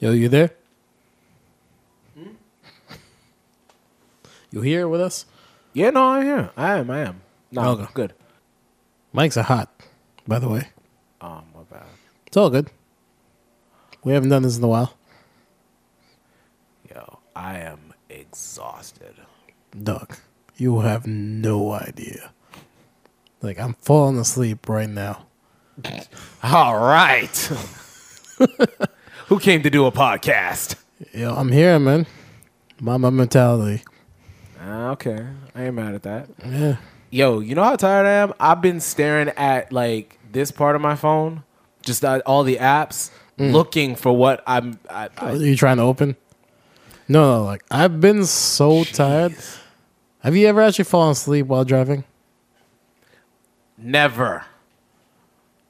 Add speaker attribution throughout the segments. Speaker 1: Yo, you there?
Speaker 2: Hmm?
Speaker 1: You here with us?
Speaker 2: Yeah, no, I am. I am. I am. No,
Speaker 1: Okay.
Speaker 2: good.
Speaker 1: Mics are hot, by the way.
Speaker 2: Oh, my bad.
Speaker 1: It's all good. We haven't done this in a while.
Speaker 2: Yo, I am exhausted.
Speaker 1: Doug, you have no idea. Like, I'm falling asleep right now.
Speaker 2: All right. Who came to do a podcast?
Speaker 1: Yo, I'm here, man. Mama mentality.
Speaker 2: Uh, okay, I ain't mad at that.
Speaker 1: Yeah.
Speaker 2: Yo, you know how tired I am? I've been staring at like this part of my phone, just uh, all the apps,
Speaker 1: Mm.
Speaker 2: looking for what I'm. I,
Speaker 1: Are
Speaker 2: I,
Speaker 1: you trying to open? No, no, like, I've been so tired. Have you ever actually fallen asleep while driving?
Speaker 2: never.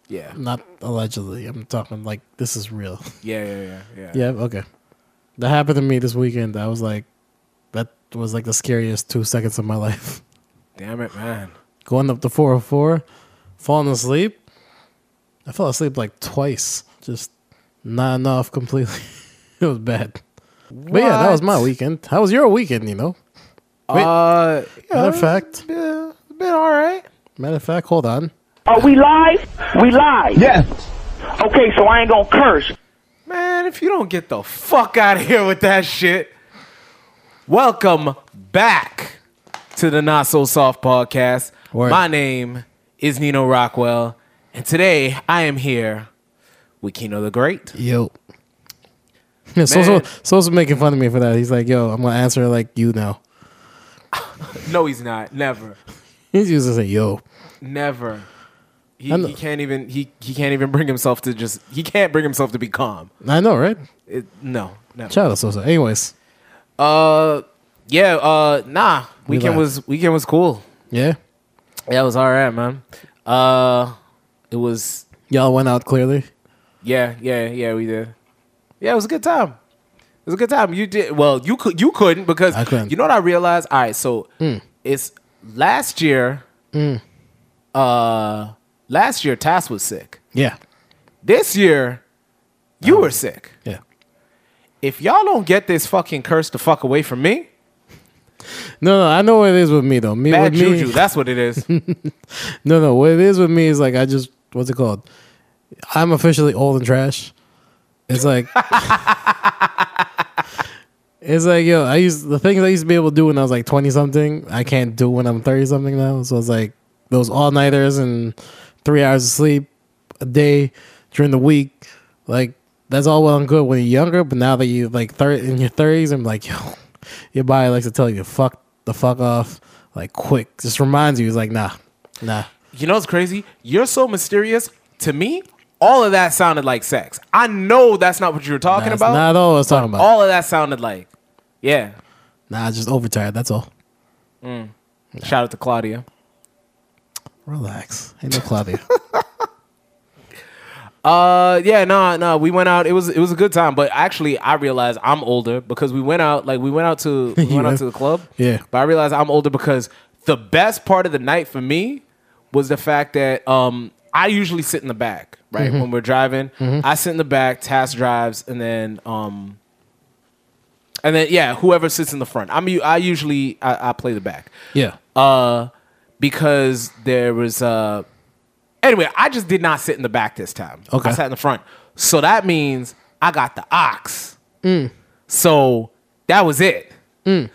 Speaker 2: Yeah.
Speaker 1: Not allegedly. I'm talking like this is real.
Speaker 2: yeah, yeah, yeah, yeah,
Speaker 1: Yeah, okay. That happened to me this weekend. I was like, that was like the scariest two seconds of my life.
Speaker 2: Damn it, man.
Speaker 1: Going up the 404, falling asleep. I fell asleep like twice, just not enough completely. it was bad. But yeah, that was my weekend. How was your weekend, you know? Wait.
Speaker 2: Uh, yeah,
Speaker 1: Matter of fact,
Speaker 2: yeah, it's been all right.
Speaker 1: matter of fact, hold on.
Speaker 3: Are we live? We live. Yes. Okay, so I ain't gonna curse.
Speaker 2: Man, if you don't get the fuck out of here with that shit. Welcome back to the Not So Soft podcast.
Speaker 1: Word.
Speaker 2: My name is Nino Rockwell, and today I am here with Kino the Great.
Speaker 1: Yo. Yeah, so, so,
Speaker 2: Man.
Speaker 1: so was making fun of me for that. He's like, yo, I'm going to answer like you now.
Speaker 2: No, he's not. Never.
Speaker 1: He used to say, yo.
Speaker 2: Never. He,
Speaker 1: I know.
Speaker 2: he can't even he, he can't even bring himself to just he can't bring himself to be calm.
Speaker 1: I know, right?
Speaker 2: It, no, never.
Speaker 1: Child of Sosa. Anyways,
Speaker 2: Uh yeah, uh nah. Weekend
Speaker 1: live.
Speaker 2: was weekend was cool.
Speaker 1: yeah.
Speaker 2: Yeah, it was all right, man. Uh, it was.
Speaker 1: Y'all went out clearly.
Speaker 2: Yeah, yeah, yeah. We did. Yeah, it was a good time. It was a good time. You did well. You could. You couldn't because
Speaker 1: I couldn't. Hmm.
Speaker 2: You know what I realized? All right, so it's last year. Uh, last year Tass was sick.
Speaker 1: Yeah.
Speaker 2: This year,
Speaker 1: Oh.
Speaker 2: you were sick.
Speaker 1: Yeah.
Speaker 2: If y'all don't get this fucking curse the fuck away from me,
Speaker 1: No, no, I know what it is with me though. Me
Speaker 2: bad
Speaker 1: with me.
Speaker 2: juju. That's what it is.
Speaker 1: No, no, what it is with me is like I just what's it called? I'm officially old and trash. It's like It's like yo, I used the things I used to be able to do when I was like twenty something, I can't do when I'm thirty something now. So it's like those all nighters and three hours of sleep a day during the week, like that's all well and good when you're younger, but now that you like thir- in your thirties, I'm like, yo, your body likes to tell you to fuck the fuck off, like quick. Just reminds you, it's like, nah, nah.
Speaker 2: You know what's crazy? You're so mysterious. To me, all of that sounded like sex. I know that's not what you were talking
Speaker 1: That's
Speaker 2: about.
Speaker 1: Not all I was talking about.
Speaker 2: all of that sounded like, yeah.
Speaker 1: nah, just overtired. That's all.
Speaker 2: Shout out to Claudia.
Speaker 1: Relax. Ain't no Claudia.
Speaker 2: Uh, yeah, no, no, we went out. It was it was a good time, but actually, I realized I'm older because we went out. Like we went out to we
Speaker 1: You
Speaker 2: went out
Speaker 1: went-
Speaker 2: to the club.
Speaker 1: Yeah.
Speaker 2: but I realized I'm older because the best part of the night for me was the fact that um I usually sit in the back. Right
Speaker 1: Mm-hmm.
Speaker 2: when we're driving, I sit in the back. Task drives, and then um And then yeah, whoever sits in the front. I'm u- I usually I, I play the back.
Speaker 1: yeah.
Speaker 2: Uh because there was uh anyway, I just did not sit in the back this time.
Speaker 1: Okay.
Speaker 2: I sat in the front. So that means I got the ox.
Speaker 1: Mm.
Speaker 2: So that was it.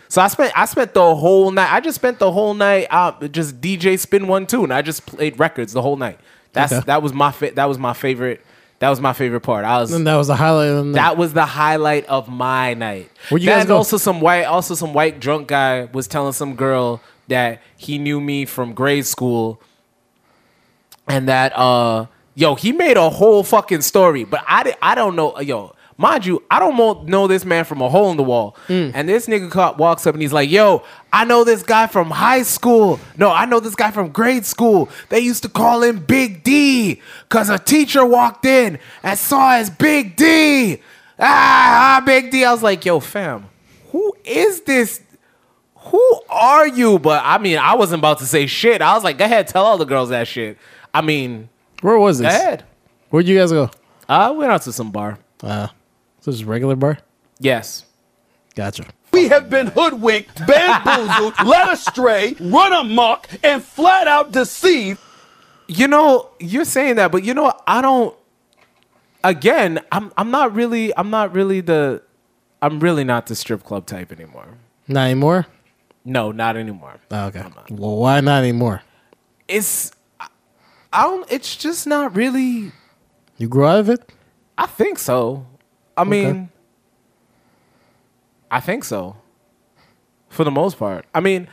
Speaker 2: So I spent I spent the whole night. I just spent the whole night out just DJ spin one two, and I just played records the whole night. That's
Speaker 1: Okay.
Speaker 2: that was my fa- that was my favorite that was my favorite part. I was
Speaker 1: And that was the highlight. Of the night.
Speaker 2: that was the highlight of my night.
Speaker 1: Mm. Where you
Speaker 2: That
Speaker 1: guys
Speaker 2: and
Speaker 1: go?
Speaker 2: also some white, also some white drunk guy was telling some girl that he knew me from grade school, and that uh, yo, he made a whole fucking story. But I, di- I don't know, yo. Mind you, I don't mo- know this man from a hole in the wall. And this nigga caught, walks up and he's like, "Yo, I know this guy from high school. No, I know this guy from grade school. They used to call him Big D because a teacher walked in and saw his Big D. Ah, ah, Big D. I was like, "Yo, fam, who is this? Who are you?" But I mean, I wasn't about to say shit. I was like, "Go ahead, tell all the girls that shit." I mean,
Speaker 1: Where was
Speaker 2: go
Speaker 1: this?
Speaker 2: ahead.
Speaker 1: Where'd you guys go?
Speaker 2: I went out to some bar.
Speaker 1: Uh, So just regular bar.
Speaker 2: Yes.
Speaker 1: Gotcha.
Speaker 4: We have been hoodwinked, bamboozled, led astray, run amok, and flat out deceived.
Speaker 2: You know, you're saying that, but you know, I don't. Again, I'm I'm not really I'm not really the I'm really not the strip club type anymore.
Speaker 1: Not anymore.
Speaker 2: No, not anymore.
Speaker 1: Oh, okay. Well, why not anymore?
Speaker 2: It's I- I don't. It's just not really.
Speaker 1: You grew out of it.
Speaker 2: I think so. I mean, I think so. For the most part. I mean,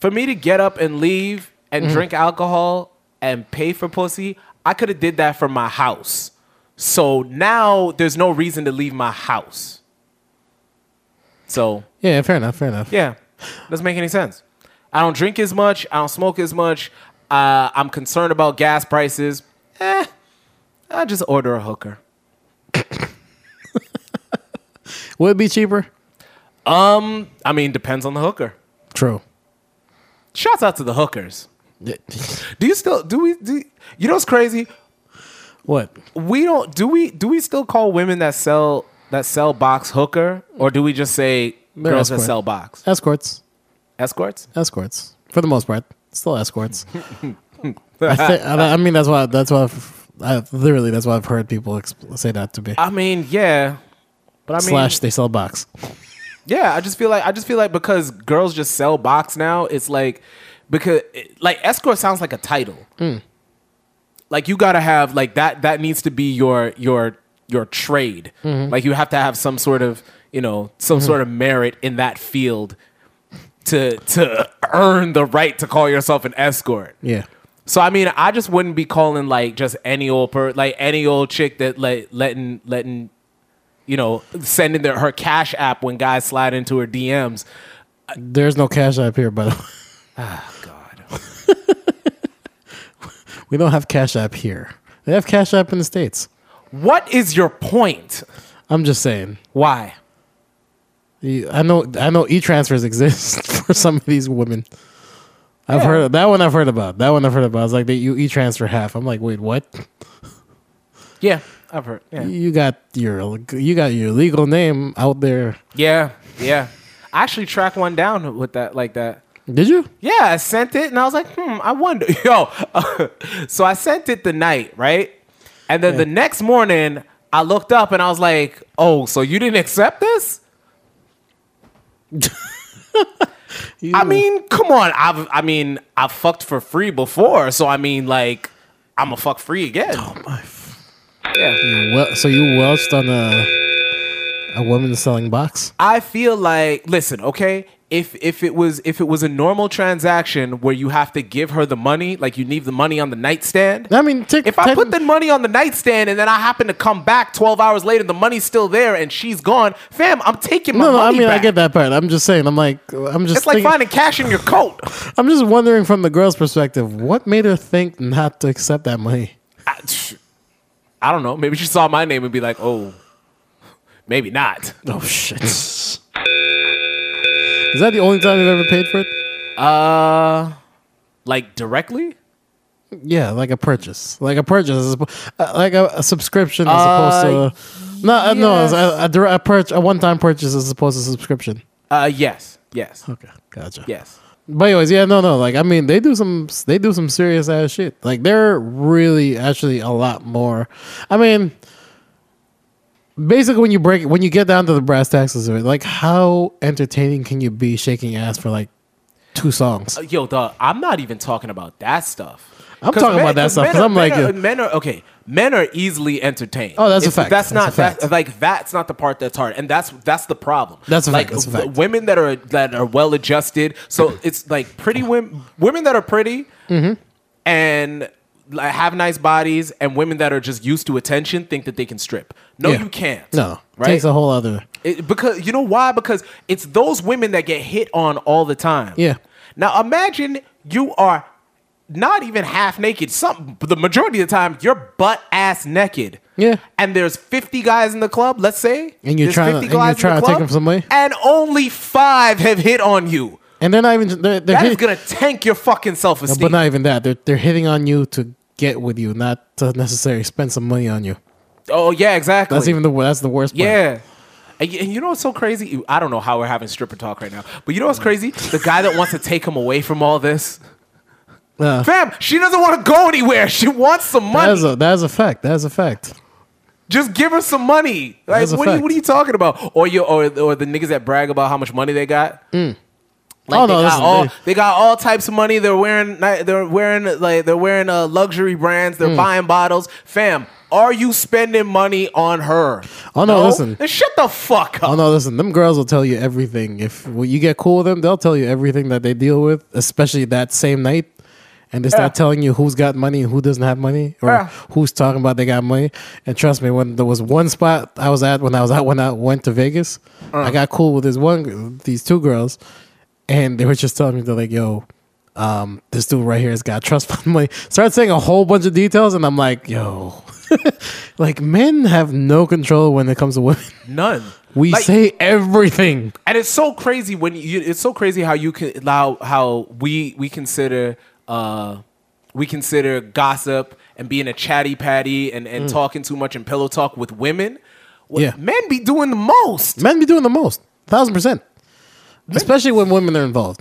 Speaker 2: for me to get up and leave and drink alcohol and pay for pussy, I could have did that from my house. So now there's no reason to leave my house. So
Speaker 1: Yeah, fair enough. Fair enough.
Speaker 2: yeah, doesn't make any sense. I don't drink as much. I don't smoke as much. Uh, I'm concerned about gas prices. Eh, I just order a hooker.
Speaker 1: Would it be cheaper?
Speaker 2: I mean, depends on the hooker.
Speaker 1: True.
Speaker 2: Shouts out to the hookers.
Speaker 1: Yeah.
Speaker 2: Do you still do we do? You know what's crazy?
Speaker 1: what?
Speaker 2: We don't do we do we still call women that sell that sell box hooker, or do we just say
Speaker 1: They're
Speaker 2: girls that
Speaker 1: escort.
Speaker 2: sell box
Speaker 1: Escorts.
Speaker 2: escorts?
Speaker 1: Escorts. For the most part, still escorts. I, thi- I I mean, that's why. That's why. I've, I literally, that's why I've heard people exp- say that to be.
Speaker 2: I mean, yeah, but I mean,
Speaker 1: Slash, they sell box.
Speaker 2: yeah. I just feel like I just feel like because girls just sell box now, it's like because it- like escort sounds like a title. Like you gotta have like that. That needs to be your your your trade. Like you have to have some sort of you know some sort of merit in that field to to earn the right to call yourself an escort.
Speaker 1: Yeah.
Speaker 2: So I mean, I just wouldn't be calling like just any old per like any old chick that like letting letting you know sending their her cash app when guys slide into her DMs.
Speaker 1: There's no cash app here, but
Speaker 2: God,
Speaker 1: we don't have cash app here. They have cash app in the states.
Speaker 2: what is your point?
Speaker 1: I'm just saying.
Speaker 2: Why?
Speaker 1: You- I know. I know. E transfers exist for some of these women. I've
Speaker 2: Yeah.
Speaker 1: heard that one. I've heard about that one. I've heard about. It's like they, you e transfer half. I'm like, wait, what?
Speaker 2: Yeah, I've heard. Yeah,
Speaker 1: You got your you got your legal name out there.
Speaker 2: yeah, yeah. I actually tracked one down with that like that.
Speaker 1: Did you?
Speaker 2: Yeah, I sent it and I was like, hmm, I wonder. Yo, so I sent it the night, right? And then the next morning, I looked up and I was like, oh, so you didn't accept this? I mean, come on. I've, I mean, I fucked for free before. So I mean, like, I'm going to fuck free again.
Speaker 1: Well, so you welched on a a woman selling box.
Speaker 2: I feel like listen, okay, if if it was if it was a normal transaction where you have to give her the money, like you leave the money on the nightstand.
Speaker 1: I mean, take-
Speaker 2: if I
Speaker 1: take-
Speaker 2: put the money on the nightstand and then I happen to come back 12 hours later, the money's still there and she's gone, fam, I'm taking my
Speaker 1: No, no. I
Speaker 2: money
Speaker 1: mean, I
Speaker 2: back.
Speaker 1: get that part. I'm just saying. I'm like, I'm just.
Speaker 2: It's like
Speaker 1: thinking-
Speaker 2: finding cash in your coat.
Speaker 1: I'm just wondering from the girl's perspective, what made her think not to accept that money?
Speaker 2: I, I don't know. Maybe she saw my name and be like, oh, maybe not.
Speaker 1: Oh shit! Is that the only time you've ever paid for it?
Speaker 2: Uh, like directly?
Speaker 1: Yeah, like a purchase, like a purchase, as oppo- uh, like a, a subscription as opposed to. No, uh no, it's a, a, direct- a, purch- a one-time purchase as opposed to subscription.
Speaker 2: Uh, yes, yes,
Speaker 1: Okay, gotcha.
Speaker 2: yes.
Speaker 1: But anyways, yeah, no, no. Like I mean, they do some they do some serious ass shit. Like they're really actually a lot more. I mean, basically when you break when you get down to the brass taxes of it, like how entertaining can you be shaking ass for like two songs?
Speaker 2: yo, dog, I'm not even talking about that stuff.
Speaker 1: I'm
Speaker 2: 'Cause
Speaker 1: talking about that stuff, 'cause
Speaker 2: are-
Speaker 1: I'm like,
Speaker 2: men are,
Speaker 1: uh,
Speaker 2: men are okay. Men are easily entertained.
Speaker 1: Oh, that's a
Speaker 2: It's-
Speaker 1: fact.
Speaker 2: That's,
Speaker 1: That's
Speaker 2: not
Speaker 1: a fact.
Speaker 2: that like that's not the part that's hard, and that's that's the problem.
Speaker 1: That's a fact.
Speaker 2: like
Speaker 1: That's a
Speaker 2: w-
Speaker 1: fact.
Speaker 2: women that are that are well adjusted. So it's like pretty women, women that are pretty,
Speaker 1: Mm-hmm.
Speaker 2: and like, have nice bodies, and women that are just used to attention think that they can strip. No,
Speaker 1: Yeah.
Speaker 2: you can't.
Speaker 1: No,
Speaker 2: right?
Speaker 1: takes a whole other.
Speaker 2: It, because you know why? Because it's those women that get hit on all the time.
Speaker 1: Yeah.
Speaker 2: Now imagine you are not even half naked. Some the majority of the time you're butt ass naked.
Speaker 1: Yeah.
Speaker 2: And there's 50 guys in the club, let's say.
Speaker 1: And you're
Speaker 2: There's
Speaker 1: trying to-
Speaker 2: 50
Speaker 1: and you're
Speaker 2: guys in
Speaker 1: trying
Speaker 2: the
Speaker 1: to take them
Speaker 2: club,
Speaker 1: some way?
Speaker 2: And only five have hit on you.
Speaker 1: And they're not even they're, they're
Speaker 2: That is
Speaker 1: hit-
Speaker 2: gonna tank your fucking self esteem.
Speaker 1: but not even that. They're they're hitting on you to get with you, not to necessarily spend some money on you.
Speaker 2: Oh yeah, exactly.
Speaker 1: That's even the wor- that's the worst. part.
Speaker 2: Yeah. And you and you know what's so crazy? I don't know how we're having stripper talk right now, but you know what's crazy? The guy that wants to take him away from all this,
Speaker 1: Uh,
Speaker 2: fam, she doesn't want to go anywhere. She wants some money.
Speaker 1: that's a that's a fact. That's a fact.
Speaker 2: Just give her some money. Like,
Speaker 1: That's a
Speaker 2: what are, you,
Speaker 1: fact.
Speaker 2: what are you talking about? Or you, or, or the niggas that brag about how much money they got. Like
Speaker 1: oh
Speaker 2: they
Speaker 1: no,
Speaker 2: got
Speaker 1: listen,
Speaker 2: all
Speaker 1: they-
Speaker 2: they got all types of money. They're wearing ni- they're wearing like they're wearing uh, luxury brands.
Speaker 1: Mm.
Speaker 2: They're buying bottles. Fam, are you spending money on her?
Speaker 1: Oh, no, listen.
Speaker 2: Then shut the fuck up.
Speaker 1: Oh no, listen, them girls will tell you everything. If when you get cool with them, they'll tell you everything that they deal with, especially that same night. And they start
Speaker 2: Yeah.
Speaker 1: telling you who's got money and who doesn't have money, or
Speaker 2: Yeah.
Speaker 1: who's talking about they got money. And trust me, when there was one spot I was at when I was out when I went to Vegas,
Speaker 2: Uh.
Speaker 1: I got cool with this one, these two girls, and they were just telling me they're like, "Yo, um, this dude right here has got trust fund money." Started saying a whole bunch of details, and I'm like, "Yo, like men have no control when it comes to women."
Speaker 2: None.
Speaker 1: We
Speaker 2: Like-
Speaker 1: say everything.
Speaker 2: and it's so crazy when you it's so crazy how you can allow how we we consider uh we consider gossip and being a chatty patty and and talking too much and pillow talk with women Well,
Speaker 1: Mm. Yeah.
Speaker 2: men be doing the most
Speaker 1: Men be doing the most, thousand percent. Especially when women are involved.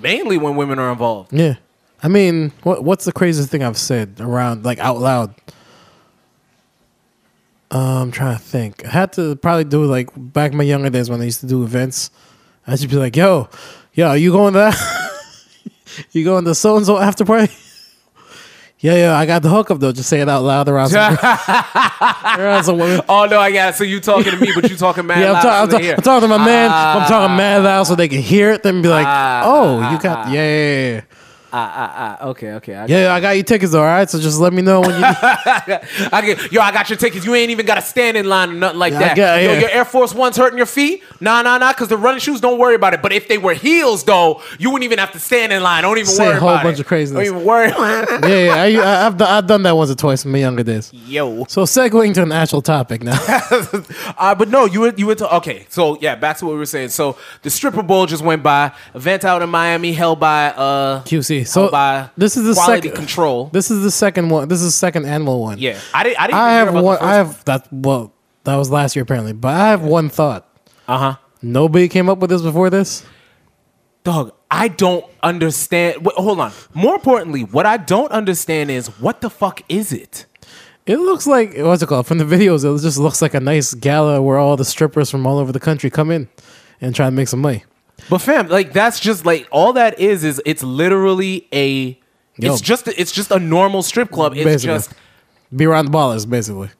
Speaker 2: mainly when women are involved
Speaker 1: Yeah, I mean, what what's the craziest thing I've said around like out loud? Uh, I'm trying to think. I had to probably do like back in my younger days when I used to do events. I should be like, "Yo, yo, you going to that? you going to so and so after party?" yeah, yeah, I got the hookup though. Just say it out loud around some, around some women.
Speaker 2: oh no i got it. so you talking to me but you talking mad
Speaker 1: Yeah, I'm,
Speaker 2: loud
Speaker 1: ta-
Speaker 2: so
Speaker 1: I'm,
Speaker 2: they
Speaker 1: ta-
Speaker 2: hear.
Speaker 1: I'm talking to my man.
Speaker 2: Ah.
Speaker 1: I'm talking mad loud so they can hear it. Then be like, "Oh, you got yeah, yeah, yeah,
Speaker 2: Ah, okay okay I,
Speaker 1: yeah, yeah, I got your tickets. All right, so just let me know when you."
Speaker 2: I get yo i got your tickets you ain't even got to stand in line or nothing like
Speaker 1: Yeah, I
Speaker 2: that
Speaker 1: got-
Speaker 2: yo
Speaker 1: yeah.
Speaker 2: your air force ones hurting your feet nah nah nah because the running shoes don't worry about it but if they were heels though you wouldn't even have to stand in line don't even
Speaker 1: Say a
Speaker 2: worry
Speaker 1: whole
Speaker 2: about
Speaker 1: bunch
Speaker 2: it.
Speaker 1: of craziness.
Speaker 2: don't even worry
Speaker 1: yeah, yeah, I, I, I've, done, I've done that once or twice in my younger days.
Speaker 2: yo
Speaker 1: So segueing to an actual topic now.
Speaker 2: uh, but no you were you were to, okay so yeah back to what we were saying so the stripper bowl just went by event out in miami held by uh
Speaker 1: QC.
Speaker 2: held
Speaker 1: So
Speaker 2: by
Speaker 1: this is the
Speaker 2: quality
Speaker 1: second
Speaker 2: control
Speaker 1: This is the second one. This is the second animal one.
Speaker 2: yeah i didn't i, didn't
Speaker 1: I
Speaker 2: even hear
Speaker 1: have
Speaker 2: about the
Speaker 1: one.
Speaker 2: first
Speaker 1: I have that. Well, that was last year apparently, but I have one thought.
Speaker 2: uh-huh
Speaker 1: Nobody came up with this before this.
Speaker 2: Dog, I don't understand. Wait, hold on. More importantly, what I don't understand is what the fuck is it?
Speaker 1: It looks like what's it called? From the videos, it just looks like a nice gala where all the strippers from all over the country come in and try and make some money.
Speaker 2: But fam, like that's just like all that is is it's literally a.
Speaker 1: Yo.
Speaker 2: It's just it's just a normal strip club. It's
Speaker 1: Basically.
Speaker 2: just
Speaker 1: Be around the ballers, basically.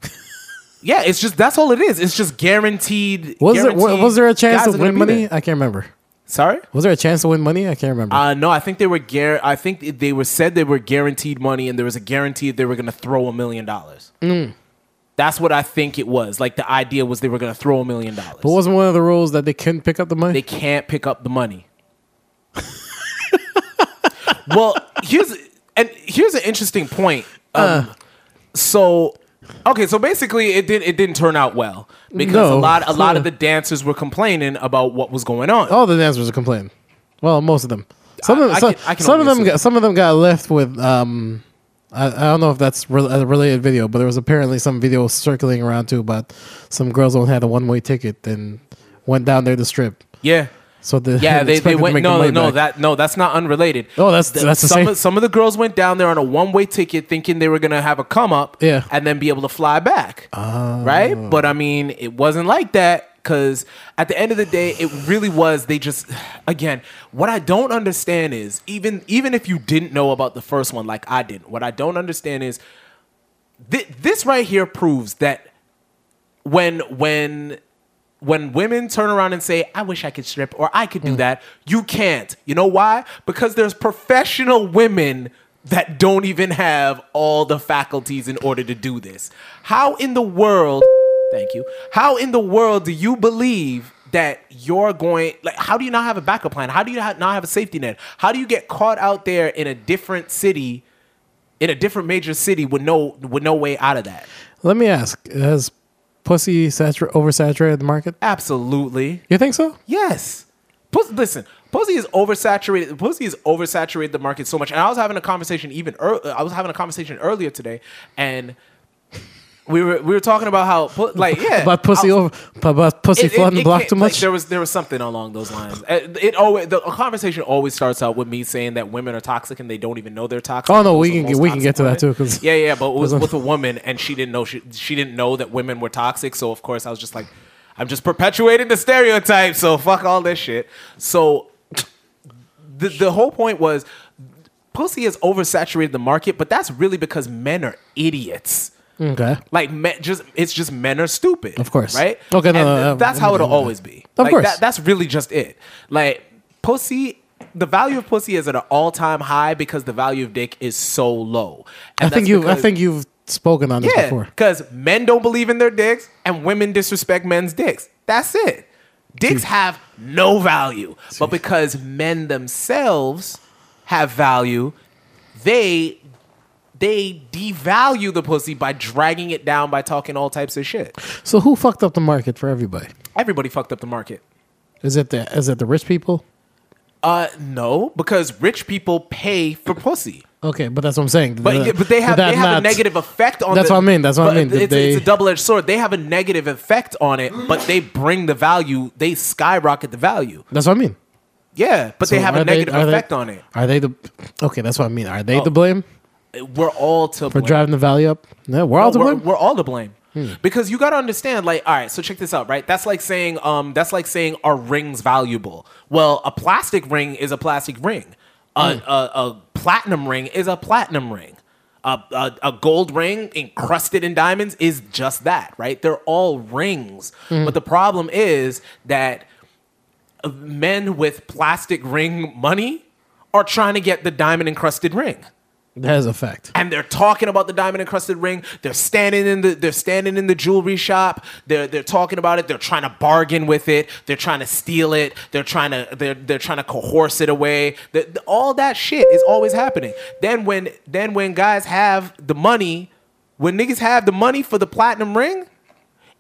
Speaker 2: yeah. It's just that's all it is. It's just guaranteed.
Speaker 1: Was there wa-
Speaker 2: guaranteed
Speaker 1: was there a chance
Speaker 2: guys
Speaker 1: to
Speaker 2: are gonna
Speaker 1: win
Speaker 2: be
Speaker 1: money?
Speaker 2: there.
Speaker 1: I can't remember.
Speaker 2: Sorry.
Speaker 1: Was there a chance to win money? I can't remember.
Speaker 2: Uh, no, I think they were guar- I think they were said they were guaranteed money, and there was a guarantee they were going to throw a million dollars.
Speaker 1: Mm.
Speaker 2: That's what I think it was. Like the idea was they were going to throw a million dollars.
Speaker 1: but wasn't one of the rules that they couldn't pick up the money?
Speaker 2: they can't pick up the money. well, here's and here's an interesting point. Um, so okay, so basically it did it didn't turn out well because a
Speaker 1: No.
Speaker 2: lot a lot of the dancers were complaining about what was going on.
Speaker 1: all the dancers are complaining. Well, most of them. Some of
Speaker 2: I-
Speaker 1: them,
Speaker 2: I
Speaker 1: some,
Speaker 2: can- I can
Speaker 1: some of
Speaker 2: only
Speaker 1: them
Speaker 2: assume.
Speaker 1: got some of them got left with. Um, I, I don't know if that's re- a related video, but there was apparently some video circulating around too about some girls only had a one way ticket and went down there to strip.
Speaker 2: Yeah.
Speaker 1: So the
Speaker 2: Yeah, they, they
Speaker 1: expected to
Speaker 2: went.
Speaker 1: make the
Speaker 2: No, no,
Speaker 1: money
Speaker 2: no,
Speaker 1: back.
Speaker 2: that no, that's not unrelated.
Speaker 1: Oh, that's- that's the
Speaker 2: some
Speaker 1: same.
Speaker 2: Of, some of the girls went down there on a one way ticket, thinking they were gonna have a come up,
Speaker 1: Yeah. Oh.
Speaker 2: and then be able to fly back, right? But I mean, it wasn't like that because at the end of the day, it really was. They just, again, what I don't understand is even even if you didn't know about the first one, like I didn't, what I don't understand is thi- this right here proves that when when when women turn around and say, I wish I could strip or I could do that, you can't. You know why? Because there's professional women that don't even have all the faculties in order to do this. How in the world, thank you, how in the world do you believe that you're going, like, how do you not have a backup plan? How do you ha- not have a safety net? How do you get caught out there in a different city? In a different major city with no with no way out of that.
Speaker 1: Let me ask: Has pussy satur- oversaturated the market?
Speaker 2: Absolutely.
Speaker 1: You think so?
Speaker 2: Yes. Pus- listen, pussy is oversaturated. Pussy is oversaturated the market so much. And I was having a conversation even ear- I was having a conversation earlier today, and we were we were talking about how pu- like yeah
Speaker 1: about pussy
Speaker 2: I-
Speaker 1: over, about pussy
Speaker 2: it- it-
Speaker 1: flooding
Speaker 2: it
Speaker 1: the block
Speaker 2: can't-
Speaker 1: too
Speaker 2: like,
Speaker 1: much.
Speaker 2: there was there was something along those lines. It, it always the a conversation always starts out with me saying that women are toxic and they don't even know they're toxic.
Speaker 1: Oh, no,
Speaker 2: Those
Speaker 1: we
Speaker 2: are
Speaker 1: can
Speaker 2: the
Speaker 1: get-
Speaker 2: most
Speaker 1: we can get
Speaker 2: toxic
Speaker 1: to that,
Speaker 2: women.
Speaker 1: too, 'cause-
Speaker 2: yeah, yeah, but it was
Speaker 1: 'cause I'm-
Speaker 2: with a woman and she didn't know she she didn't know that women were toxic. So of course I was just like, I'm just perpetuating the stereotype. So fuck all this shit. So the the whole point was pussy has oversaturated the market, but that's really because men are idiots.
Speaker 1: okay.
Speaker 2: Like men, just it's just men are stupid.
Speaker 1: Of course.
Speaker 2: right?
Speaker 1: Okay, no,
Speaker 2: And
Speaker 1: no,
Speaker 2: th-
Speaker 1: no,
Speaker 2: that's
Speaker 1: I'm
Speaker 2: how it'll
Speaker 1: doing that.
Speaker 2: always be.
Speaker 1: Of
Speaker 2: Like,
Speaker 1: course.
Speaker 2: that- that's really just it. Like pussy, the value of pussy is at an all-time high because the value of dick is so low. And
Speaker 1: I think
Speaker 2: that's
Speaker 1: you. I
Speaker 2: because-
Speaker 1: think you've spoken on this
Speaker 2: yeah,
Speaker 1: before.
Speaker 2: because men don't believe in their dicks and women disrespect men's dicks. That's it. Dicks have no value, but because men themselves have value, they they devalue the pussy by dragging it down by talking all types of shit.
Speaker 1: So who fucked up the market for everybody?
Speaker 2: Everybody fucked up the market.
Speaker 1: Is it the is it the rich people?
Speaker 2: Uh, no, because rich people pay for pussy.
Speaker 1: Okay, but that's what I'm saying.
Speaker 2: But,
Speaker 1: Did-
Speaker 2: yeah, but they
Speaker 1: did
Speaker 2: have
Speaker 1: that
Speaker 2: they have a
Speaker 1: not-
Speaker 2: negative effect on.
Speaker 1: That's
Speaker 2: the-
Speaker 1: what I mean, that's what I
Speaker 2: but
Speaker 1: mean, that
Speaker 2: It's, it's a
Speaker 1: they-
Speaker 2: double edged sword. They have a negative effect on it, but they bring the value. They skyrocket the value.
Speaker 1: That's what I mean.
Speaker 2: Yeah, but they
Speaker 1: So
Speaker 2: have a
Speaker 1: are they-
Speaker 2: negative
Speaker 1: are they-
Speaker 2: effect on it. Oh.
Speaker 1: Are they the? Okay, that's what I mean. Are they to blame
Speaker 2: We're all
Speaker 1: for
Speaker 2: to blame.
Speaker 1: driving the value up? No, we're all to
Speaker 2: No, we're,
Speaker 1: blame. Hmm.
Speaker 2: we're all to blame. Because you got to understand, like, all right, so check this out, right? That's like saying, um, that's like saying, are rings valuable? Well, a plastic ring is a plastic ring. A,
Speaker 1: Hmm.
Speaker 2: a, a platinum ring is a platinum ring. A, a, a gold ring encrusted in diamonds is just that, right? They're all rings.
Speaker 1: Hmm.
Speaker 2: But the problem is that men with plastic ring money are trying to get the diamond encrusted ring
Speaker 1: That is a fact.
Speaker 2: and they're talking about the diamond encrusted ring. They're standing in the they're standing in the jewelry shop. They're they're talking about it. They're trying to bargain with it. They're trying to steal it. They're trying to they're they're trying to coerce it away. The- the- all that shit is always happening. Then when then when guys have the money, when niggas have the money for the platinum ring,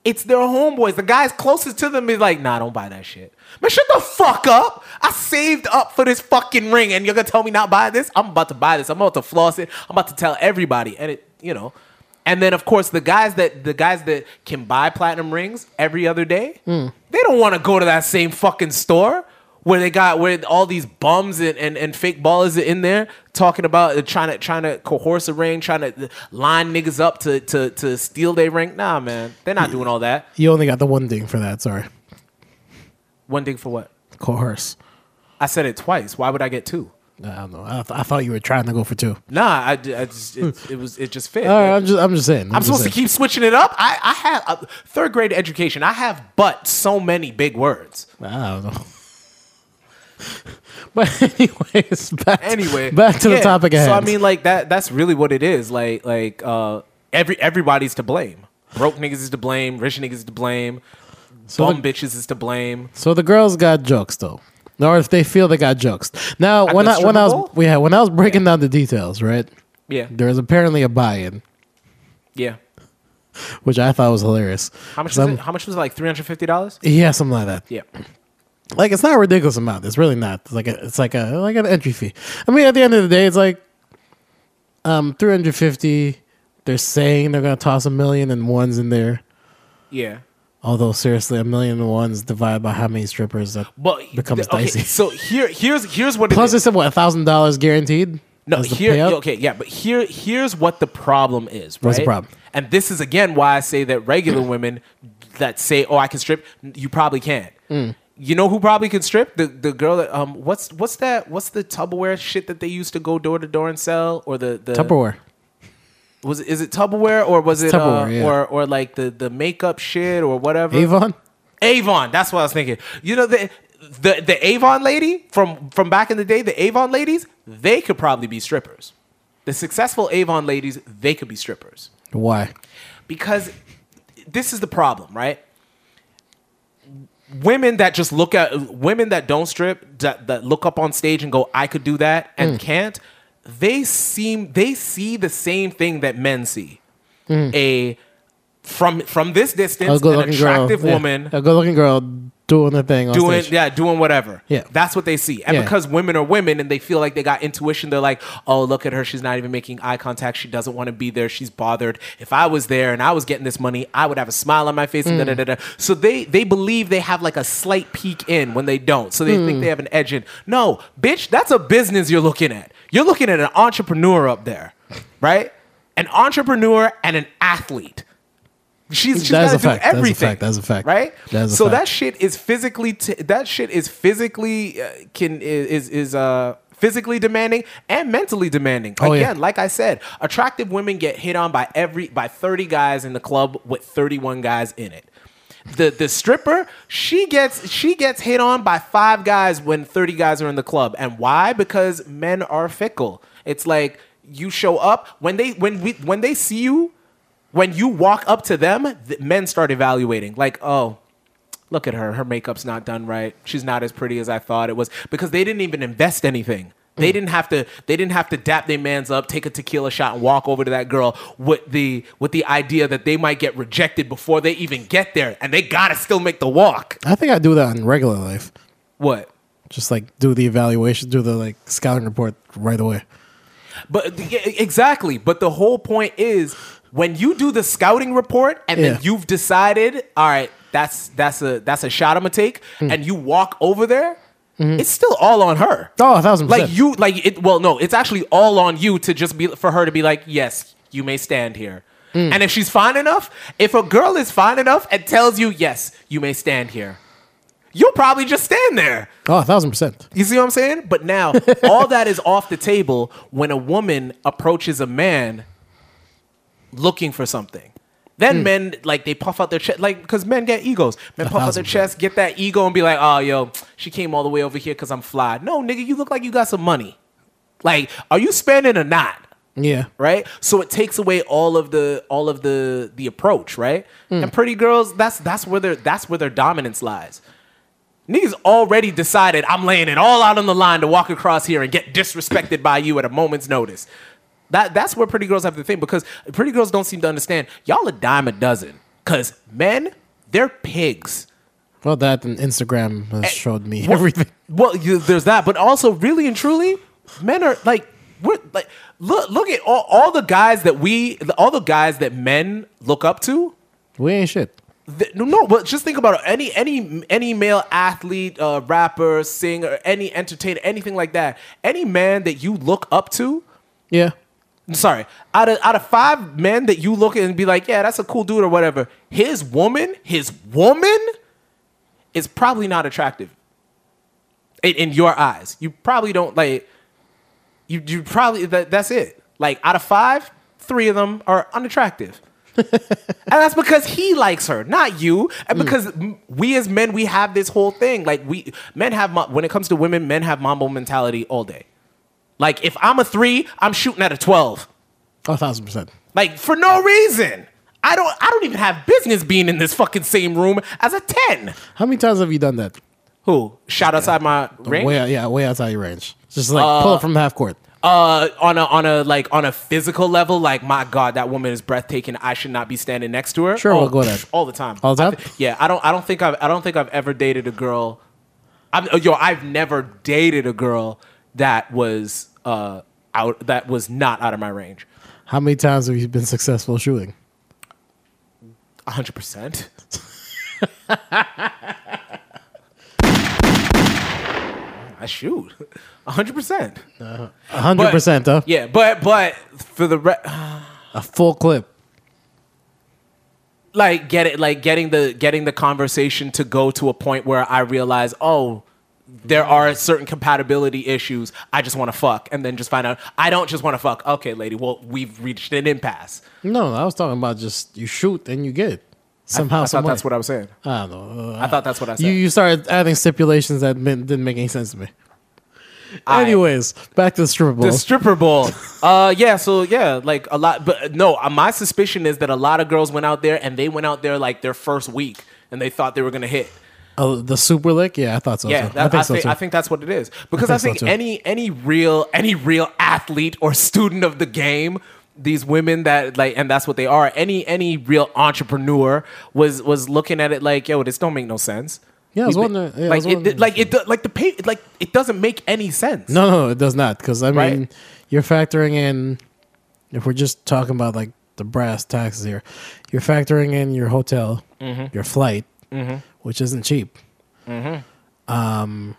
Speaker 2: it's their homeboys. The guys closest to them is like, nah, don't buy that shit. Man, shut the fuck up. I saved up for this fucking ring and you're gonna tell me not buy this? I'm about to buy this. I'm about to floss it. I'm about to tell everybody. And it, you know. And then of course the guys that the guys that can buy platinum rings every other day, they don't wanna go to that same fucking store where they got where all these bums and, and, and fake ballers are in there talking about uh, trying to trying to coerce a ring, trying to uh, line niggas up to to to steal their ring. Nah, man, they're not doing all that.
Speaker 1: You only got the one thing for that. Sorry,
Speaker 2: One thing for what?
Speaker 1: coerce.
Speaker 2: I said it twice. Why would I get two?
Speaker 1: I don't know. I, th- I thought you were trying to go for two.
Speaker 2: Nah, I, d- I just it, it was it just fit.
Speaker 1: Hmm. All right, I'm just I'm just saying. I'm,
Speaker 2: I'm
Speaker 1: just
Speaker 2: supposed to
Speaker 1: saying.
Speaker 2: keep switching it up. I I have uh, third grade education. I have but so many big words.
Speaker 1: I don't know. But anyways, back to-
Speaker 2: anyway
Speaker 1: back to
Speaker 2: yeah,
Speaker 1: the topic at
Speaker 2: so i
Speaker 1: hand.
Speaker 2: mean like that that's really what it is like like uh every everybody's to blame broke niggas is to blame rich niggas is to blame bum
Speaker 1: the-
Speaker 2: bitches is to blame
Speaker 1: So the girls got jokes though, or if they feel they got jokes. Now when
Speaker 2: the
Speaker 1: I when I was
Speaker 2: strip
Speaker 1: yeah when I was breaking down the details, right?
Speaker 2: yeah
Speaker 1: There was apparently a buy-in,
Speaker 2: yeah
Speaker 1: which I thought was hilarious.
Speaker 2: how much was
Speaker 1: Some-
Speaker 2: it how much was it like $350
Speaker 1: Yeah, something like that.
Speaker 2: yeah
Speaker 1: Like it's not a ridiculous amount. It's really not. It's like a, it's like a like an entry fee. I mean, at the end of the day, it's like um 350. They're saying they're gonna toss a million and ones in there.
Speaker 2: yeah
Speaker 1: Although seriously, a million and ones divided by how many strippers that
Speaker 2: but
Speaker 1: becomes
Speaker 2: okay,
Speaker 1: dicey.
Speaker 2: so here here's here's what
Speaker 1: Plus,
Speaker 2: it
Speaker 1: they
Speaker 2: is
Speaker 1: said what thousand dollars guaranteed.
Speaker 2: no
Speaker 1: as the
Speaker 2: here
Speaker 1: payout?
Speaker 2: okay yeah but here here's what the problem is right?
Speaker 1: What's the problem?
Speaker 2: and this is again why i say that regular women that say oh i can strip you probably can't
Speaker 1: Mm.
Speaker 2: You know who probably can strip the the girl that um what's what's that what's the Tupperware shit that they used to go door to door and sell or the the
Speaker 1: Tupperware.
Speaker 2: was it- is it Tupperware or was it uh,
Speaker 1: Tupperware, yeah.
Speaker 2: or or like the the makeup shit or whatever
Speaker 1: Avon.
Speaker 2: Avon that's what I was thinking you know the the the Avon lady from from back in the day the Avon ladies they could probably be strippers the successful Avon ladies they could be strippers
Speaker 1: Why?
Speaker 2: because this is the problem, right? Women that just look at women that don't strip that, that look up on stage and go, "I could do that" and
Speaker 1: Mm.
Speaker 2: can't. They seem they see the same thing that men see.
Speaker 1: Mm.
Speaker 2: A from from this distance,
Speaker 1: A
Speaker 2: an
Speaker 1: good-looking girl.
Speaker 2: attractive
Speaker 1: yeah.
Speaker 2: woman
Speaker 1: A good-looking girl doing the thing. On
Speaker 2: doing
Speaker 1: stage.
Speaker 2: yeah doing whatever
Speaker 1: Yeah.
Speaker 2: that's what they see and
Speaker 1: Yeah.
Speaker 2: because women are women and they feel like they got intuition they're like oh look at her she's not even making eye contact she doesn't want to be there she's bothered if i was there and i was getting this money i would have a smile on my face
Speaker 1: Mm.
Speaker 2: and da, da, da, da. so they they believe they have like a slight peek in when they don't so they
Speaker 1: Mm.
Speaker 2: think they have an edge in no bitch that's a business you're looking at you're looking at an entrepreneur up there right an entrepreneur and an athlete She's, she's
Speaker 1: That's
Speaker 2: got to
Speaker 1: a
Speaker 2: do
Speaker 1: fact. That's a
Speaker 2: everything.
Speaker 1: fact. That's a fact.
Speaker 2: Right.
Speaker 1: That's a
Speaker 2: so
Speaker 1: fact.
Speaker 2: that shit is physically. T- that shit is physically uh, can is is uh physically demanding and mentally demanding.
Speaker 1: Oh, yeah.
Speaker 2: Again, like I said, attractive women get hit on by every by thirty guys in the club with thirty one guys in it. The the stripper she gets she gets hit on by five guys when thirty guys are in the club. And why? Because men are fickle. It's like you show up when they when we when they see you when you walk up to them, th- men start evaluating. Like, oh, look at her. Her makeup's not done right. She's not as pretty as I thought it was because they didn't even invest anything. They didn't have to. They didn't have to dap their man's up, take a tequila shot, and walk over to that girl with the with the idea that they might get rejected before they even get there, and they gotta still make the walk.
Speaker 1: I think I do that in regular life.
Speaker 2: What?
Speaker 1: Just like do the evaluation, do the like scouting report right away.
Speaker 2: But yeah, exactly. But the whole point is when you do the scouting report and
Speaker 1: Yeah.
Speaker 2: then you've decided, all right, that's that's a that's a shot I'm gonna take, and you walk over there, it's still all on her.
Speaker 1: Oh, a thousand percent.
Speaker 2: Like you, like it. Well, no, it's actually all on you to just be for her to be like, yes, you may stand here.
Speaker 1: Mm.
Speaker 2: And if she's fine enough, if a girl is fine enough and tells you, yes, you may stand here, you'll probably just stand there.
Speaker 1: Oh, a thousand percent.
Speaker 2: You see what I'm saying? But now all that is off the table when a woman approaches a man looking for something. Then men like they puff out their chest, like because men get egos. Men puff out
Speaker 1: thousand
Speaker 2: their chest, get that ego, and be like, "Oh, yo, she came all the way over here because I'm fly." No, nigga, you look like you got some money. Like, are you spending or not?
Speaker 1: Yeah.
Speaker 2: right? So it takes away all of the all of the the approach, right? And pretty girls, that's that's where their that's where their dominance lies. Niggas already decided I'm laying it all out on the line to walk across here and get disrespected by you at a moment's notice. That that's where pretty girls have to think because pretty girls don't seem to understand. Y'all a dime a dozen because men, they're pigs.
Speaker 1: Well, that and Instagram
Speaker 2: Eh,
Speaker 1: has showed me
Speaker 2: Well,
Speaker 1: everything.
Speaker 2: Well, you, there's that, but also really and truly, men are like we're like look look at all, all the guys that we all the guys that men look up to.
Speaker 1: We ain't shit.
Speaker 2: Th- no, no, but just think about it. any any any male athlete, uh, rapper, singer, any entertainer, anything like that. Any man that you look up to.
Speaker 1: Yeah.
Speaker 2: I'm Sorry, out of out of five men that you look at and be like, yeah, that's a cool dude or whatever. His woman, his woman, is probably not attractive. In, in your eyes, you probably don't like. You you probably that, that's it. Like out of five, three of them are unattractive, and that's because he likes her, not you. And because m- we as men, we have this whole thing. Like we men have mo- when it comes to women, men have mambo mentality all day. Like if I'm a three, I'm shooting at a twelve.
Speaker 1: Oh, a thousand percent.
Speaker 2: Like for no reason. I don't I don't even have business being in this fucking same room as a ten.
Speaker 1: How many times have you done that?
Speaker 2: Who? Shot outside my ring?
Speaker 1: Way out, yeah, way outside your range. Just like pull up from half court.
Speaker 2: Uh on a on a like on a physical level, like my God, that woman is breathtaking. I should not be standing next to her.
Speaker 1: Sure,
Speaker 2: oh,
Speaker 1: we'll go there.
Speaker 2: All the time.
Speaker 1: All the
Speaker 2: I
Speaker 1: time?
Speaker 2: thi- yeah, I don't I don't think I've I don't think I've ever dated a girl I'm uh, yo, I've never dated a girl that was uh out that was not out of my range.
Speaker 1: How many times have you been successful shooting?
Speaker 2: hundred percent. I shoot, hundred percent.
Speaker 1: A hundred
Speaker 2: But-
Speaker 1: percent, though.
Speaker 2: Yeah, but but for the re-
Speaker 1: A full clip.
Speaker 2: like get it like getting the getting the conversation to go to a point where I realize oh there are certain compatibility issues. I just want to fuck, and then just find out I don't just want to fuck. Okay, lady, well we've reached an impasse.
Speaker 1: No, I was talking about just you shoot and you get it. Somehow,
Speaker 2: I
Speaker 1: some
Speaker 2: thought
Speaker 1: way.
Speaker 2: that's what I was saying.
Speaker 1: I don't know.
Speaker 2: I thought that's what I said.
Speaker 1: you you started adding stipulations that meant, didn't make any sense to me.
Speaker 2: I-
Speaker 1: Anyways, back to the stripper bowl.
Speaker 2: The stripper ball. uh, yeah. So yeah, like a lot. But no, uh, my suspicion is that a lot of girls went out there and they went out there like their first week and they thought they were gonna hit.
Speaker 1: Oh, the super lick. Yeah, I thought so.
Speaker 2: Yeah,
Speaker 1: too.
Speaker 2: that, I, think
Speaker 1: so
Speaker 2: I, think,
Speaker 1: too.
Speaker 2: that's what it is because
Speaker 1: I
Speaker 2: I
Speaker 1: think
Speaker 2: think,
Speaker 1: so, too.
Speaker 2: any any real any real athlete or student of the game, these women that like and that's what they are. Any any real entrepreneur was was looking at it like, yo, this don't make no sense.
Speaker 1: Yeah, I was
Speaker 2: We've
Speaker 1: wondering- yeah, I
Speaker 2: like,
Speaker 1: was
Speaker 2: it,
Speaker 1: wondering.
Speaker 2: like it, do- like the pay, like it doesn't make any sense.
Speaker 1: No, no, it does not. Because I mean,
Speaker 2: Right.
Speaker 1: you're factoring in. If we're just talking about like the brass taxes here, you're factoring in your hotel,
Speaker 2: Mm-hmm.
Speaker 1: your flight, which isn't cheap. Um,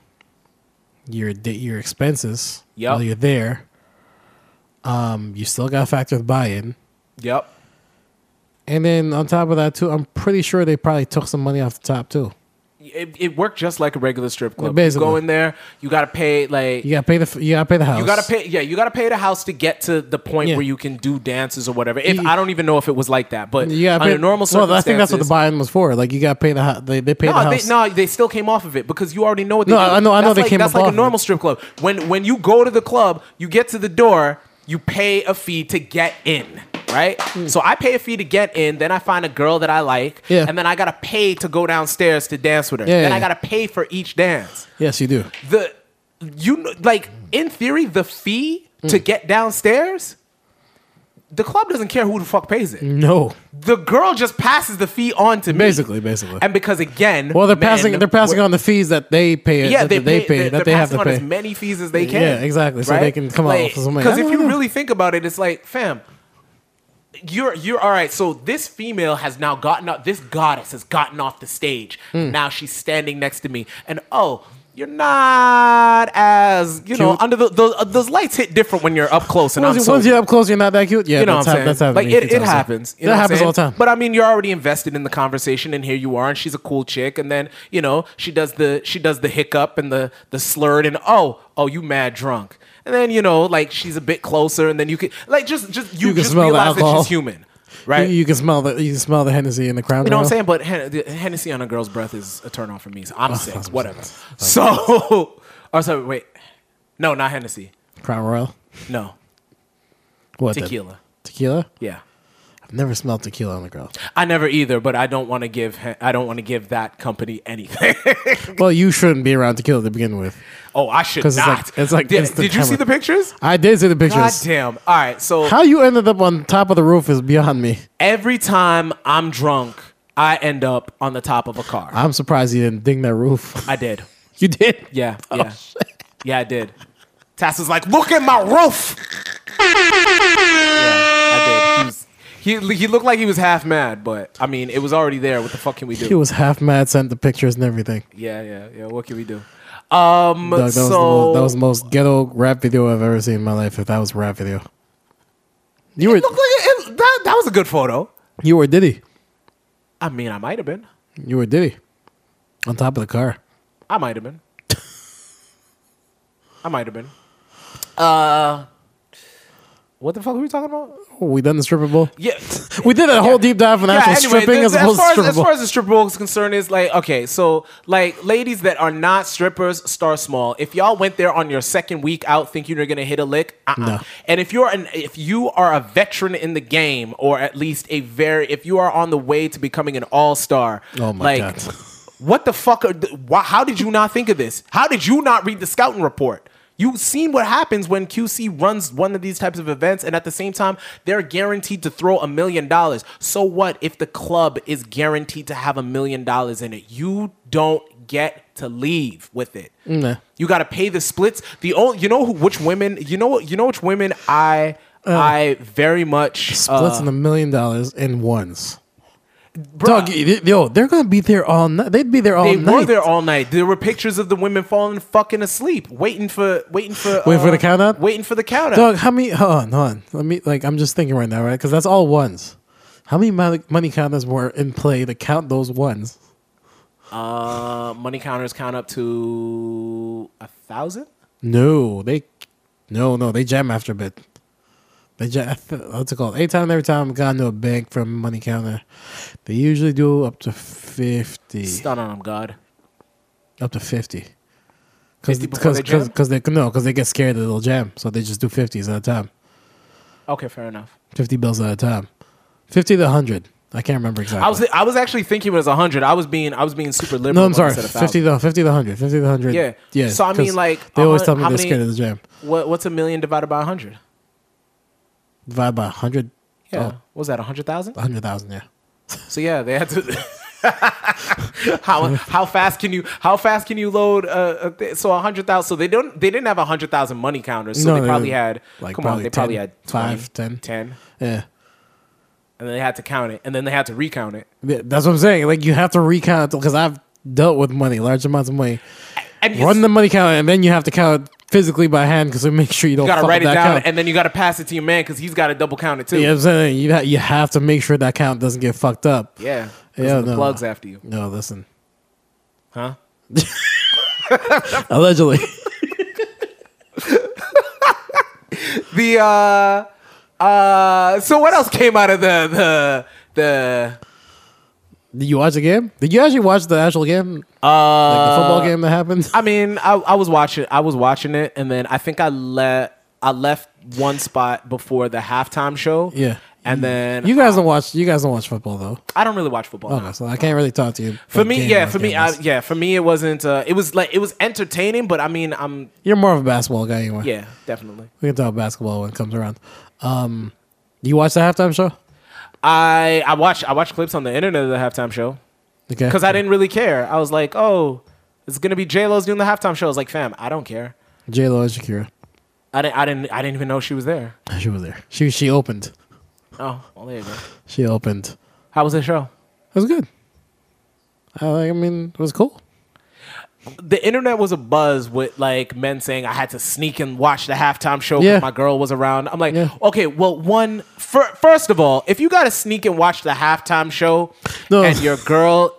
Speaker 1: your di- your expenses
Speaker 2: Yep.
Speaker 1: while you're there. Um, you still got to factor the buy-in,
Speaker 2: Yep.
Speaker 1: and then on top of that too, I'm pretty sure they probably took some money off the top too.
Speaker 2: It, it worked just like a regular strip club.
Speaker 1: basically.
Speaker 2: You go in there, you gotta pay like
Speaker 1: You got to pay the f- you got to pay the house.
Speaker 2: You gotta pay. Yeah, you gotta pay the house to get to the point
Speaker 1: Yeah.
Speaker 2: where you can do dances or whatever. If
Speaker 1: You-
Speaker 2: I don't even know if it was like that, but
Speaker 1: You
Speaker 2: yeah,
Speaker 1: gotta
Speaker 2: under
Speaker 1: pay-
Speaker 2: normal circumstances,
Speaker 1: well, I think that's what the buy-in was for. Like you got to pay the ho- they they paid the
Speaker 2: No,
Speaker 1: house.
Speaker 2: they, no, they still came off of it because you already know what they.
Speaker 1: No,
Speaker 2: do.
Speaker 1: I know- I know
Speaker 2: That's
Speaker 1: they
Speaker 2: like,
Speaker 1: came
Speaker 2: That's
Speaker 1: up
Speaker 2: like
Speaker 1: off
Speaker 2: a
Speaker 1: of
Speaker 2: normal
Speaker 1: it.
Speaker 2: strip club. When when you go to the club, you get to the door, you pay a fee to get in. Right, so I pay a fee to get in. Then I find a girl that I like,
Speaker 1: Mm. Yeah.
Speaker 2: and then I gotta pay to go downstairs to dance with her.
Speaker 1: Yeah,
Speaker 2: then
Speaker 1: yeah,
Speaker 2: I
Speaker 1: yeah.
Speaker 2: gotta pay for each dance.
Speaker 1: Yes, you do.
Speaker 2: the you kn- like in theory the fee
Speaker 1: Mm.
Speaker 2: to get downstairs the club doesn't care who the fuck pays it
Speaker 1: No,
Speaker 2: the girl just passes the fee on to me
Speaker 1: basically, basically.
Speaker 2: and because again
Speaker 1: well, they're
Speaker 2: men
Speaker 1: passing. They're passing
Speaker 2: were-
Speaker 1: on the fees that they pay.
Speaker 2: yeah,
Speaker 1: that
Speaker 2: they,
Speaker 1: they pay
Speaker 2: they're-
Speaker 1: that they
Speaker 2: they're
Speaker 1: have
Speaker 2: passing
Speaker 1: to
Speaker 2: on
Speaker 1: pay.
Speaker 2: as many fees as they can.
Speaker 1: Yeah, exactly, so they can come out
Speaker 2: like,
Speaker 1: with some money. Mm-hmm.
Speaker 2: Because
Speaker 1: I don't
Speaker 2: if you
Speaker 1: know.
Speaker 2: really think about it, it's like, fam, you're you're all right. So this female has now gotten up. This goddess has gotten off the stage.
Speaker 1: Hmm.
Speaker 2: Now she's standing next to me, and oh. You're not as you know
Speaker 1: Cute.
Speaker 2: under the, those uh, those lights hit different when you're up close and I'm
Speaker 1: Once,
Speaker 2: so
Speaker 1: once you're up close, you're not that cute. Yeah,
Speaker 2: you know
Speaker 1: that's
Speaker 2: what I'm
Speaker 1: hap-
Speaker 2: saying?
Speaker 1: that's happening.
Speaker 2: like
Speaker 1: a
Speaker 2: it,
Speaker 1: few
Speaker 2: it
Speaker 1: times, yeah.
Speaker 2: happens. You
Speaker 1: that
Speaker 2: know what I'm
Speaker 1: happens
Speaker 2: saying?
Speaker 1: all the time.
Speaker 2: But I mean, you're already invested in the conversation, and here you are, and she's a cool chick, and then you know she does the she does the hiccup and the the slurred, and oh oh you mad drunk, and then you know like she's a bit closer, and then you can like just just you,
Speaker 1: You can
Speaker 2: just
Speaker 1: smell the
Speaker 2: realize that
Speaker 1: alcohol.
Speaker 2: she's human, right?
Speaker 1: you, you can smell the you can smell the Hennessy in the crown.
Speaker 2: You know what I'm
Speaker 1: now.
Speaker 2: saying? But Hen- the Hennessy on a girl's breath is a turn on for me. So
Speaker 1: Oh,
Speaker 2: I'm six, whatever. So, or sorry, wait, no, not Hennessy,
Speaker 1: Crown Royal.
Speaker 2: no
Speaker 1: What the-
Speaker 2: tequila.
Speaker 1: Tequila.
Speaker 2: Yeah,
Speaker 1: I've never smelled tequila on a girl.
Speaker 2: I never either, but I don't want to give he- I don't want to give that company anything.
Speaker 1: well, you shouldn't be around tequila to begin with.
Speaker 2: oh, I should
Speaker 1: 'Cause it's
Speaker 2: not.
Speaker 1: like- it's like
Speaker 2: did,
Speaker 1: instant
Speaker 2: did you see
Speaker 1: hammer.
Speaker 2: the pictures?
Speaker 1: I did see the
Speaker 2: God
Speaker 1: pictures.
Speaker 2: damn! All right, so
Speaker 1: How you ended up on top of the roof is beyond me.
Speaker 2: every time I'm drunk, I end up on the top of a car.
Speaker 1: I'm surprised you didn't ding that roof.
Speaker 2: I did.
Speaker 1: you did.
Speaker 2: Yeah, yeah, yeah. I did. Tass was like, "Look at my roof." yeah, I did. He, was, he he looked like he was half mad, but I mean, it was already there. What the fuck can we do?
Speaker 1: He was half mad, sent the pictures and everything.
Speaker 2: yeah, yeah, yeah. What can we do? Um,
Speaker 1: Dog, that, was the
Speaker 2: so
Speaker 1: most, that was the most ghetto rap video I've ever seen in my life. If that was a rap video, you were
Speaker 2: Look like it, that, that was a good photo.
Speaker 1: you were Diddy,
Speaker 2: I mean, I might have been.
Speaker 1: you were Diddy, on top of the car.
Speaker 2: I might have been. I might have been. Uh, what the fuck are we talking about?
Speaker 1: Oh, we done the stripper bowl.
Speaker 2: Yeah.
Speaker 1: We did a whole deep dive on
Speaker 2: Yeah,
Speaker 1: actual
Speaker 2: anyway,
Speaker 1: stripping
Speaker 2: this-
Speaker 1: as opposed
Speaker 2: far
Speaker 1: to
Speaker 2: as,
Speaker 1: stripper
Speaker 2: as
Speaker 1: bowl.
Speaker 2: far as the stripper bowl is concerned, is like okay, so like ladies that are not strippers, start small. If y'all went there on your second week out thinking you're gonna hit a lick, uh-uh.
Speaker 1: No.
Speaker 2: and if you're an if you are a veteran in the game, or at least a very if you are on the way to becoming an all star,
Speaker 1: Oh my
Speaker 2: like,
Speaker 1: God.
Speaker 2: What the fuck? Are th- why, how did you not think of this? How did you not read the scouting report? You've seen what happens when QC runs one of these types of events, and at the same time, they're guaranteed to throw a million dollars. So what if the club is guaranteed to have a million dollars in it? You don't get to leave with it.
Speaker 1: Nah.
Speaker 2: You got to pay the splits. The only, you know who, which women, you know, you know which women I,
Speaker 1: Uh.
Speaker 2: I very much
Speaker 1: Splits
Speaker 2: uh,
Speaker 1: in a million dollars in ones.
Speaker 2: bruh.
Speaker 1: Dog, y- y- yo, they're gonna be there all night. They'd be there all
Speaker 2: They
Speaker 1: night.
Speaker 2: were there all night. There were pictures of the women falling fucking asleep, waiting for waiting for uh,
Speaker 1: Waiting for the count-out?
Speaker 2: Waiting for the count
Speaker 1: Dog, how many? Hold on, hold on. Let me. Like, I'm just thinking right now, right? Because that's all ones. How many mon- money counters were in play to count those ones?
Speaker 2: Uh, money counters count up to a thousand.
Speaker 1: No, they, no, no, they jam after a bit. They jam. What's it called? Eight time every time I got into a bank from money counter, they usually do up to fifty,
Speaker 2: Stun on them, God.
Speaker 1: up to fifty.
Speaker 2: 50 before they jam?
Speaker 1: because they no, because they get scared that they'll jam, so they just do fifties at a time,
Speaker 2: Okay, fair enough.
Speaker 1: fifty bills at a time, fifty to hundred. I can't remember exactly.
Speaker 2: I was I was actually thinking it was hundred. I was being I was being super liberal.
Speaker 1: no, I'm
Speaker 2: when I
Speaker 1: sorry,
Speaker 2: said a
Speaker 1: fifty to
Speaker 2: thousand.
Speaker 1: fifty to hundred, fifty to hundred.
Speaker 2: Yeah.
Speaker 1: yeah.
Speaker 2: So, I mean,
Speaker 1: 'cause
Speaker 2: like,
Speaker 1: they always
Speaker 2: how
Speaker 1: tell me
Speaker 2: many-
Speaker 1: they're scared of the jam.
Speaker 2: What what's a million divided by hundred?
Speaker 1: Divide by hundred. Oh.
Speaker 2: Yeah, what was that hundred thousand?
Speaker 1: hundred thousand. Yeah.
Speaker 2: So yeah, they had to. How how fast can you how fast can you load uh a th- so a hundred thousand so they don't they didn't have a hundred thousand money counters so
Speaker 1: No,
Speaker 2: they
Speaker 1: they
Speaker 2: probably
Speaker 1: had,
Speaker 2: had
Speaker 1: like,
Speaker 2: come on
Speaker 1: probably
Speaker 2: they probably
Speaker 1: 10,
Speaker 2: had
Speaker 1: five,
Speaker 2: 20,
Speaker 1: 10.
Speaker 2: 10
Speaker 1: Yeah.
Speaker 2: and then they had to count it and then they had to recount it
Speaker 1: Th- That's what I'm saying. Like you have to recount because I've dealt with money, large amounts of money.
Speaker 2: and you
Speaker 1: Run the money counter, and then you have to count physically by hand because we make sure you don't.
Speaker 2: you gotta
Speaker 1: fuck
Speaker 2: write it
Speaker 1: that
Speaker 2: down
Speaker 1: Count.
Speaker 2: and then you gotta pass it to your man because he's gotta double count it too
Speaker 1: you know what I'm saying you ha- you have to make sure that count doesn't get fucked up.
Speaker 2: yeah 'cause
Speaker 1: Yeah,
Speaker 2: of the
Speaker 1: no.
Speaker 2: plugs after you
Speaker 1: No, listen.
Speaker 2: huh
Speaker 1: Allegedly,
Speaker 2: the uh uh so what else came out of the the the
Speaker 1: did you watch the game? Did you actually watch the actual game,
Speaker 2: uh
Speaker 1: like the football game that happened?
Speaker 2: I mean, I, I was watching. I was watching it, and then I think I let I left one spot before the halftime show.
Speaker 1: Yeah.
Speaker 2: and then
Speaker 1: You guys don't watch. You guys don't watch football though.
Speaker 2: I don't really watch football. now.
Speaker 1: Okay, so I can't really talk to you.
Speaker 2: For
Speaker 1: about
Speaker 2: me,
Speaker 1: game
Speaker 2: yeah,
Speaker 1: wise,
Speaker 2: for me,
Speaker 1: game
Speaker 2: I,
Speaker 1: wise.
Speaker 2: yeah, for me, it wasn't. Uh, it was like it was entertaining, but I mean, I'm
Speaker 1: you're more of a basketball guy anyway.
Speaker 2: yeah, definitely.
Speaker 1: we can talk basketball when it comes around. Um, you watch the halftime show?
Speaker 2: I I watch I watch clips on the internet of the halftime show
Speaker 1: Okay,
Speaker 2: because I didn't really care. I was like, oh, it's gonna be J Lo's doing the halftime show. I was like, fam, I don't care.
Speaker 1: J Lo and Shakira.
Speaker 2: I didn't I didn't I didn't even know she was there.
Speaker 1: She was there. She she opened.
Speaker 2: Oh, well, there you go.
Speaker 1: She opened.
Speaker 2: How was the show?
Speaker 1: It was good. I like. I mean, it was cool.
Speaker 2: the internet was a buzz with like men saying I had to sneak and watch the halftime show because
Speaker 1: Yeah.
Speaker 2: my girl was around. I'm like,
Speaker 1: Yeah.
Speaker 2: okay, well, one fir- first of all, if you gotta sneak and watch the halftime show
Speaker 1: No.
Speaker 2: and your girl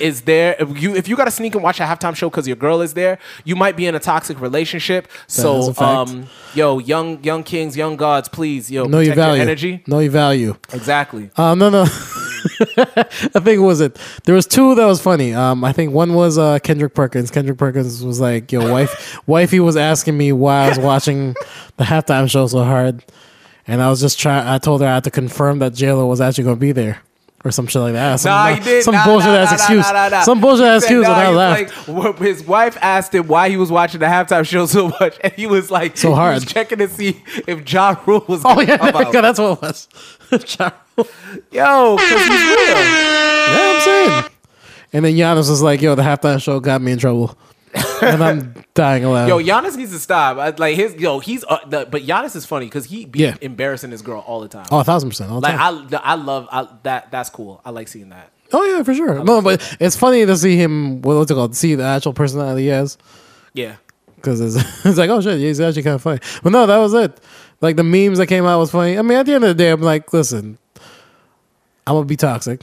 Speaker 2: is there, if you if you gotta sneak and watch a halftime show because your girl is there, you might be in a toxic relationship.
Speaker 1: is
Speaker 2: so,
Speaker 1: a fact.
Speaker 2: um, yo, young young kings, young gods, please, yo,
Speaker 1: Know your
Speaker 2: protect
Speaker 1: value.
Speaker 2: your energy.
Speaker 1: Know your value.
Speaker 2: Exactly.
Speaker 1: Uh, no, no. I think what was it. There was two that was funny. Um, I think one was uh, Kendrick Perkins. Kendrick Perkins was like, "Yo, wife, wifey was asking me why I was watching the halftime show so hard, and I was just trying. I told her I had to confirm that J Lo was actually going to be there." Or some shit like that. Some,
Speaker 2: Nah, you did.
Speaker 1: Some
Speaker 2: Nah,
Speaker 1: bullshit
Speaker 2: nah,
Speaker 1: ass
Speaker 2: nah,
Speaker 1: excuse.
Speaker 2: Nah, nah, nah.
Speaker 1: Some bullshit
Speaker 2: He
Speaker 1: ass
Speaker 2: said,
Speaker 1: excuse,
Speaker 2: nah,
Speaker 1: and I
Speaker 2: he was
Speaker 1: laughed.
Speaker 2: Like, wh- his wife asked him why he was watching the halftime show so much, and he was like,
Speaker 1: So
Speaker 2: he
Speaker 1: hard.
Speaker 2: was checking to see if Ja Rule was.
Speaker 1: Oh
Speaker 2: gonna
Speaker 1: yeah,
Speaker 2: come
Speaker 1: there we
Speaker 2: out.
Speaker 1: go. That's what it was. Ja Rule.
Speaker 2: yo, 'cause he's real.
Speaker 1: Yeah, I'm saying. And then Giannis was like, "Yo, the halftime show got me in trouble," and I'm dying aloud.
Speaker 2: Yo, Giannis needs to stop. I- Like his, yo, he's uh, the, but Giannis is funny because he be
Speaker 1: Yeah.
Speaker 2: embarrassing his girl all the time.
Speaker 1: oh, a thousand percent. All the
Speaker 2: like
Speaker 1: time.
Speaker 2: I, the- I love I, that. That's cool. I like seeing that.
Speaker 1: oh yeah, for sure. No, but it's funny to see him. What, what's it called? See the actual personality he has
Speaker 2: Yeah,
Speaker 1: because it's, it's like, oh shit, he's actually kind of funny. But no, that was it. Like the memes that came out was funny. I mean, at the end of the day, I'm like, listen, I'm gonna be toxic.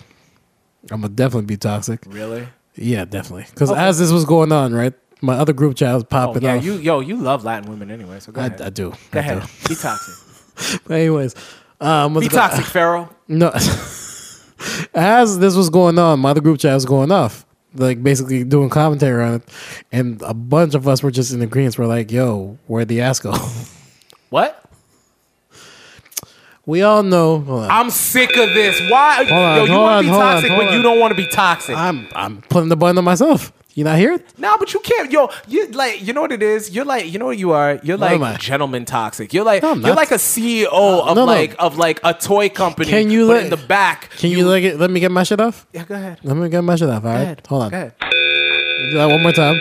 Speaker 1: I'm gonna definitely be toxic.
Speaker 2: really.
Speaker 1: Yeah, definitely. Because as this was going on, right, my other group chat was
Speaker 2: Oh
Speaker 1: popping
Speaker 2: yeah,
Speaker 1: off.
Speaker 2: you yo, you love Latin women anyway. So go
Speaker 1: I,
Speaker 2: ahead.
Speaker 1: I do. I
Speaker 2: go ahead.
Speaker 1: do.
Speaker 2: Be toxic.
Speaker 1: But anyways, um, what's
Speaker 2: Be
Speaker 1: it called?
Speaker 2: toxic, Pharaoh.
Speaker 1: No. As this was going on, my other group chat was going off, like basically doing commentary on it, and a bunch of us were just in agreement. We're like, "Yo, where'd the ass go?"
Speaker 2: What?
Speaker 1: we all know. Hold on.
Speaker 2: I'm sick of this. Why?
Speaker 1: on,
Speaker 2: Yo, you
Speaker 1: hold
Speaker 2: want
Speaker 1: on,
Speaker 2: to be
Speaker 1: hold on,
Speaker 2: toxic,
Speaker 1: hold
Speaker 2: but you
Speaker 1: on. Uh,
Speaker 2: don't want to be toxic.
Speaker 1: I'm I'm putting the button on myself. You not hear it?
Speaker 2: nah, but you can't. Yo, you like, you know what it is? You're like, you know what you are? You're
Speaker 1: What am I?
Speaker 2: like gentleman toxic. You're like,
Speaker 1: No, I'm
Speaker 2: you're
Speaker 1: not.
Speaker 2: like a CEO of
Speaker 1: no, no.
Speaker 2: like of like a toy company.
Speaker 1: Can you
Speaker 2: but
Speaker 1: let-
Speaker 2: in the back?
Speaker 1: Can you, let it, let me get my shit off?
Speaker 2: yeah, go ahead.
Speaker 1: Let me get my shit off. All right,
Speaker 2: Go ahead.
Speaker 1: hold on.
Speaker 2: Go ahead. Oh
Speaker 1: Do that one more time.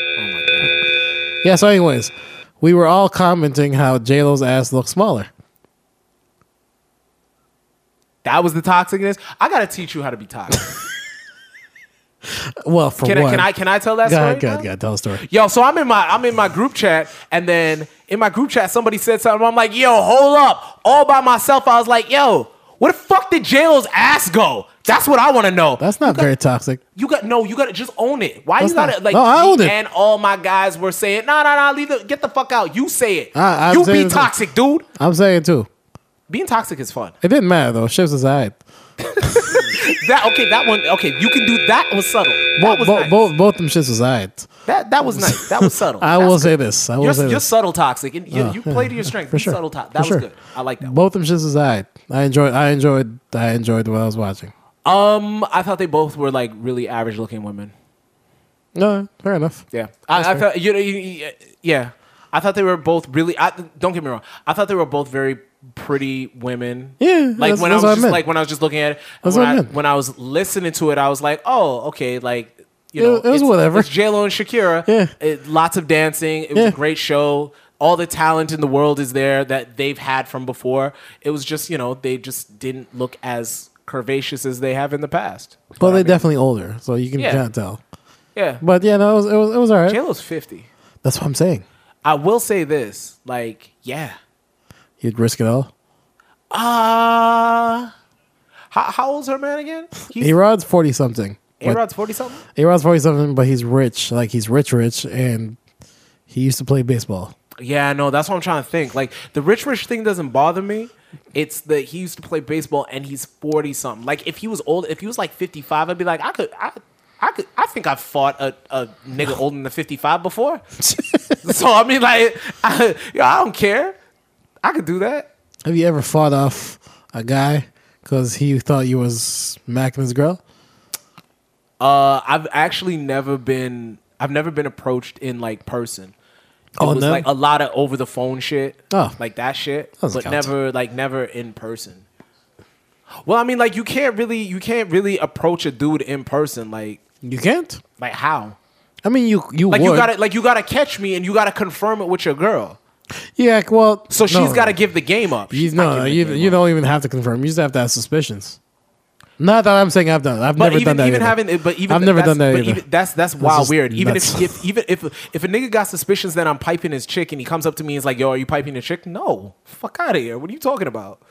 Speaker 1: Yeah. So, anyways, we were all commenting how J Lo's ass looks smaller.
Speaker 2: That was the toxicness. I gotta teach you how to be toxic.
Speaker 1: Well, for
Speaker 2: Can I,
Speaker 1: one,
Speaker 2: can I can I tell that
Speaker 1: Go
Speaker 2: story?
Speaker 1: ahead, go
Speaker 2: now?
Speaker 1: ahead, go ahead. Tell a story.
Speaker 2: Yo, so I'm in my I'm in my group chat, and then in my group chat, somebody said something. I'm like, yo, hold up. All by myself, I was like, yo, where the fuck did JLo's ass go? That's what I want to know.
Speaker 1: That's not very toxic.
Speaker 2: you got no, you gotta just own it. Why
Speaker 1: That's
Speaker 2: you gotta
Speaker 1: not-
Speaker 2: like
Speaker 1: No, I
Speaker 2: me
Speaker 1: owned it.
Speaker 2: and all my guys were saying, nah, nah, nah, leave the get the fuck out. You say it.
Speaker 1: I- I'm
Speaker 2: you
Speaker 1: saying
Speaker 2: be
Speaker 1: it's-
Speaker 2: toxic, dude.
Speaker 1: I'm saying too.
Speaker 2: Being toxic is fun.
Speaker 1: It didn't matter though. Ships aside.
Speaker 2: That okay, that one okay, you can do that was subtle. That
Speaker 1: Both,
Speaker 2: was
Speaker 1: both,
Speaker 2: nice.
Speaker 1: both, both them shits was alright.
Speaker 2: That that was nice. That was subtle.
Speaker 1: I
Speaker 2: That's
Speaker 1: will
Speaker 2: good.
Speaker 1: say this. I will
Speaker 2: You're,
Speaker 1: say
Speaker 2: you're
Speaker 1: this.
Speaker 2: subtle toxic. and You,
Speaker 1: Oh,
Speaker 2: you
Speaker 1: yeah,
Speaker 2: play to your
Speaker 1: yeah,
Speaker 2: strength.
Speaker 1: for
Speaker 2: Be
Speaker 1: sure.
Speaker 2: subtle toxic.
Speaker 1: For
Speaker 2: That was
Speaker 1: sure.
Speaker 2: good. I like that.
Speaker 1: Both them shits was alright. I enjoyed. I enjoyed. I enjoyed what I was watching.
Speaker 2: Um, I thought they both were like really average looking women.
Speaker 1: No, fair enough.
Speaker 2: Yeah, I, I thought you know, you- you- yeah, I thought they were both really. I, don't get me wrong. I thought they were both very pretty women.
Speaker 1: Yeah,
Speaker 2: like
Speaker 1: that's-
Speaker 2: when
Speaker 1: that's what I
Speaker 2: I was just
Speaker 1: meant.
Speaker 2: like when I was just looking at it.
Speaker 1: That's
Speaker 2: when
Speaker 1: what I
Speaker 2: I,
Speaker 1: meant.
Speaker 2: when I was listening to it, I was like, oh, okay, like. You
Speaker 1: It-
Speaker 2: know,
Speaker 1: it was
Speaker 2: it's-
Speaker 1: whatever.
Speaker 2: It's J Lo and Shakira.
Speaker 1: Yeah.
Speaker 2: It- lots of dancing. It was
Speaker 1: Yeah.
Speaker 2: a great show. All the talent in the world is there that they've had from before. It was just you know they just didn't look as curvaceous as they have in the past.
Speaker 1: But they're definitely older, so you can
Speaker 2: Yeah.
Speaker 1: kind of tell.
Speaker 2: Yeah,
Speaker 1: But yeah, no, it was it was, it was all right.
Speaker 2: J Lo's fifty.
Speaker 1: That's what I'm saying.
Speaker 2: I will say this, like, yeah.
Speaker 1: You'd risk it all.
Speaker 2: Uh how, how old's her man again? He's
Speaker 1: A Rod's forty something.
Speaker 2: A-Rod's forty something.
Speaker 1: A Rod's forty something, but he's rich. Like he's rich, rich, and he used to play baseball.
Speaker 2: Yeah, no, that's what I'm trying to think. Like the rich rich thing doesn't bother me. It's that he used to play baseball and he's forty something. Like if he was old, if he was like fifty five, I'd be like, I could, I, I could, I think I fought a, a nigga older than fifty five before. so I mean, like, I, yo, I don't care. I could do that.
Speaker 1: Have you ever fought off a guy because he thought you was macking his girl?
Speaker 2: Uh, I've actually never been. I've never been approached in like person. It
Speaker 1: Oh,
Speaker 2: was
Speaker 1: no?
Speaker 2: like a lot of over the phone shit.
Speaker 1: Oh.
Speaker 2: like that shit, but
Speaker 1: Doesn't count.
Speaker 2: never like never in person. Well, I mean, like you can't really you can't really approach a dude in person. Like
Speaker 1: You can't.
Speaker 2: like how?
Speaker 1: I mean, you you
Speaker 2: Like
Speaker 1: would.
Speaker 2: you gotta like you gotta catch me and you gotta confirm it with your girl.
Speaker 1: yeah, well,
Speaker 2: So she's
Speaker 1: no.
Speaker 2: gotta give the game up.
Speaker 1: You
Speaker 2: She's not
Speaker 1: no,
Speaker 2: giving the
Speaker 1: you,
Speaker 2: game
Speaker 1: you
Speaker 2: up.
Speaker 1: don't even have to confirm. You just have to have suspicions. Not that I'm saying I've done. it. I've
Speaker 2: But
Speaker 1: never
Speaker 2: even,
Speaker 1: done that.
Speaker 2: even
Speaker 1: either.
Speaker 2: having it, but even
Speaker 1: I've never done
Speaker 2: that's-
Speaker 1: that
Speaker 2: But
Speaker 1: either.
Speaker 2: even, that's that's wild
Speaker 1: just
Speaker 2: weird. Even if,
Speaker 1: nuts.
Speaker 2: if even if if a nigga got suspicions that I'm piping his chick and he comes up to me and is like, "Yo, are you piping your chick?" No, fuck out of here. What are you talking about?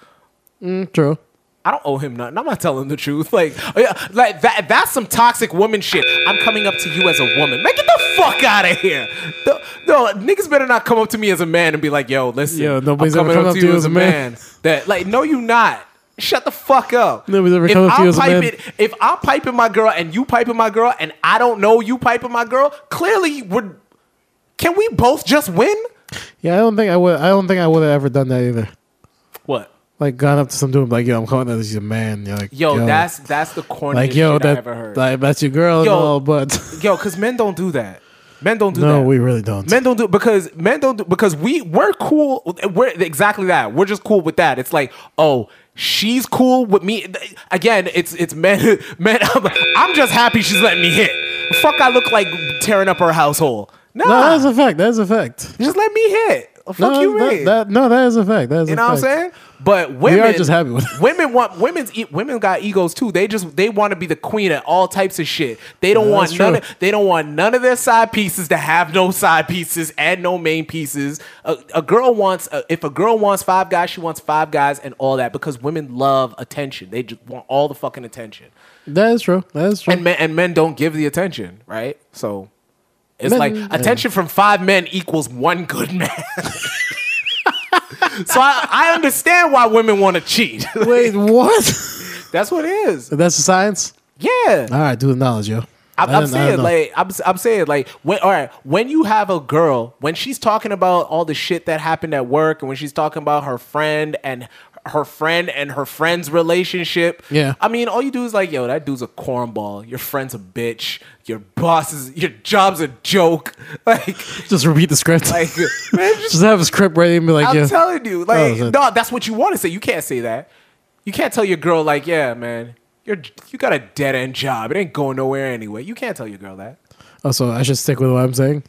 Speaker 1: True.
Speaker 2: I don't owe him nothing. I'm not telling the truth. Like, oh, yeah, like that that's some toxic woman shit. I'm coming up to you as a woman. Man, get the fuck out of here. No, no, niggas better not come up to me as a man and be like, "Yo, listen,
Speaker 1: Yo, nobody's
Speaker 2: I'm
Speaker 1: ever
Speaker 2: coming
Speaker 1: come
Speaker 2: up to you as a man." That like, no, you not. Shut the fuck up.
Speaker 1: Nobody's ever
Speaker 2: If
Speaker 1: come up to
Speaker 2: I'm
Speaker 1: you as a man.
Speaker 2: piping- if I'm piping my girl and you piping my girl and I don't know you piping my girl, clearly we're. Can we both just win?
Speaker 1: Yeah, I don't think I would. I don't think I would have ever done that either.
Speaker 2: What?
Speaker 1: Like gone up to some dude and be like, yo, I'm calling that as your man. You're like,
Speaker 2: Yo, that's that's the corniest
Speaker 1: like yo,
Speaker 2: shit
Speaker 1: that
Speaker 2: I ever heard.
Speaker 1: like that's your girl
Speaker 2: Yo.
Speaker 1: and all, but
Speaker 2: Yo, because men don't do that. Men don't do that.
Speaker 1: no, we really don't.
Speaker 2: Men don't do because men don't do because we we're cool. We're exactly that. We're just cool with that. It's like oh. She's cool with me. Again, it's it's men. Men, I'm, I'm just happy she's letting me hit. Fuck, I look like tearing up her household. Nah,
Speaker 1: no, that's a fact. That's a fact.
Speaker 2: just let me hit. Fuck
Speaker 1: no,
Speaker 2: you,
Speaker 1: that,
Speaker 2: mean?
Speaker 1: that- no, that is a fact. That is
Speaker 2: You
Speaker 1: a
Speaker 2: know what I'm
Speaker 1: fact.
Speaker 2: saying? But women
Speaker 1: just happy with it.
Speaker 2: women want women's e- women got egos too. They just they want to be the queen at all types of shit. They don't
Speaker 1: Yeah,
Speaker 2: want
Speaker 1: that's
Speaker 2: none.
Speaker 1: true.
Speaker 2: Of, they don't want none of their side pieces to have no side pieces and no main pieces. A, a girl wants a, if a girl wants five guys, she wants five guys and all that because women love attention. They just want all the fucking attention.
Speaker 1: That is true. That is true.
Speaker 2: And men and men don't give the attention, right? So it's
Speaker 1: Men-
Speaker 2: like attention from five men equals one good man. so I, I understand why women want to cheat.
Speaker 1: Wait, what?
Speaker 2: That's what it is.
Speaker 1: that's the science.
Speaker 2: Yeah.
Speaker 1: All right, do the knowledge, yo.
Speaker 2: I'm,
Speaker 1: I
Speaker 2: I'm
Speaker 1: didn't- I
Speaker 2: saying
Speaker 1: didn't know.
Speaker 2: like I'm, I'm saying like when all right when you have a girl when she's talking about all the shit that happened at work and when she's talking about her friend and her friend and her friend's relationship
Speaker 1: Yeah.
Speaker 2: I mean all you do is like yo that dude's a cornball your friend's a bitch your boss is your job's a joke like
Speaker 1: just repeat the script.
Speaker 2: like man just
Speaker 1: just have a script ready and be like,
Speaker 2: I'm
Speaker 1: yeah.
Speaker 2: telling you, like,
Speaker 1: Oh, that-
Speaker 2: no, that's what you want to say. You can't say that. You can't tell your girl, like, yeah, man, you're you got a dead end job. It ain't going nowhere anyway. You can't tell your girl that.
Speaker 1: oh, so I should stick with what I'm saying.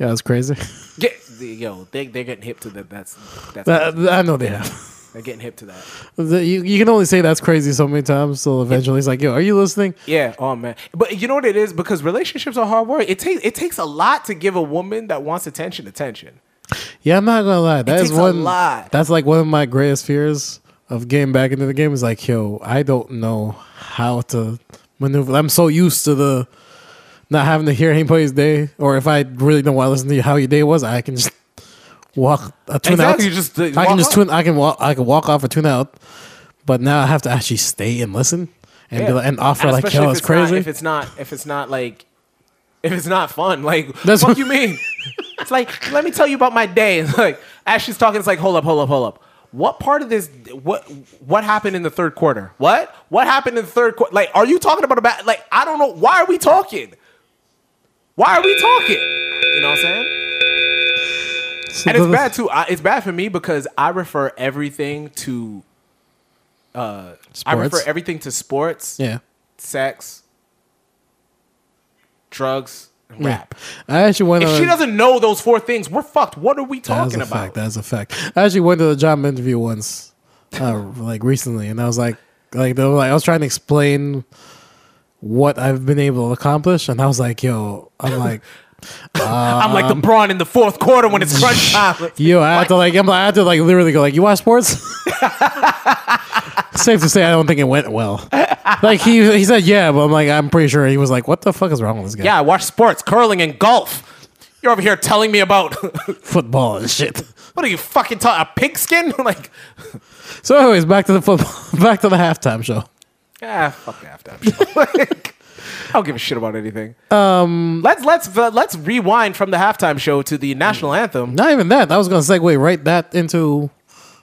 Speaker 1: Yeah, that's crazy.
Speaker 2: Get, yo, they they're getting hip to that. That's that's
Speaker 1: That- I know they have.
Speaker 2: they're getting hip to that.
Speaker 1: The- you, you can only say that's crazy so many times. So eventually, it's like, yo, are you listening?
Speaker 2: Yeah. Oh man. But you know what it is because relationships are hard work. It takes it takes a lot to give a woman that wants attention attention.
Speaker 1: Yeah, I'm not gonna lie. That's
Speaker 2: takes a
Speaker 1: one.
Speaker 2: lot.
Speaker 1: That's like one of my greatest fears of getting back into the game. Is like, yo, I don't know how to maneuver. I'm so used to the not having to hear anybody's day, or if I really don't want to listen to how your day was, I can just walk a tune
Speaker 2: Exactly,
Speaker 1: out.
Speaker 2: you just, uh,
Speaker 1: I
Speaker 2: walk
Speaker 1: can just
Speaker 2: off.
Speaker 1: tune. I can walk. I can walk off a tune out. But now I have to actually stay and listen and be
Speaker 2: Yeah.
Speaker 1: like, and offer
Speaker 2: And
Speaker 1: like,
Speaker 2: especially
Speaker 1: yo,
Speaker 2: if
Speaker 1: it's
Speaker 2: not-
Speaker 1: crazy.
Speaker 2: if it's not, if it's not like, if it's not fun, like,
Speaker 1: That's
Speaker 2: what
Speaker 1: what-
Speaker 2: you mean? it's like, let me tell you about my day. It's like, as she's talking, it's like, hold up, hold up, hold up. What part of this? What what happened in the third quarter? What what happened in the third quarter? Like, are you talking about a bat? Like, I don't know. Why are we talking? Why are we talking? You know what I'm saying?
Speaker 1: So
Speaker 2: and it's
Speaker 1: the-
Speaker 2: bad too. I, it's bad for me because I refer everything to. Uh, I refer
Speaker 1: Sports.
Speaker 2: everything to sports,
Speaker 1: Yeah.
Speaker 2: sex, drugs, and
Speaker 1: Yeah.
Speaker 2: rap.
Speaker 1: I actually went.
Speaker 2: If
Speaker 1: on
Speaker 2: she
Speaker 1: a-
Speaker 2: doesn't know those four things, we're fucked. What are we
Speaker 1: That's
Speaker 2: talking
Speaker 1: a fact.
Speaker 2: about?
Speaker 1: That's a fact. I actually went to the job interview once, uh, like recently, and I was like, like they were like, I was trying to explain what I've been able to accomplish, and I was like, yo, I'm like, Uh,
Speaker 2: I'm like LeBron in the fourth quarter when it's crunch time.
Speaker 1: yo, I had to like, I'm like, I had to like literally go like, you watch sports? Safe to say, I don't think it went well. Like he he said, yeah, but I'm like, I'm pretty sure he was like, what the fuck is wrong with this guy?
Speaker 2: Yeah, I watch sports, curling, and golf. You're over here telling me about what
Speaker 1: football and shit.
Speaker 2: are you fucking talking? A pigskin? like,
Speaker 1: So, anyways, back to the football, back to the halftime show.
Speaker 2: ah, fuck that. after I'm sure. Like, I don't give a shit about anything. Um, let's let's uh, let's rewind from the halftime show to the national anthem
Speaker 1: Not even that. I was going to segue right that into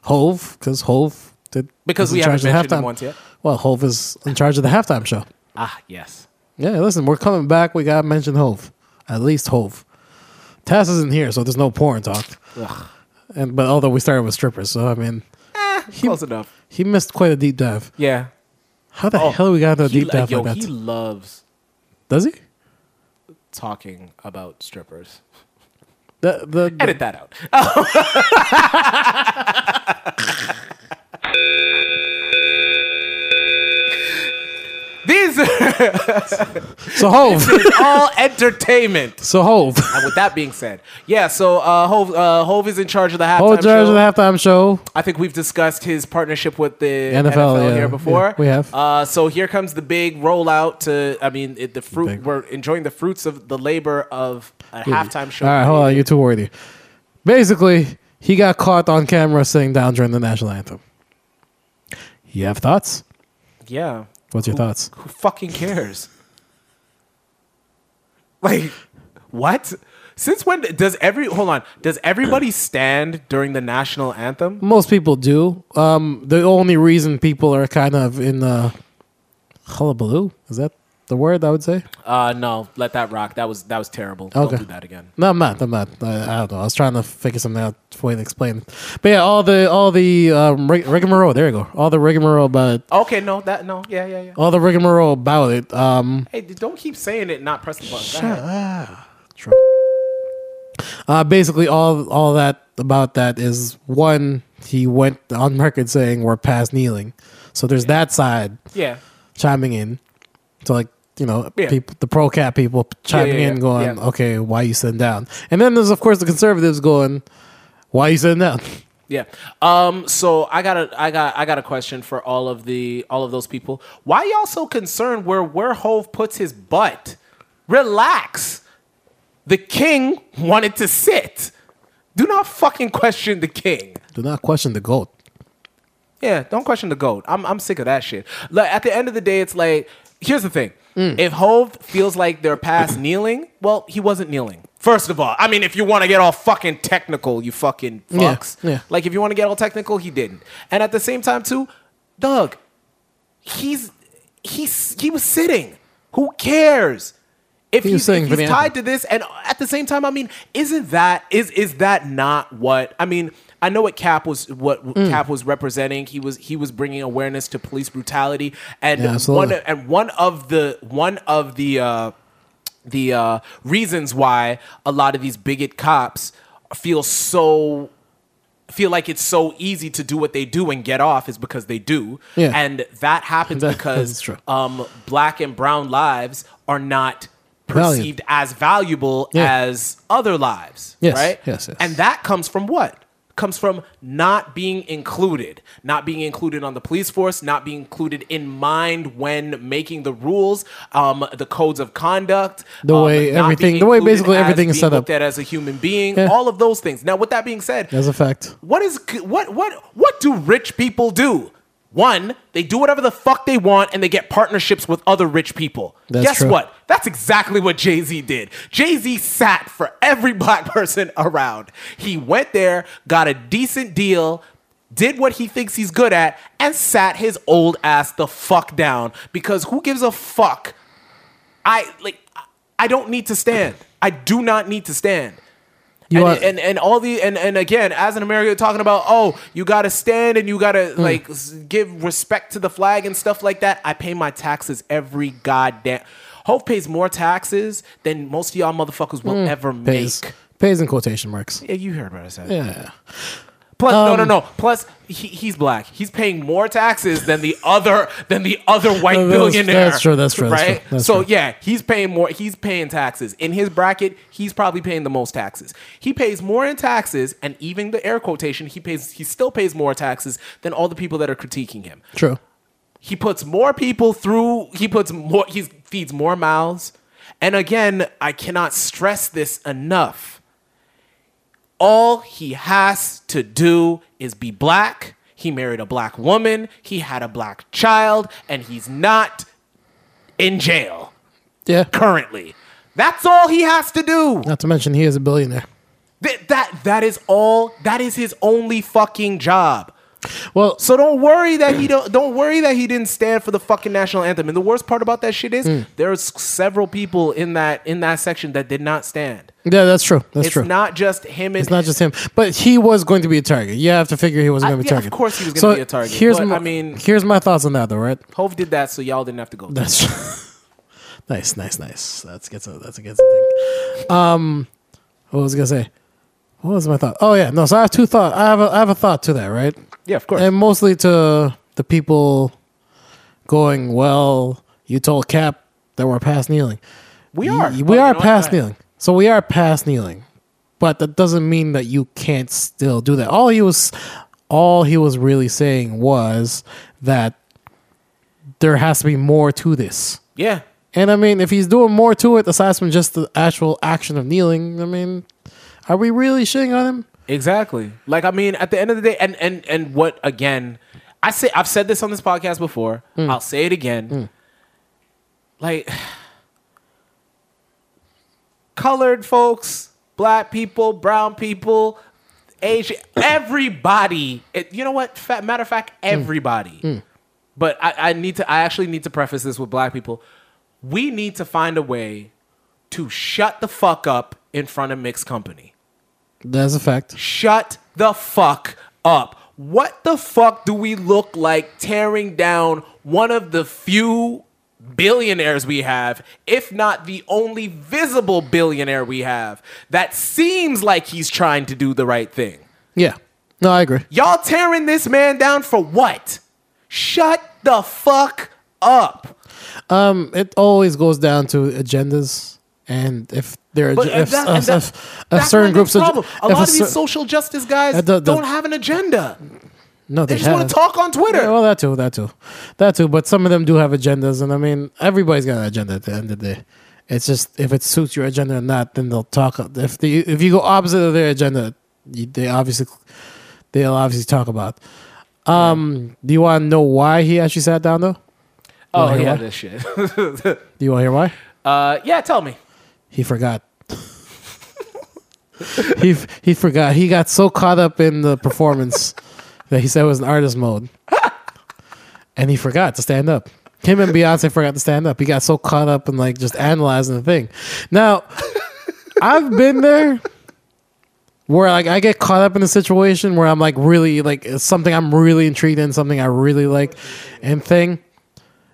Speaker 1: Hove because Hove did
Speaker 2: Because
Speaker 1: is
Speaker 2: we
Speaker 1: in charge
Speaker 2: haven't
Speaker 1: of the
Speaker 2: mentioned him
Speaker 1: halftime.
Speaker 2: once yet.
Speaker 1: Well, Hove is in charge of the halftime show.
Speaker 2: Ah, yes.
Speaker 1: Yeah, listen, we're coming back. We got to mention Hove, at least Hove. Taz isn't here, so there's no porn talk.
Speaker 2: Ugh. Eh,
Speaker 1: And but although we started with strippers, so I mean,
Speaker 2: Close enough.
Speaker 1: he missed quite a deep dive.
Speaker 2: Yeah.
Speaker 1: How the
Speaker 2: Oh,
Speaker 1: hell we got into a
Speaker 2: He,
Speaker 1: deep dive
Speaker 2: yo,
Speaker 1: like
Speaker 2: he
Speaker 1: that?
Speaker 2: loves
Speaker 1: Does he?
Speaker 2: talking about strippers.
Speaker 1: The, the, the-
Speaker 2: Edit that out. Oh. These are
Speaker 1: so Hove,
Speaker 2: all entertainment.
Speaker 1: so Hove,
Speaker 2: And with that being said, yeah, so uh, Hove, uh, Hove is in charge of the halftime
Speaker 1: Hove Oh, in charge
Speaker 2: show.
Speaker 1: of the halftime show.
Speaker 2: I think we've discussed his partnership with the NFL,
Speaker 1: NFL, yeah.
Speaker 2: here before.
Speaker 1: Yeah, we have.
Speaker 2: Uh, so here comes the big rollout to, I mean, it, the fruit.
Speaker 1: Big.
Speaker 2: We're enjoying the fruits of the labor of a halftime show.
Speaker 1: All right, hold on. You're too worthy. Basically, he got caught on camera sitting down during the national anthem. You have thoughts?
Speaker 2: Yeah.
Speaker 1: What's your
Speaker 2: Who-
Speaker 1: thoughts?
Speaker 2: Who fucking cares? like, what? Since when does every hold on? Does everybody stand during the national anthem?
Speaker 1: Most people do. Um, the only reason people are kind of in the hullabaloo is that the word I would say.
Speaker 2: Uh, no, let that rock. That was that was terrible.
Speaker 1: Okay.
Speaker 2: Don't do that again.
Speaker 1: No, I'm not. I'm not. I, I don't know. I was trying to figure something out for you to explain. But yeah, all the all the um, rig- rigmarole. There you go. All the rigmarole about
Speaker 2: Okay, no, that no, yeah, yeah, yeah.
Speaker 1: all the rigmarole about it. Um,
Speaker 2: Hey, d- don't keep saying it. Not press the button. Go ahead.
Speaker 1: Uh, basically, all all that about that is one. He went on record saying we're past kneeling, so there's that side
Speaker 2: Yeah,
Speaker 1: chiming in. So like you know,
Speaker 2: Yeah.
Speaker 1: people, the pro cat people chiming
Speaker 2: yeah,
Speaker 1: in,
Speaker 2: yeah.
Speaker 1: going,
Speaker 2: Yeah.
Speaker 1: "Okay, why you sitting down?" And then there's of course the conservatives going, "Why you sitting down?"
Speaker 2: yeah. Um, so I got a, I got, I got a question for all of the, all of those people. Why y'all so concerned where where Hove puts his butt? Relax. The king wanted to sit. Do not fucking question the king.
Speaker 1: Do not question the goat.
Speaker 2: Yeah, don't question the goat. I'm I'm sick of that shit. Like at the end of the day, it's like here's the thing.
Speaker 1: Mm.
Speaker 2: If Hove feels like they're past kneeling, well, he wasn't kneeling. First of all, I mean, if you want to get all fucking technical, you fucking
Speaker 1: Yeah,
Speaker 2: fucks.
Speaker 1: yeah.
Speaker 2: Like if you want to get all technical, he didn't. And at the same time, too, Doug, he's he's he was sitting. Who cares? If
Speaker 1: He was
Speaker 2: he's,
Speaker 1: sitting
Speaker 2: if
Speaker 1: for the
Speaker 2: he's tied
Speaker 1: anthem.
Speaker 2: to this, and at the same time, I mean, isn't that is is that not what I mean? I know what Cap was what
Speaker 1: Mm.
Speaker 2: Cap was representing. He was he was bringing awareness to police brutality, and
Speaker 1: Yeah,
Speaker 2: one
Speaker 1: absolutely.
Speaker 2: and one of the one of the uh, the uh, reasons why a lot of these bigot cops feel so feel like it's so easy to do what they do and get off is because they do.
Speaker 1: Yeah.
Speaker 2: And that happens
Speaker 1: That- that's
Speaker 2: because
Speaker 1: true.
Speaker 2: um, black and brown lives are not
Speaker 1: Valued.
Speaker 2: perceived as valuable
Speaker 1: Yeah.
Speaker 2: as other lives.
Speaker 1: Yes,
Speaker 2: Right?
Speaker 1: yes, yes.
Speaker 2: And that comes from what? Comes from not being included, not being included on the police force, not being included in mind when making the rules, um, the codes of conduct,
Speaker 1: The
Speaker 2: um,
Speaker 1: way
Speaker 2: not
Speaker 1: everything-
Speaker 2: being
Speaker 1: the way
Speaker 2: included
Speaker 1: basically
Speaker 2: as
Speaker 1: everything is
Speaker 2: being
Speaker 1: set up.
Speaker 2: looked at as a human being,
Speaker 1: Yeah.
Speaker 2: all of those things. Now, with that being said,
Speaker 1: That's a fact.
Speaker 2: what is what what what do rich people do? One, they do whatever the fuck they want and they get partnerships with other rich people.
Speaker 1: That's
Speaker 2: Guess
Speaker 1: true.
Speaker 2: what? That's exactly what Jay Z did. Jay Z sat for every black person around. He went there, got a decent deal, did what he thinks he's good at, and sat his old ass the fuck down because who gives a fuck? I like I- I don't need to stand. I do not need to stand.
Speaker 1: You
Speaker 2: and,
Speaker 1: are-
Speaker 2: and and all the and and again, as an American, talking about oh, you gotta stand and you gotta
Speaker 1: Mm.
Speaker 2: like s- give respect to the flag and stuff like that. I pay my taxes every goddamn. Hope pays more taxes than most of y'all motherfuckers will ever
Speaker 1: Mm. Pays,
Speaker 2: make.
Speaker 1: pays in quotation marks.
Speaker 2: Yeah, you heard what I said.
Speaker 1: Yeah.
Speaker 2: Plus, no,
Speaker 1: Um,
Speaker 2: no, no. Plus, he, he's black. He's paying more taxes than the other than the other white
Speaker 1: That's-
Speaker 2: billionaire.
Speaker 1: that's true, that's true, that's
Speaker 2: Right.
Speaker 1: true, that's
Speaker 2: so
Speaker 1: true.
Speaker 2: yeah, he's paying more. He's paying taxes in his bracket. He's probably paying the most taxes. He pays more in taxes, and even the air quotation, he pays. He still pays more taxes than all the people that are critiquing him.
Speaker 1: True.
Speaker 2: He puts more people through. He puts more. He feeds more mouths. And again, I cannot stress this enough. All he has to do is be black. He married a black woman. He had a black child, and he's not in jail
Speaker 1: Yeah.
Speaker 2: currently. That's all he has to do.
Speaker 1: Not to mention he is a billionaire.
Speaker 2: Th- that that is all. That is his only fucking job.
Speaker 1: Well,
Speaker 2: So don't worry that he don't don't worry that he didn't stand for the fucking national anthem. And the worst part about that shit is
Speaker 1: Hmm.
Speaker 2: there's several people in that in that section that did not stand.
Speaker 1: yeah, that's true. That's
Speaker 2: it's
Speaker 1: true.
Speaker 2: not just him. And,
Speaker 1: It's not just him, but he was going to be a target. You have to figure he was
Speaker 2: I-
Speaker 1: going to be a
Speaker 2: yeah, of
Speaker 1: target.
Speaker 2: course he was gonna
Speaker 1: So
Speaker 2: be a target,
Speaker 1: Here's
Speaker 2: but,
Speaker 1: my,
Speaker 2: I mean-
Speaker 1: here's my thoughts on that, though. Right?
Speaker 2: Hove did that so y'all didn't have to go.
Speaker 1: That's nice, nice, nice. That's gets a that's a gets a thing. Um, what was I gonna say? What was my thought? Oh yeah, no. So I have two thought. I have a, I have a thought to that, right?
Speaker 2: Yeah, of course.
Speaker 1: And mostly to the people going, well, you told Cap that we're past kneeling.
Speaker 2: we are.
Speaker 1: Y-
Speaker 2: Oh,
Speaker 1: We
Speaker 2: you
Speaker 1: are
Speaker 2: know what?
Speaker 1: past
Speaker 2: Alright.
Speaker 1: kneeling. So we are past kneeling. But that doesn't mean that you can't still do that. All he was all he was really saying was that there has to be more to this.
Speaker 2: Yeah.
Speaker 1: And I mean, if he's doing more to it aside from just the actual action of kneeling, I mean, are we really shitting on him?
Speaker 2: Exactly. Like I mean, at the end of the day, and and and what again? I say I've said this on this podcast before. I'll say it again. Like colored folks, black people, brown people, Asian, everybody. It, you know what? Fa- matter of fact, everybody. But I, I need to. I actually need to preface this with black people. We need to find a way to shut the fuck up in front of mixed company.
Speaker 1: That's a fact.
Speaker 2: Shut the fuck up. What the fuck do we look like tearing down one of the few billionaires we have, if not the only visible billionaire we have, that seems like he's trying to do the right thing?
Speaker 1: Yeah. No, I agree.
Speaker 2: Y'all tearing this man down for what? Shut the fuck up.
Speaker 1: Um, it always goes down to agendas, and if there are
Speaker 2: But
Speaker 1: if,
Speaker 2: that-
Speaker 1: if,
Speaker 2: that-
Speaker 1: if, if
Speaker 2: that's
Speaker 1: certain
Speaker 2: my
Speaker 1: groups
Speaker 2: next problem.
Speaker 1: if
Speaker 2: A lot of
Speaker 1: cer-
Speaker 2: these social justice guys
Speaker 1: That does-
Speaker 2: don't
Speaker 1: that-
Speaker 2: have an agenda.
Speaker 1: no,
Speaker 2: They just want
Speaker 1: have-
Speaker 2: to talk on Twitter.
Speaker 1: Yeah, well, that too, that too, that too. But some of them do have agendas, and I mean, everybody's got an agenda at the end of the day. It's just if it suits your agenda or not, then they'll talk. If the if you go opposite of their agenda, you, they obviously they'll obviously talk about. Um, do you want to know why he actually sat down though?
Speaker 2: oh,
Speaker 1: hear
Speaker 2: yeah,
Speaker 1: what?
Speaker 2: this shit.
Speaker 1: Do you want to hear why?
Speaker 2: uh, yeah, tell me.
Speaker 1: He forgot. he he forgot. He got so caught up in the performance that he said it was an artist mode, and he forgot to stand up. Him and Beyonce forgot to stand up. He got so caught up in like just analyzing the thing. Now, I've been there where like I get caught up in a situation where I'm like really like it's something I'm really intrigued in, something I really like, and thing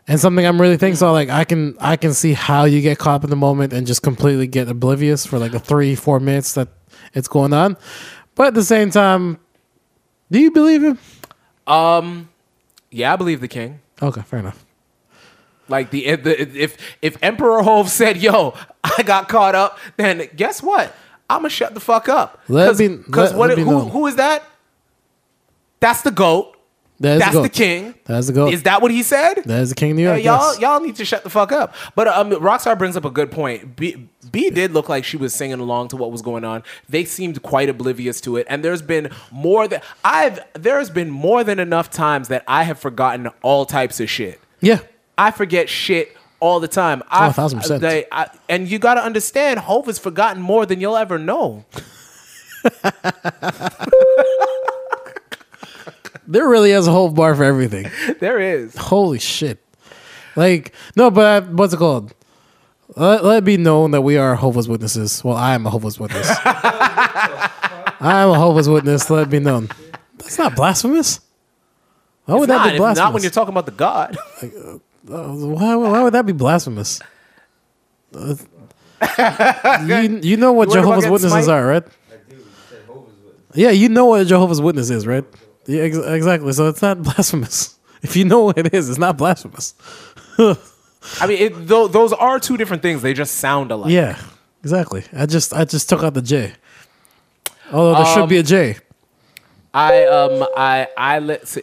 Speaker 1: and something I'm really thinking. So like I can I can see how you get caught up in the moment and just completely get oblivious for like the three four minutes that it's going on. But at the same time, do you believe him?
Speaker 2: Yeah, I believe the king.
Speaker 1: Okay, fair enough.
Speaker 2: Like the, the if if Emperor Hove said, "Yo, I got caught up," then guess what? I'ma shut the fuck up.
Speaker 1: Let
Speaker 2: Cause,
Speaker 1: me-
Speaker 2: 'cause
Speaker 1: let-
Speaker 2: what?
Speaker 1: let me
Speaker 2: who-
Speaker 1: know.
Speaker 2: who is that? That's the goat.
Speaker 1: That is
Speaker 2: That's
Speaker 1: the,
Speaker 2: the
Speaker 1: goat.
Speaker 2: king.
Speaker 1: That is the goat.
Speaker 2: Is that what he said?
Speaker 1: that is the king of New York.
Speaker 2: Yeah, y'all,
Speaker 1: yes.
Speaker 2: y'all need to shut the fuck up. But um, Rockstar brings up a good point. B, B did look like she was singing along to what was going on. They seemed quite oblivious to it. And there's been more than I've. There's been more than enough times that I have forgotten all types of shit.
Speaker 1: yeah.
Speaker 2: I forget shit all the time.
Speaker 1: Oh,
Speaker 2: I,
Speaker 1: 1000%.
Speaker 2: They, I, and you got to understand, Hove has forgotten more than you'll ever know.
Speaker 1: There really is a whole bar for everything.
Speaker 2: There is.
Speaker 1: Holy shit! Like no, but I, what's it called? Let, let it be known that we are Jehovah's Witnesses. Well, I am a Jehovah's Witness. I am a Jehovah's Witness. Let me known. That's not blasphemous. Why would that
Speaker 2: not,
Speaker 1: be
Speaker 2: if not when
Speaker 1: blasphemous?
Speaker 2: you're talking about the God.
Speaker 1: why, why would that be blasphemous? Uh, you, you know what
Speaker 2: You worried about
Speaker 1: Jehovah's
Speaker 2: getting
Speaker 1: Witnesses
Speaker 2: smite?
Speaker 1: are, right? Yeah, you know what a Jehovah's Witness is, right? Yeah, ex- exactly. So it's not blasphemous. If you know what it is, it's not blasphemous.
Speaker 2: I mean, it, tho- those are two different things. They just sound alike.
Speaker 1: Yeah, exactly. I just I just took out the J. Although there should be a J.
Speaker 2: I um I I let. See.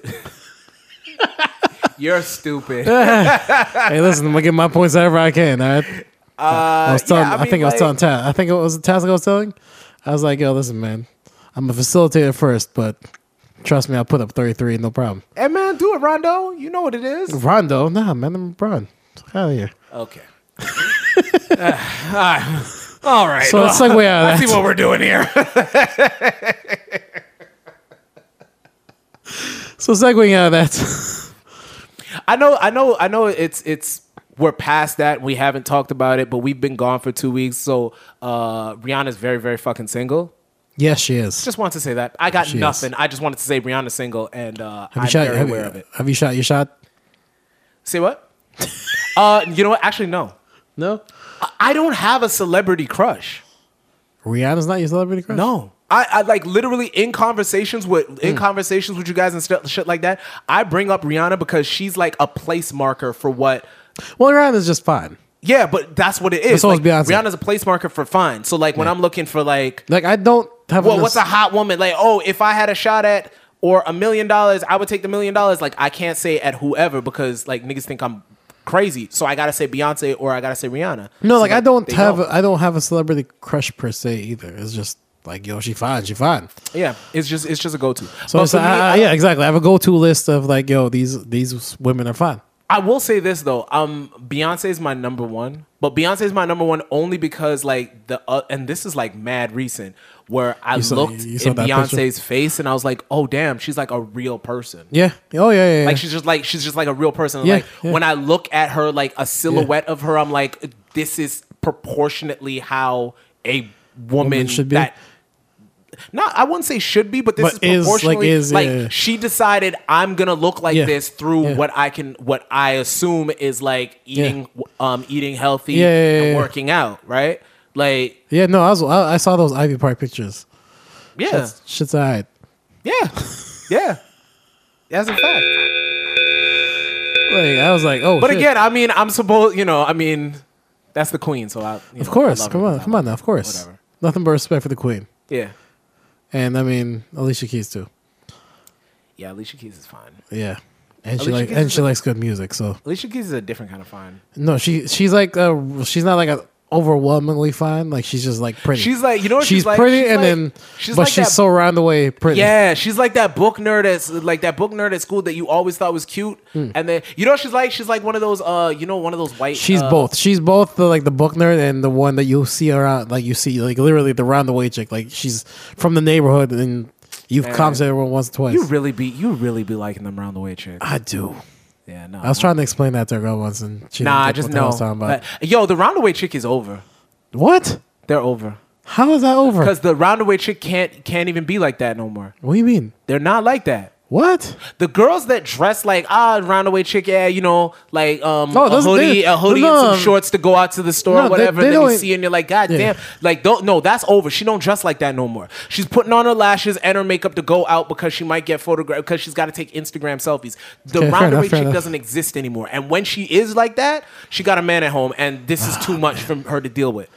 Speaker 2: You're stupid.
Speaker 1: Hey, listen, I'm gonna get my points however I can. All right. I was telling.
Speaker 2: Uh, yeah, I
Speaker 1: I,
Speaker 2: mean,
Speaker 1: think I was
Speaker 2: like-
Speaker 1: telling Taz. I think it was Taz. I was telling. I was like, "Yo, listen, man, I'm a facilitator first, but trust me, I'll put up 33, no problem."
Speaker 2: hey man, do it, Rondo. You know what it is.
Speaker 1: Rondo, nah, man, I'm LeBron. Hell yeah.
Speaker 2: Okay. all right.
Speaker 1: So let's segue out
Speaker 2: I
Speaker 1: of
Speaker 2: see
Speaker 1: that.
Speaker 2: what we're doing here.
Speaker 1: So segueing out of that.
Speaker 2: I know, I know, I know. It's it's we're past that. We haven't talked about it, but we've been gone for two weeks. So uh, Rihanna's very, very fucking single.
Speaker 1: yes, she is.
Speaker 2: Just wanted to say that. I got
Speaker 1: She is.
Speaker 2: nothing. I just wanted to say Rihanna's single, and uh,
Speaker 1: have
Speaker 2: I'm
Speaker 1: you shot?
Speaker 2: very
Speaker 1: Have,
Speaker 2: aware
Speaker 1: you-
Speaker 2: of it.
Speaker 1: have you shot your shot?
Speaker 2: Say what? uh, you know what? Actually, no.
Speaker 1: No.
Speaker 2: I don't have a celebrity crush.
Speaker 1: Rihanna's not your celebrity crush.
Speaker 2: No. I, I like literally in conversations with
Speaker 1: Mm.
Speaker 2: in conversations with you guys and stuff shit like that. I bring up Rihanna because she's like a place marker for what
Speaker 1: Well, Rihanna's just fine.
Speaker 2: Yeah, but that's what it is.
Speaker 1: so is
Speaker 2: Like,
Speaker 1: Beyonce.
Speaker 2: Rihanna's a place marker for fun. So like when I'm looking for like
Speaker 1: Like I don't have.
Speaker 2: well,
Speaker 1: a
Speaker 2: what's a hot woman? Like, oh, if I had a shot at or a million dollars, I would take the million dollars. Like, I can't say at whoever because like niggas think I'm crazy. So I gotta say Beyonce or I gotta say Rihanna.
Speaker 1: No,
Speaker 2: So,
Speaker 1: like I don't
Speaker 2: they
Speaker 1: have I I don't have a celebrity crush per se either. It's just like yo, she fine, she fine.
Speaker 2: yeah, it's just it's just a go to.
Speaker 1: So it's, I, I- yeah, exactly. I have a go to list of like yo, these these women are fine.
Speaker 2: I will say this though. Um, Beyonce is my number one, but Beyonce is my number one only because like the uh, and this is like mad recent where I
Speaker 1: saw-
Speaker 2: looked
Speaker 1: you saw
Speaker 2: in
Speaker 1: that picture?
Speaker 2: Beyonce's face and I was like, oh damn, she's like a real person.
Speaker 1: Yeah. Oh yeah, yeah. yeah.
Speaker 2: Like she's just like she's just like a real person.
Speaker 1: Yeah,
Speaker 2: like
Speaker 1: yeah.
Speaker 2: when I look at her, like a silhouette of her, I'm like, this is proportionately how a woman,
Speaker 1: should be.
Speaker 2: That, no, I wouldn't say should be, but this
Speaker 1: But is, like,
Speaker 2: is proportionally
Speaker 1: is, yeah, yeah.
Speaker 2: she decided I'm gonna look like
Speaker 1: Yeah,
Speaker 2: this through
Speaker 1: yeah.
Speaker 2: what I can, what I assume is like eating, um, eating healthy
Speaker 1: Yeah, yeah, yeah,
Speaker 2: and
Speaker 1: yeah.
Speaker 2: working out, right? Like,
Speaker 1: yeah. No, I was I, I saw those Ivy Park pictures.
Speaker 2: yeah,
Speaker 1: Shit's alright.
Speaker 2: yeah, yeah. That's a fact.
Speaker 1: Like I was like, oh.
Speaker 2: But
Speaker 1: shit.
Speaker 2: again, I mean, I'm supposed, you know, I mean, that's the queen, so I. you know,
Speaker 1: of course,
Speaker 2: I love
Speaker 1: come
Speaker 2: her.
Speaker 1: on, come on now, of course.
Speaker 2: Whatever.
Speaker 1: Nothing but respect for the queen,
Speaker 2: Yeah,
Speaker 1: and I mean Alicia Keys too.
Speaker 2: yeah. Alicia Keys is fine.
Speaker 1: Yeah. And she
Speaker 2: Alicia
Speaker 1: like
Speaker 2: Keys
Speaker 1: and
Speaker 2: is
Speaker 1: she
Speaker 2: a-
Speaker 1: likes good music, so
Speaker 2: Alicia Keys is a different kind of fine.
Speaker 1: no, she she's like uh she's not like a overwhelmingly fine, like she's just like pretty.
Speaker 2: She's like, you know, what
Speaker 1: she's,
Speaker 2: like?
Speaker 1: pretty,
Speaker 2: She's
Speaker 1: and
Speaker 2: like-
Speaker 1: then
Speaker 2: she's
Speaker 1: but
Speaker 2: like
Speaker 1: she's
Speaker 2: that,
Speaker 1: so round the way pretty.
Speaker 2: Yeah, she's like that book nerd at like that book nerd at school that you always thought was cute,
Speaker 1: Hmm.
Speaker 2: and then you know what she's like she's like one of those uh you know one of those white
Speaker 1: she's
Speaker 2: uh,
Speaker 1: both. She's both the like the book nerd and the one that you see around, like you see like literally the round the way chick. Like she's from the neighborhood, and you've commented everyone once or twice.
Speaker 2: You really be you really be liking them round the way chick.
Speaker 1: I do.
Speaker 2: Yeah, no.
Speaker 1: I was trying to explain that to a girl once, and she
Speaker 2: Nah, I
Speaker 1: didn't get
Speaker 2: just
Speaker 1: what the hell I
Speaker 2: know.
Speaker 1: was talking about.
Speaker 2: Like, yo, the round the way chick is over.
Speaker 1: what?
Speaker 2: They're over
Speaker 1: How is that over?
Speaker 2: because the round the way chick can't can't even be like that no more.
Speaker 1: What do you mean?
Speaker 2: They're not like that.
Speaker 1: What?
Speaker 2: The girls that dress like ah roundaway chick, yeah, you know, like um
Speaker 1: No,
Speaker 2: a
Speaker 1: those-
Speaker 2: hoodie,
Speaker 1: they-
Speaker 2: a hoodie
Speaker 1: no,
Speaker 2: and
Speaker 1: no.
Speaker 2: some shorts to go out to the store
Speaker 1: No,
Speaker 2: or
Speaker 1: they-
Speaker 2: whatever.
Speaker 1: they
Speaker 2: and then you
Speaker 1: don't-
Speaker 2: see it and you're like, God
Speaker 1: Yeah.
Speaker 2: damn, like don't no, that's over. She don't dress like that no more. She's putting on her lashes and her makeup to go out because she might get photographed because she's got to take Instagram selfies. The
Speaker 1: Okay, fair
Speaker 2: roundaway
Speaker 1: enough, fair
Speaker 2: chick
Speaker 1: enough.
Speaker 2: doesn't exist anymore. And when she is like that, she got a man at home, and this is too much for her to deal with.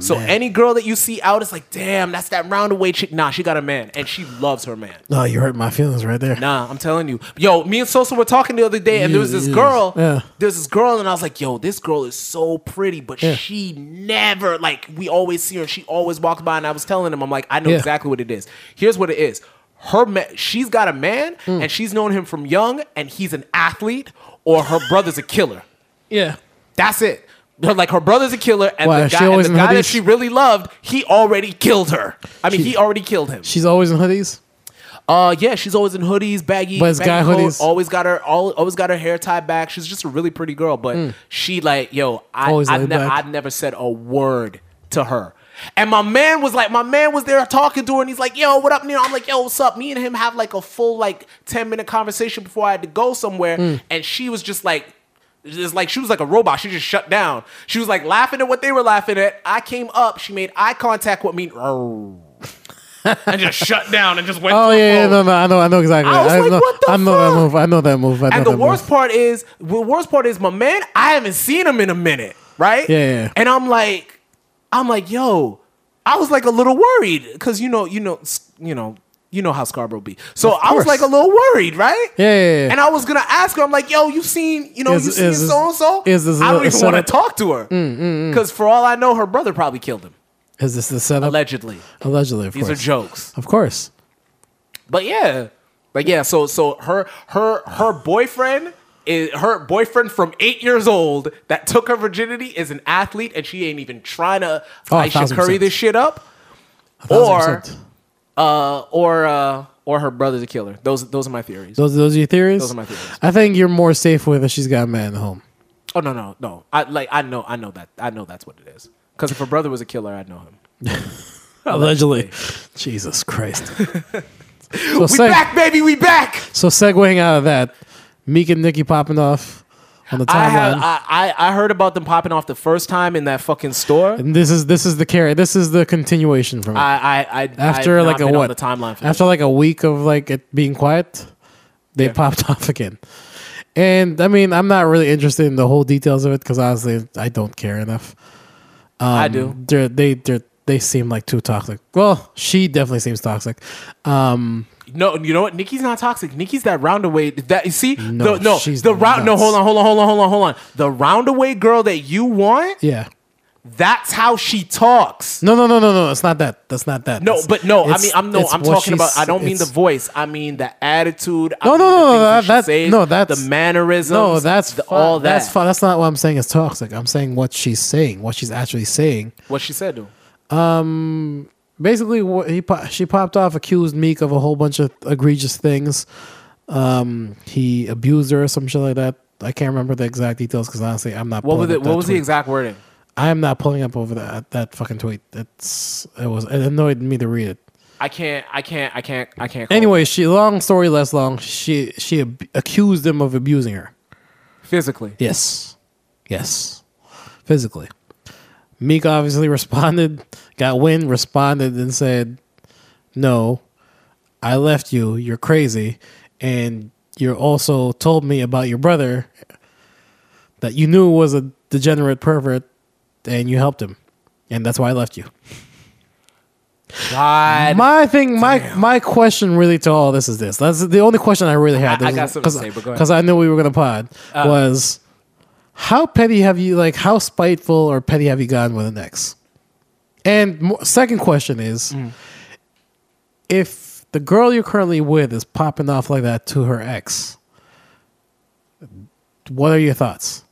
Speaker 2: so
Speaker 1: man.
Speaker 2: any girl that you see out is like, damn, that's that roundaway chick. Nah, she got a man, and she loves her man.
Speaker 1: No, you hurt my feelings right there.
Speaker 2: Nah, I'm telling you. Yo, me and Sosa were talking the other day, and there was this
Speaker 1: Yeah,
Speaker 2: girl.
Speaker 1: yeah.
Speaker 2: There's this girl, and I was like, yo, this girl is so pretty, but
Speaker 1: Yeah.
Speaker 2: she never, like, we always see her, and she always walks by. And I was telling him, I'm like, I know
Speaker 1: Yeah.
Speaker 2: exactly what it is. Here's what it is her ma- she's got a man,
Speaker 1: Mm.
Speaker 2: and she's known him from young, and he's an athlete, or her brother's a killer.
Speaker 1: Yeah.
Speaker 2: That's it. Her- Like her brother's a killer, and
Speaker 1: Why,
Speaker 2: the
Speaker 1: is she
Speaker 2: guy, and
Speaker 1: always
Speaker 2: the
Speaker 1: in
Speaker 2: guy that
Speaker 1: hoodies?
Speaker 2: she really loved, he already killed her. I mean,
Speaker 1: She-
Speaker 2: he already killed him.
Speaker 1: She's always in hoodies.
Speaker 2: Uh, yeah, she's always in hoodies, baggy,
Speaker 1: But it's
Speaker 2: baggy
Speaker 1: guy
Speaker 2: coat,
Speaker 1: hoodies.
Speaker 2: Always got her, all, always got her hair tied back. She's just a really pretty girl, but she like, yo, I,
Speaker 1: Mm. Always
Speaker 2: I've,
Speaker 1: laid
Speaker 2: never,
Speaker 1: back.
Speaker 2: I've never said a word to her. And my man was like, my man was there talking to her, and he's like, "Yo, what up, Nino?" I'm like, "Yo, what's up?" Me and him have like a full like ten minute conversation before I had to go somewhere,
Speaker 1: Mm.
Speaker 2: and she was just like, it's like she was like a robot. She just shut down. She was like laughing at what they were laughing at. I came up. She made eye contact with me. and just shut down and just went.
Speaker 1: Oh
Speaker 2: to the
Speaker 1: yeah, yeah,
Speaker 2: phone.
Speaker 1: no, no, I know, I know exactly.
Speaker 2: I was like,
Speaker 1: know,
Speaker 2: what the
Speaker 1: I know
Speaker 2: fuck?
Speaker 1: that move. I know that move. I know
Speaker 2: And the
Speaker 1: that
Speaker 2: worst
Speaker 1: move.
Speaker 2: part is, the worst part is, my man, I haven't seen him in a minute, right?
Speaker 1: Yeah, yeah.
Speaker 2: And I'm like, I'm like, yo, I was like a little worried because you know, you know, s- you know, you know how Scarborough be. So I was
Speaker 1: course.
Speaker 2: like a little worried, right?
Speaker 1: Yeah, yeah, yeah.
Speaker 2: And I was gonna ask her, I'm like, yo, you seen, you know,
Speaker 1: Is-
Speaker 2: you seen
Speaker 1: is-
Speaker 2: so and so?
Speaker 1: is this a-
Speaker 2: I
Speaker 1: Mm,
Speaker 2: don't
Speaker 1: a
Speaker 2: even
Speaker 1: setup?
Speaker 2: want to talk to her because for all I know, her brother probably killed him
Speaker 1: Is this the setup?
Speaker 2: allegedly.
Speaker 1: Allegedly, of
Speaker 2: These
Speaker 1: course.
Speaker 2: are jokes.
Speaker 1: Of course.
Speaker 2: But yeah, but yeah. So so her her her boyfriend is her boyfriend from eight years old that took her virginity is an athlete, and she ain't even trying to
Speaker 1: Oh,
Speaker 2: I should
Speaker 1: thousand
Speaker 2: curry
Speaker 1: percent.
Speaker 2: this shit up,
Speaker 1: A thousand
Speaker 2: or
Speaker 1: percent.
Speaker 2: uh or uh or her brother's a killer. Those those are my theories.
Speaker 1: those those are your theories.
Speaker 2: Those are my theories.
Speaker 1: I think you're more safe with if she's got a man at home.
Speaker 2: oh no no no. I like I know I know that I know that's what it is. Because if her brother was a killer, I'd know him.
Speaker 1: Allegedly. Jesus Christ. so,
Speaker 2: We
Speaker 1: seg-
Speaker 2: back, baby, we back.
Speaker 1: so segueing out of that, Meek and Nicki popping off on the timeline.
Speaker 2: I had I, I I heard about them popping off the first time in that fucking store.
Speaker 1: and this is this is the carry. This is the continuation from it.
Speaker 2: I I, I
Speaker 1: after
Speaker 2: I've not
Speaker 1: like a
Speaker 2: been on
Speaker 1: what
Speaker 2: the timeline for this.
Speaker 1: after like a week of like it being quiet they popped off again and i mean i'm not really interested in the whole details of it because honestly i don't care enough
Speaker 2: I
Speaker 1: Um,
Speaker 2: do.
Speaker 1: they're, they they're, they seem like too toxic well she definitely seems toxic um
Speaker 2: No, you know what? Nikki's not toxic. Nikki's that roundaway. That you see?
Speaker 1: No,
Speaker 2: the, no
Speaker 1: she's
Speaker 2: the round. No,
Speaker 1: nuts.
Speaker 2: hold on, hold on, hold on, hold on, hold on. The roundaway girl that you want.
Speaker 1: yeah
Speaker 2: That's how she talks.
Speaker 1: no no no no no it's not that that's not that
Speaker 2: No,
Speaker 1: It's-
Speaker 2: but no. I
Speaker 1: it's-
Speaker 2: mean, I'm no.
Speaker 1: it's
Speaker 2: I'm
Speaker 1: what
Speaker 2: talking about.
Speaker 1: she's-
Speaker 2: I don't mean
Speaker 1: it's-
Speaker 2: the voice. I mean the attitude. I
Speaker 1: No,
Speaker 2: mean
Speaker 1: no,
Speaker 2: the
Speaker 1: no, no,
Speaker 2: things
Speaker 1: that-
Speaker 2: she
Speaker 1: that's-
Speaker 2: says,
Speaker 1: no, that's-
Speaker 2: the mannerisms.
Speaker 1: no that's
Speaker 2: the,
Speaker 1: fu-
Speaker 2: all that.
Speaker 1: that's fun that's not what i'm saying is toxic i'm saying what she's saying what she's actually saying
Speaker 2: What she said to him.
Speaker 1: basically wha- he po- she popped off accused meek of a whole bunch of egregious things um he abused her or some shit like that i can't remember the exact details because honestly i'm not
Speaker 2: What
Speaker 1: pulling
Speaker 2: was it?
Speaker 1: up that
Speaker 2: What was the
Speaker 1: tweet.
Speaker 2: exact wording?
Speaker 1: i'm not pulling up over that that fucking tweet it's it was it annoyed me to read it
Speaker 2: I can't. I can't. I can't. I can't. call
Speaker 1: anyway she long story less long she she ab- accused him of abusing her
Speaker 2: it. physically.
Speaker 1: yes yes physically meek obviously responded got wind responded and said no, I left you. You're crazy. And you also told me about your brother that you knew was a degenerate pervert and you helped him. And that's why I left you.
Speaker 2: God.
Speaker 1: My thing, my my question really to all this is this. That's the only question I really had.
Speaker 2: I- I got something to say, but go ahead. Uh,
Speaker 1: Because I knew we were gonna pod. was how petty have you like? How spiteful or petty have you gotten with an ex? And mo- second question is,
Speaker 2: Mm.
Speaker 1: if the girl you're currently with is popping off like that to her ex, what are your thoughts?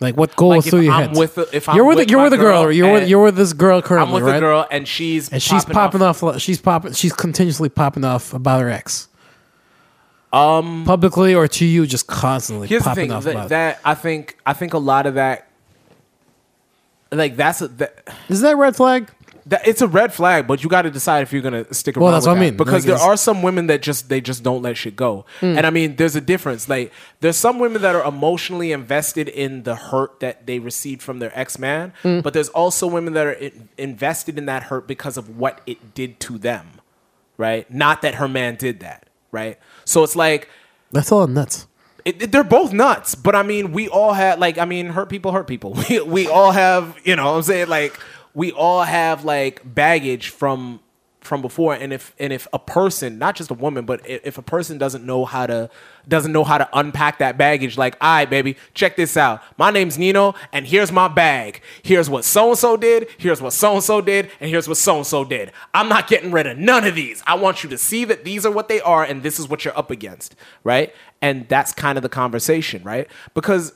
Speaker 1: Like what goes
Speaker 2: Like, if
Speaker 1: through your
Speaker 2: I'm
Speaker 1: head?
Speaker 2: with the- if I'm
Speaker 1: you're with,
Speaker 2: with
Speaker 1: you're
Speaker 2: my
Speaker 1: with a girl.
Speaker 2: girl
Speaker 1: you're with
Speaker 2: and-
Speaker 1: you're with this girl currently.
Speaker 2: I'm with
Speaker 1: right?
Speaker 2: a girl and she's
Speaker 1: and she's popping off. li- She's popping. She's continuously popping off about her ex. Um, publicly or to you, just constantly
Speaker 2: Here's the
Speaker 1: popping
Speaker 2: thing
Speaker 1: off
Speaker 2: that,
Speaker 1: about.
Speaker 2: that I think I think a lot of that, like that's a, that,
Speaker 1: Is that red flag?
Speaker 2: that it's a red flag, but you got to decide if you're gonna stick around.
Speaker 1: Well, that's
Speaker 2: with
Speaker 1: what I
Speaker 2: that.
Speaker 1: mean.
Speaker 2: Because
Speaker 1: Like,
Speaker 2: there
Speaker 1: it's- Hmm.
Speaker 2: are some women that just they just don't let shit go, and I mean, there's a difference. Like there's some women that are emotionally invested in the hurt that they received from their ex man,
Speaker 1: Hmm.
Speaker 2: but there's also women that are in, invested in that hurt because of what it did to them, right? Not that her man did that, right? So it's like.
Speaker 1: That's all nuts.
Speaker 2: It, it- they're both nuts, but I mean, we all had like I mean, hurt people hurt people. We we all have you know what I'm saying like we all have like baggage from from before, and if and if a person, not just a woman, but i- if a person doesn't know how to doesn't know how to unpack that baggage, like, all right, baby, check this out. My name's Nino, and here's my bag. Here's what so and so did. Here's what so and so did, and here's what so and so did. I'm not getting rid of none of these. I want you to see that these are what they are, and this is what you're up against, right? And that's kind of the conversation, right? Because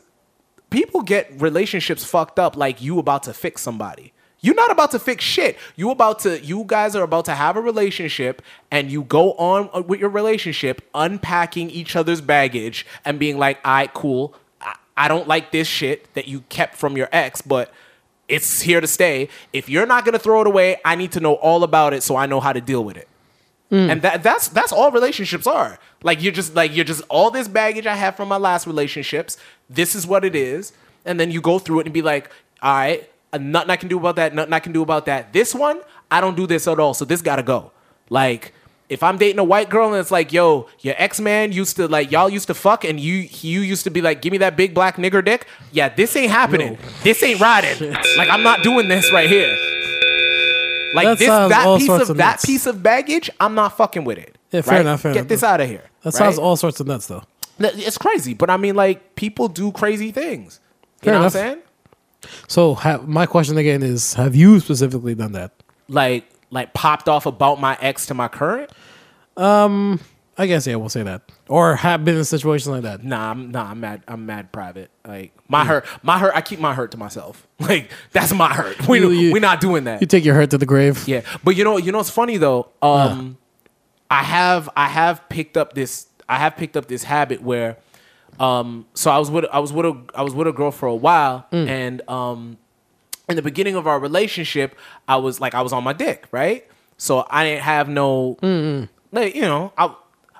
Speaker 2: people get relationships fucked up like you about to fix somebody. You're not about to fix shit. You about to you guys are about to have a relationship and you go on uh, with your relationship unpacking each other's baggage and being like, "All right, cool. I, I don't like this shit that you kept from your ex, but It's here to stay. If you're not gonna throw it away, I need to know all about it so I know how to deal with it.
Speaker 1: Mm.
Speaker 2: And that that's that's all relationships are. Like you're just like you're just all this baggage I have from my last relationships. This is what it is, and then you go through it and be like, all right, uh, nothing I can do about that. Nothing I can do about that. This one, I don't do this at all. So this gotta go. Like if I'm dating a white girl and it's like, yo, your ex man used to like y'all used to fuck and you you used to be like, give me that big black nigger dick. Yeah, this ain't happening. This ain't riding. Like I'm not doing this right here. Like
Speaker 1: That
Speaker 2: this
Speaker 1: sounds
Speaker 2: that
Speaker 1: all
Speaker 2: piece
Speaker 1: sorts
Speaker 2: of
Speaker 1: of
Speaker 2: that
Speaker 1: nuts.
Speaker 2: piece of baggage, I'm not fucking with it.
Speaker 1: Yeah, fair
Speaker 2: right?
Speaker 1: enough, fair
Speaker 2: Get
Speaker 1: enough.
Speaker 2: this out of here.
Speaker 1: That sounds
Speaker 2: right?
Speaker 1: all sorts of nuts, though.
Speaker 2: Th- It's crazy, but I mean, like people do crazy things. You
Speaker 1: Fair
Speaker 2: know
Speaker 1: enough.
Speaker 2: what I'm saying?
Speaker 1: So ha- my question again is: Have you specifically done that?
Speaker 2: Like like popped off about my ex to my current.
Speaker 1: I guess yeah, we'll say that. Or have been in a situation like that.
Speaker 2: Nah, I'm nah, I'm mad. I'm mad private. Like my hurt, my hurt. I keep my hurt to myself. Like that's my hurt. We
Speaker 1: You- you-
Speaker 2: we're not doing that.
Speaker 1: You take your hurt to the grave.
Speaker 2: Yeah, but you know, you know, it's funny though. Um, I have I have picked up this I have picked up this habit where, um, so I was with I was with a I was with a girl for a while,
Speaker 1: Mm.
Speaker 2: and um, in the beginning of our relationship, I was like I was on my dick, right? So I didn't have no, like you know, I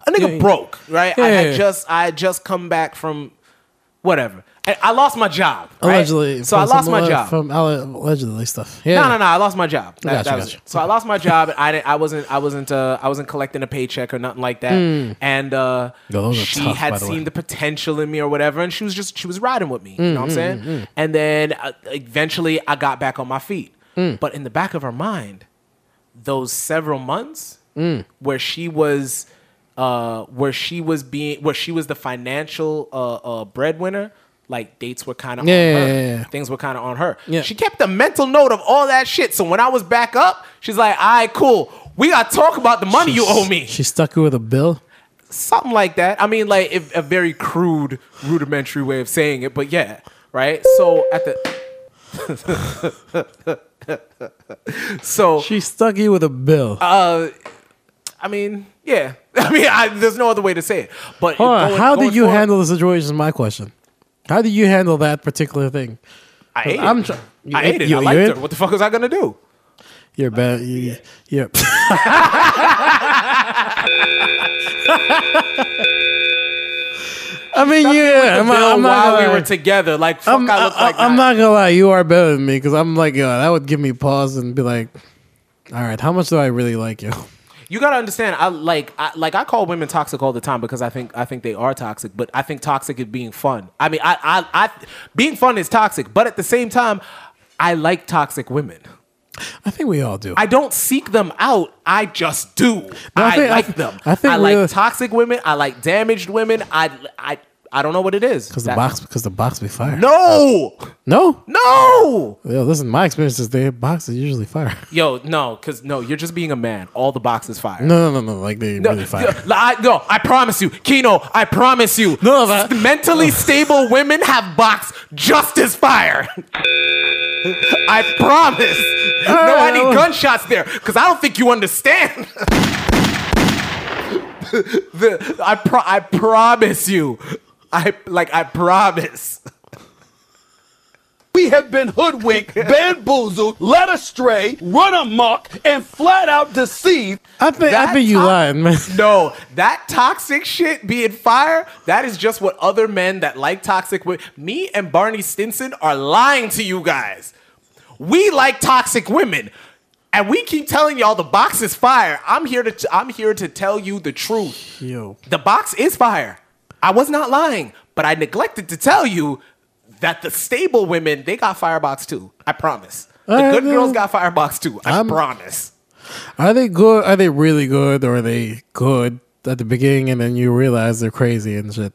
Speaker 2: a nigga
Speaker 1: Yeah.
Speaker 2: broke, right? I
Speaker 1: Yeah.
Speaker 2: had just I had just come back from whatever. I, I lost my job, right?
Speaker 1: Allegedly,
Speaker 2: So I
Speaker 1: from
Speaker 2: lost
Speaker 1: some
Speaker 2: my
Speaker 1: alle-
Speaker 2: job
Speaker 1: from alle- allegedly stuff. Yeah,
Speaker 2: no, no, no. I lost my job.
Speaker 1: Gotcha,
Speaker 2: That- that was
Speaker 1: gotcha.
Speaker 2: it. So I lost my job. And I didn't. I wasn't. I wasn't. Uh, I wasn't collecting a paycheck or nothing like that. And uh,
Speaker 1: Mm. Yo, those are
Speaker 2: she
Speaker 1: tough, by
Speaker 2: had
Speaker 1: the
Speaker 2: seen
Speaker 1: way. Mm,
Speaker 2: the potential in me or whatever, and she was just she was riding with me. you know what I'm saying? And then uh, eventually, I got back on my feet.
Speaker 1: Mm.
Speaker 2: But in the back of her mind, those several months
Speaker 1: Mm.
Speaker 2: where she was uh, where she was being where she was the financial uh, uh, breadwinner like dates were kind of
Speaker 1: Yeah,
Speaker 2: on her.
Speaker 1: yeah, yeah, yeah.
Speaker 2: things were kind of on her
Speaker 1: Yeah.
Speaker 2: she kept a mental note of all that shit so when i was back up she's like all right cool we gotta talk about the money you owe me
Speaker 1: She stuck you with a bill.
Speaker 2: something like that i mean like if, a very crude rudimentary way of saying it but yeah right so at the so uh,
Speaker 1: She stuck you with a bill.
Speaker 2: I mean, yeah. I mean, I, there's no other way to say it. But
Speaker 1: Hold on,
Speaker 2: going-
Speaker 1: how
Speaker 2: going
Speaker 1: did you
Speaker 2: forward,
Speaker 1: handle the situation? Is my question. How did you handle that particular thing?
Speaker 2: I ate
Speaker 1: I'm
Speaker 2: it.
Speaker 1: try- you
Speaker 2: I
Speaker 1: ate-
Speaker 2: ate it.
Speaker 1: you-
Speaker 2: I
Speaker 1: you
Speaker 2: liked
Speaker 1: ate?
Speaker 2: her. What the fuck was I gonna do?
Speaker 1: You're bad. You, you're. I mean, yeah. I'm,
Speaker 2: Bill,
Speaker 1: not- I'm not
Speaker 2: while
Speaker 1: gonna
Speaker 2: we
Speaker 1: lie.
Speaker 2: were together, like fuck,
Speaker 1: I'm,
Speaker 2: I look
Speaker 1: I-
Speaker 2: like
Speaker 1: I'm
Speaker 2: that.
Speaker 1: not gonna lie. You are better than me because I'm like, yo, that would give me pause and be like, all right, how much do I really like you?
Speaker 2: You gotta understand. I like, I, like I call women toxic all the time because I think I think they are toxic. But I think toxic is being fun. I mean, I, I, I being fun is toxic. But at the same time, I like toxic women.
Speaker 1: I think we all do.
Speaker 2: I don't seek them out. I just do. I,
Speaker 1: think- I
Speaker 2: like
Speaker 1: th-
Speaker 2: them.
Speaker 1: I
Speaker 2: I,
Speaker 1: think
Speaker 2: like
Speaker 1: we're-
Speaker 2: toxic women. I like damaged women. I I I don't know what it is.
Speaker 1: Because the box, because the box be fire.
Speaker 2: No,
Speaker 1: no,
Speaker 2: no,
Speaker 1: Yo, listen, my experience is the box is usually fire.
Speaker 2: yo, no, because no, you're just being a man. All the boxes fire.
Speaker 1: No, no, no, no, like they
Speaker 2: No,
Speaker 1: really fire.
Speaker 2: yo, I, no, I promise you, Kino. I promise you.
Speaker 1: No, but-
Speaker 2: mentally stable women have box just as fire. I promise. no, I
Speaker 1: right,
Speaker 2: need
Speaker 1: well-
Speaker 2: gunshots there because I don't think you understand. the, I pro- I promise you. I like I promise.
Speaker 4: We have been hoodwinked, bamboozled, led astray, run amok, and flat out deceived.
Speaker 1: I think I
Speaker 2: That
Speaker 1: think you
Speaker 2: time-
Speaker 1: lying, man.
Speaker 2: No, that toxic shit being fire, that is just what other men that like toxic women. Me and Barney Stinson are lying to you guys. We like toxic women. And we keep telling y'all the box is fire. I'm here to I'm here to tell you the truth.
Speaker 1: Yo,
Speaker 2: The box is fire. I was not lying, but I neglected to tell you that the stable women, they got firebox too. I promise. The
Speaker 1: All right,
Speaker 2: good
Speaker 1: then.
Speaker 2: girls got firebox too. I
Speaker 1: I'm-
Speaker 2: promise.
Speaker 1: are they good? Are they really good, or are they good at the beginning and then you realize they're crazy and shit?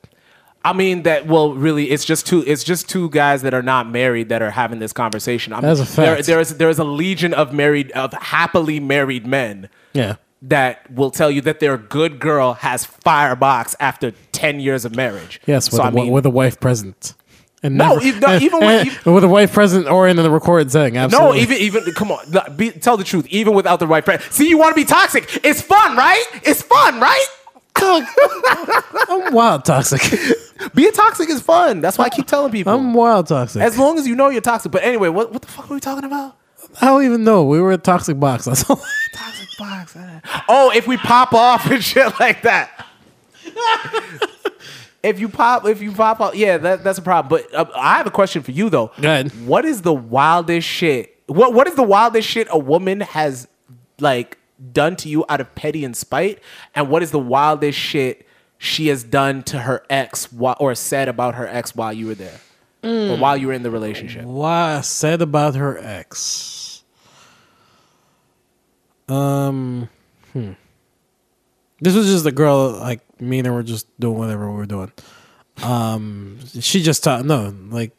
Speaker 2: I mean that. Well, really, it's just two. It's just two guys that are not married that are having this conversation. I mean,
Speaker 1: That's a
Speaker 2: There,
Speaker 1: fact.
Speaker 2: there is there is a legion of married of happily married men
Speaker 1: Yeah,
Speaker 2: that will tell you that their good girl has firebox after ten years of marriage.
Speaker 1: yes, with,
Speaker 2: so
Speaker 1: a,
Speaker 2: I mean,
Speaker 1: with a wife present. And
Speaker 2: No, if- no, even when
Speaker 1: and-
Speaker 2: you-
Speaker 1: with a wife present or in the recorded setting.
Speaker 2: no,
Speaker 1: Absolutely.
Speaker 2: even even come on, no, be, tell the truth. Even without the right friend, see, you want to be toxic. It's fun, right? It's fun, right?
Speaker 1: Look, I'm wild toxic.
Speaker 2: Being toxic is fun. That's why I keep telling people.
Speaker 1: I'm wild toxic.
Speaker 2: as long as you know you're toxic. But anyway, what, what the fuck are we talking about?
Speaker 1: I don't even know. We were a toxic box. That's all.
Speaker 2: Toxic box. eh. Oh, if we pop off and shit like that. if you pop, if you pop off, yeah, that, that's a problem. But uh, I have a question for you though.
Speaker 1: Go ahead.
Speaker 2: What is the wildest shit? What What is the wildest shit a woman has like done to you out of petty and spite? And what is the wildest shit she has done to her ex wh- or said about her ex while you were there
Speaker 1: Mm.
Speaker 2: or while you were in the relationship?
Speaker 1: Why I said about her ex. Um, hmm. This was just a girl like me and her were just doing whatever we were doing. Um, she just taught no like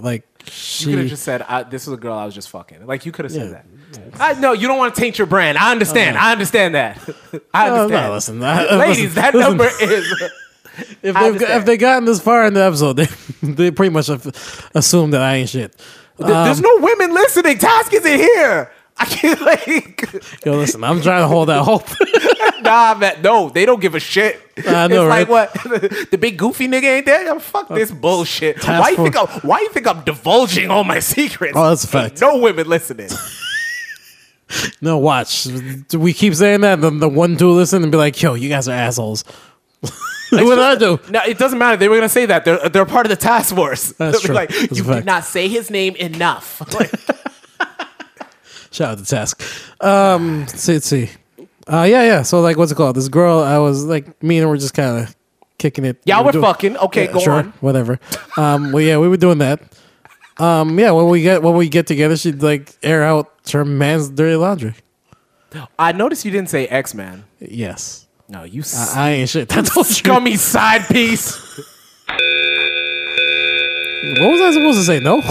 Speaker 1: like
Speaker 2: You
Speaker 1: she.
Speaker 2: could have just said, I, "This was a girl I was just fucking." Like you could have said that. I no, you don't want to taint your brand. I understand. I understand that. I
Speaker 1: No, no,
Speaker 2: understand.
Speaker 1: listen, I-
Speaker 2: ladies,
Speaker 1: listen,
Speaker 2: that
Speaker 1: listen.
Speaker 2: number is.
Speaker 1: if
Speaker 2: I
Speaker 1: they've got-
Speaker 2: understand.
Speaker 1: if they gotten this far in the episode, they they pretty much have assumed that I ain't shit.
Speaker 2: Th- There's no women listening. Task is in here. I can't like.
Speaker 1: Yo, listen, I'm trying to hold that hope.
Speaker 2: Nah, man. No, they don't give a shit.
Speaker 1: I know,
Speaker 2: it's like
Speaker 1: right? Uh,
Speaker 2: what the big goofy nigga ain't there. Fuck this bullshit.
Speaker 1: task
Speaker 2: Why you
Speaker 1: force.
Speaker 2: think? I'm, why you think I'm divulging all my secrets?
Speaker 1: Oh, that's a
Speaker 2: Ain't
Speaker 1: fact.
Speaker 2: No women listening.
Speaker 1: no, watch. We keep saying that, then the one two listen and be like, "Yo, you guys are assholes." what I do?
Speaker 2: No, it doesn't matter. They were gonna say that. They're they're part of the task force.
Speaker 1: That's
Speaker 2: They'll be
Speaker 1: true.
Speaker 2: Like
Speaker 1: That's a
Speaker 2: you did
Speaker 1: fact.
Speaker 2: not say his name enough. Like,
Speaker 1: Shout out to Task. Um, let's see, let's see. Uh, yeah, yeah. So like, what's it called? This girl, I was like, me and her were just kind of kicking it.
Speaker 2: Y'all
Speaker 1: We
Speaker 2: were
Speaker 1: doing-
Speaker 2: fucking. Okay,
Speaker 1: Yeah,
Speaker 2: go
Speaker 1: sure,
Speaker 2: on.
Speaker 1: whatever. Um, well, yeah, we were doing that. Um, yeah, when we get when we get together, she'd like air out her man's dirty laundry.
Speaker 2: I noticed you didn't say X Man.
Speaker 1: Yes,
Speaker 2: No, you
Speaker 1: I ain't shit. That's all you. What
Speaker 2: scummy side piece.
Speaker 1: was I supposed to say? No.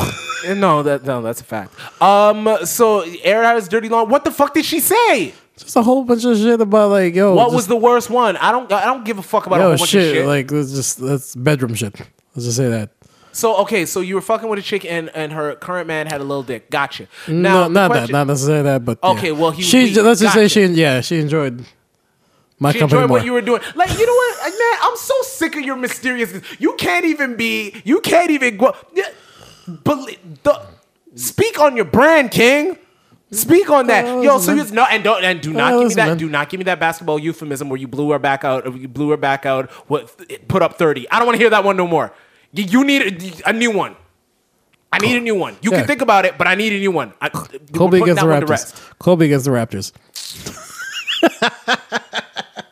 Speaker 2: no, that no, that's a fact. Um, so air out is dirty long. What the fuck did she say?
Speaker 1: just a whole bunch of shit about like, yo,
Speaker 2: What
Speaker 1: just-
Speaker 2: was the worst one? I don't I don't give a fuck about a
Speaker 1: yo
Speaker 2: whole bunch
Speaker 1: shit,
Speaker 2: of shit.
Speaker 1: Like, let's just that's bedroom shit. Let's just say that.
Speaker 2: so okay, so you were fucking with a chick and and her current man had a little dick. Gotcha.
Speaker 1: No,
Speaker 2: Now, the
Speaker 1: not
Speaker 2: question-
Speaker 1: that, not necessarily that, but yeah.
Speaker 2: Okay, well, he was
Speaker 1: she
Speaker 2: weak.
Speaker 1: let's just say
Speaker 2: Gotcha.
Speaker 1: she yeah she enjoyed my
Speaker 2: She
Speaker 1: company
Speaker 2: enjoyed
Speaker 1: more.
Speaker 2: what you were doing. Like, you know what, Uh, man? I'm so sick of your mysteriousness. You can't even be. You can't even go. Yeah, Bel the, speak on your brand, King. Speak on that,
Speaker 1: Oh,
Speaker 2: yo.
Speaker 1: listen,
Speaker 2: So you
Speaker 1: man.
Speaker 2: no, and don't and do not
Speaker 1: Oh,
Speaker 2: give me
Speaker 1: listen,
Speaker 2: that.
Speaker 1: man.
Speaker 2: Do not give me that basketball euphemism where you blew her back out. You blew her back out. What? Put up thirty. I don't want to hear that one no more. You, you need a, a new one. I need a new one. You
Speaker 1: Yeah.
Speaker 2: can think about it, but I need a new one. I,
Speaker 1: Kobe
Speaker 2: we're putting
Speaker 1: against
Speaker 2: that
Speaker 1: the
Speaker 2: one to
Speaker 1: Raptors.
Speaker 2: rest.
Speaker 1: Kobe against the Raptors.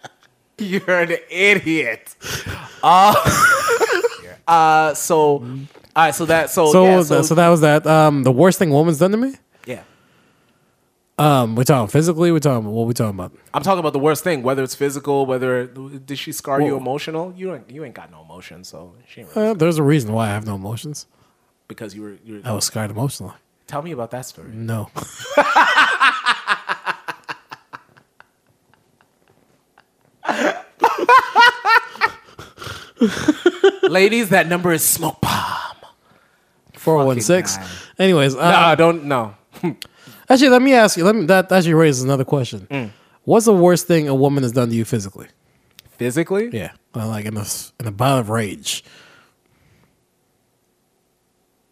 Speaker 2: You're an idiot. Uh, uh so all right, so that so,
Speaker 1: So,
Speaker 2: Oh, yeah,
Speaker 1: so,
Speaker 2: so,
Speaker 1: that, so that was that. Um, the worst thing woman's done to me.
Speaker 2: yeah.
Speaker 1: Um, we're talking physically. We're talking what we talking about.
Speaker 2: I'm talking about the worst thing, whether it's physical, whether did she scar you
Speaker 1: Well-
Speaker 2: emotional? You ain't you ain't got no emotion, so she ain't really,
Speaker 1: Uh, there's a reason why I have no emotions.
Speaker 2: because you were you were
Speaker 1: I was scarred emotionally.
Speaker 2: tell me about that story.
Speaker 1: No.
Speaker 2: Ladies, that number is smoke bomb.
Speaker 1: Four one six.
Speaker 2: guy.
Speaker 1: Anyways, uh,
Speaker 2: No, don't no.
Speaker 1: actually, let me ask you. Let me that actually raises another question.
Speaker 2: Mm.
Speaker 1: What's the worst thing a woman has done to you physically?
Speaker 2: Physically?
Speaker 1: Yeah, Uh, like in the in a bout of rage.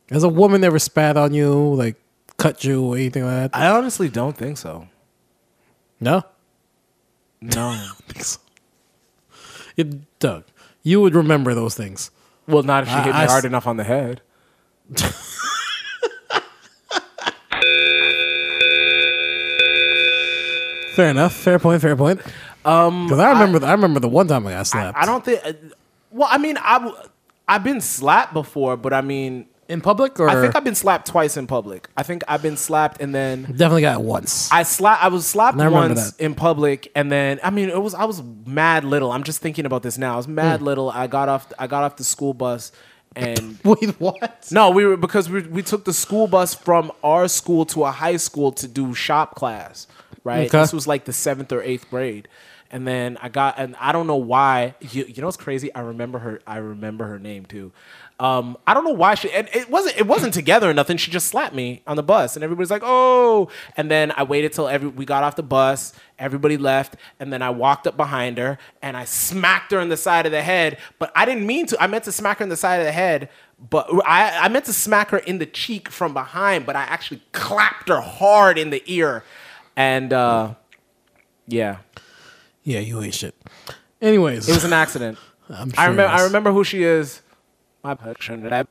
Speaker 1: Has a woman ever spat on you, like cut you, or anything like that?
Speaker 2: I honestly don't think so.
Speaker 1: no,
Speaker 2: No.
Speaker 1: it, Doug, you would remember those things.
Speaker 2: well, not if she hit me
Speaker 1: I- I-
Speaker 2: hard enough on the head.
Speaker 1: Fair enough. Fair point. Fair point. Um, because I remember, the, I remember the one time I got slapped.
Speaker 2: I don't think. uh, Well, I mean, I w- I've been slapped before, but I mean,
Speaker 1: in public, or
Speaker 2: I think I've been slapped twice in public. I think I've been slapped, and then
Speaker 1: definitely got it once.
Speaker 2: I slap. I was slapped
Speaker 1: And I remember
Speaker 2: once
Speaker 1: that.
Speaker 2: in public, and then I mean, it was I was mad little. I'm just thinking about this now. I was
Speaker 1: Hmm.
Speaker 2: mad little. I got off. I got off the school bus, and
Speaker 1: Wait, what?
Speaker 2: no, we were because we we took the school bus from our school to a high school to do shop class. Right,
Speaker 1: Okay.
Speaker 2: this was like the seventh or eighth grade, And then I got, and I don't know why. You, you know what's crazy? I remember her. I remember her name too. Um, I don't know why she. And it wasn't. It wasn't together or nothing. She just slapped me on the bus, and everybody's like, "Oh!" And then I waited till every we got off the bus. Everybody left, and then I walked up behind her and I smacked her in the side of the head. But I didn't mean to. I meant to smack her in the side of the head, but I, I meant to smack her in the cheek from behind, but I actually clapped her hard in the ear. And uh, yeah,
Speaker 1: Yeah, you ain't shit. Anyways,
Speaker 2: it was an accident.
Speaker 1: I'm sure
Speaker 2: I remember.
Speaker 1: it
Speaker 2: I
Speaker 1: was.
Speaker 2: remember who she is. My picture that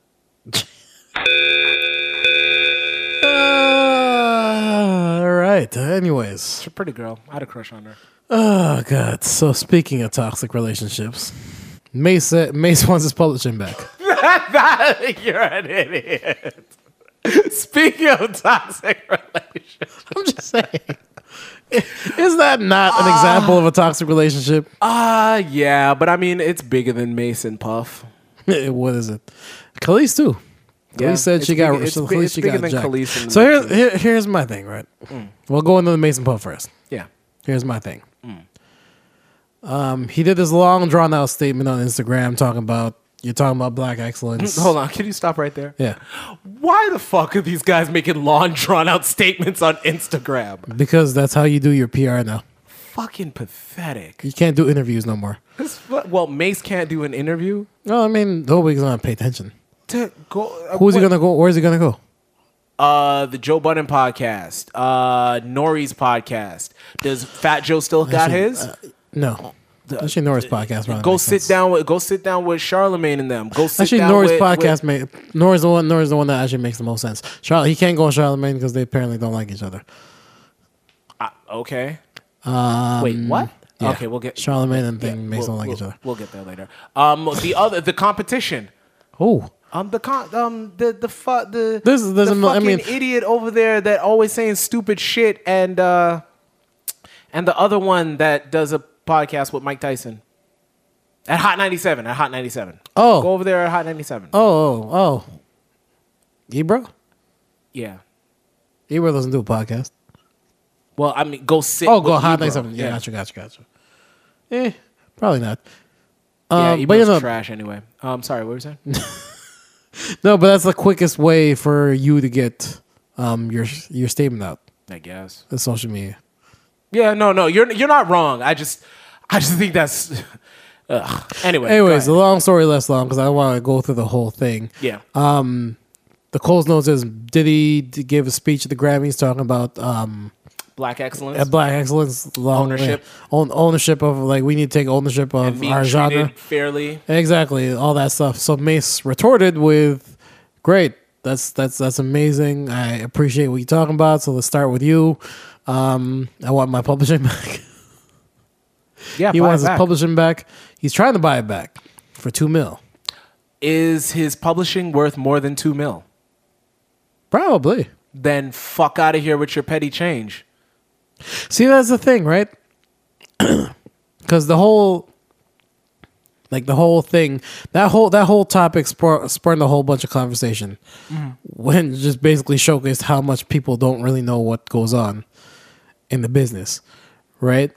Speaker 1: Uh, all right. Anyways,
Speaker 2: she's a pretty girl. I had a crush on her.
Speaker 1: oh god. So speaking of toxic relationships, Mace Mace wants his publishing back.
Speaker 2: You're an idiot. Speaking of toxic relationships,
Speaker 1: I'm just saying. Is that not an example of a toxic relationship?
Speaker 2: uh yeah, but I mean it's bigger than Mason Puff.
Speaker 1: what is it? Khalees too.
Speaker 2: Yeah,
Speaker 1: Khalees said
Speaker 2: it's
Speaker 1: she got.
Speaker 2: big- it's
Speaker 1: so
Speaker 2: bi-
Speaker 1: Khalees
Speaker 2: it's
Speaker 1: she
Speaker 2: bigger
Speaker 1: got
Speaker 2: than
Speaker 1: jacked.
Speaker 2: Khalees Mm. and-
Speaker 1: So here, here, here's my thing, right? We'll go into the Mason Puff first.
Speaker 2: Yeah,
Speaker 1: Here's my thing.
Speaker 2: Mm.
Speaker 1: Um, he did this long, drawn out statement on Instagram talking about you're talking about black excellence.
Speaker 2: hold on. Can you stop right there?
Speaker 1: Yeah,
Speaker 2: Why the fuck are these guys making long, drawn out statements on Instagram?
Speaker 1: because that's how you do your PR now.
Speaker 2: Fucking pathetic.
Speaker 1: You can't do interviews no more.
Speaker 2: This fu- well, Mace can't do an interview.
Speaker 1: No, I mean nobody's gonna pay attention.
Speaker 2: To go, uh,
Speaker 1: Who's he
Speaker 2: what-
Speaker 1: gonna go? Where's he gonna go?
Speaker 2: Uh, the Joe Budden podcast, uh, Nori's podcast. Does Fat Joe still got
Speaker 1: Actually,
Speaker 2: his? Oh,
Speaker 1: uh, no, actually Norris podcast. probably
Speaker 2: go
Speaker 1: makes
Speaker 2: sit
Speaker 1: sense.
Speaker 2: down with go sit down with Charlemagne and them. Go sit
Speaker 1: Actually,
Speaker 2: down
Speaker 1: Norris
Speaker 2: with,
Speaker 1: podcast. Make, Norris the one. Norris the one that actually makes the most sense. Charlotte, he can't go on Charlemagne because they apparently don't like each other.
Speaker 2: with- okay. Wait, what?
Speaker 1: Um, Yeah.
Speaker 2: Okay, we'll get
Speaker 1: Charlemagne and thing
Speaker 2: yeah,
Speaker 1: makes them
Speaker 2: we'll-
Speaker 1: like
Speaker 2: we'll-
Speaker 1: each other.
Speaker 2: We'll get there later. Um, the other the competition.
Speaker 1: Oh,
Speaker 2: Um, the con, um, the the fu- the
Speaker 1: There's- there's
Speaker 2: the
Speaker 1: a mil- I
Speaker 2: fucking
Speaker 1: mean-
Speaker 2: idiot over there that always saying stupid shit, and uh, and the other one that does a podcast with Mike Tyson at Hot ninety seven at Hot ninety seven.
Speaker 1: Oh.
Speaker 2: go over there at Hot ninety seven.
Speaker 1: oh, oh, oh. Ebro,
Speaker 2: yeah.
Speaker 1: Ebro doesn't do a podcast.
Speaker 2: Well, I mean, go sit.
Speaker 1: Oh,
Speaker 2: with
Speaker 1: go hot
Speaker 2: Ebro.
Speaker 1: night something. Yeah, gotcha, gotcha, gotcha. Eh, probably not.
Speaker 2: yeah,
Speaker 1: Um, but
Speaker 2: Ebro's
Speaker 1: you know-
Speaker 2: trash anyway. Um, sorry, what were you saying?
Speaker 1: No, but that's the quickest way for you to get um your your statement out.
Speaker 2: I guess.
Speaker 1: The social media.
Speaker 2: Yeah, no, no, you're you're not wrong. I just, I just think that's. Ugh. Anyway. go
Speaker 1: Anyways, the
Speaker 2: ahead.
Speaker 1: long story less long because I don't want to go through the whole thing.
Speaker 2: yeah.
Speaker 1: uh, The Coles notes is Diddy d- gave a speech at the Grammys talking about um
Speaker 2: Black excellence.
Speaker 1: at black excellence long,
Speaker 2: Ownership.
Speaker 1: own, ownership of like we need to take ownership of
Speaker 2: being
Speaker 1: our genre.
Speaker 2: treated fairly.
Speaker 1: Exactly, all that stuff. So Mace retorted with, "Great, that's that's that's amazing. I appreciate what you're talking about. So let's start with you. Um, I want my publishing back.
Speaker 2: Yeah,
Speaker 1: he
Speaker 2: buy
Speaker 1: wants
Speaker 2: it
Speaker 1: his
Speaker 2: back.
Speaker 1: publishing back. He's trying to buy it back for two mil,
Speaker 2: Is his publishing worth more than two mil?
Speaker 1: probably.
Speaker 2: Then fuck out of here with your petty change.
Speaker 1: See, that's the thing, right? Because the whole, like the whole thing, that whole that whole topic spar- spawned a whole bunch of conversation,
Speaker 2: Mm-hmm.
Speaker 1: when it just basically showcased how much people don't really know what goes on in the business, right?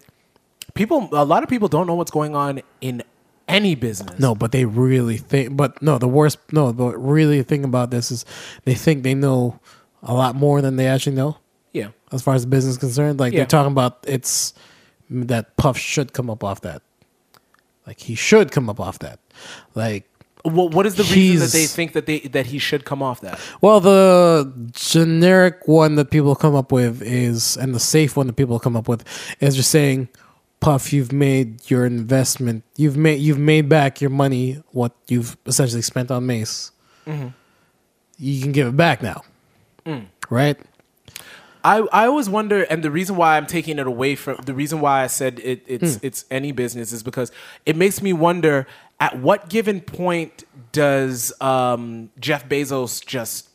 Speaker 2: People, a lot of people don't know what's going on in any business.
Speaker 1: No, but they really think. But no, the worst. No, but really thing about this is they think they know a lot more than they actually know.
Speaker 2: Yeah.
Speaker 1: as far as the business is concerned. Like
Speaker 2: Yeah.
Speaker 1: they're talking about it's that Puff should come up off that. Like he should come up off that. Like
Speaker 2: Well, what is the reason that
Speaker 1: He's-
Speaker 2: they think that they that he should come off that?
Speaker 1: well, the generic one that people come up with is, and the safe one that people come up with is just saying, "Puff, you've made your investment. You've made you've made back your money. What you've essentially spent on Mace,
Speaker 2: Mm-hmm.
Speaker 1: you can give it back now,
Speaker 2: Mm.
Speaker 1: right?
Speaker 2: I, I always wonder, and the reason why I'm taking it away from the reason why I said it, it's
Speaker 1: Hmm.
Speaker 2: it's any business is because it makes me wonder at what given point does um, Jeff Bezos just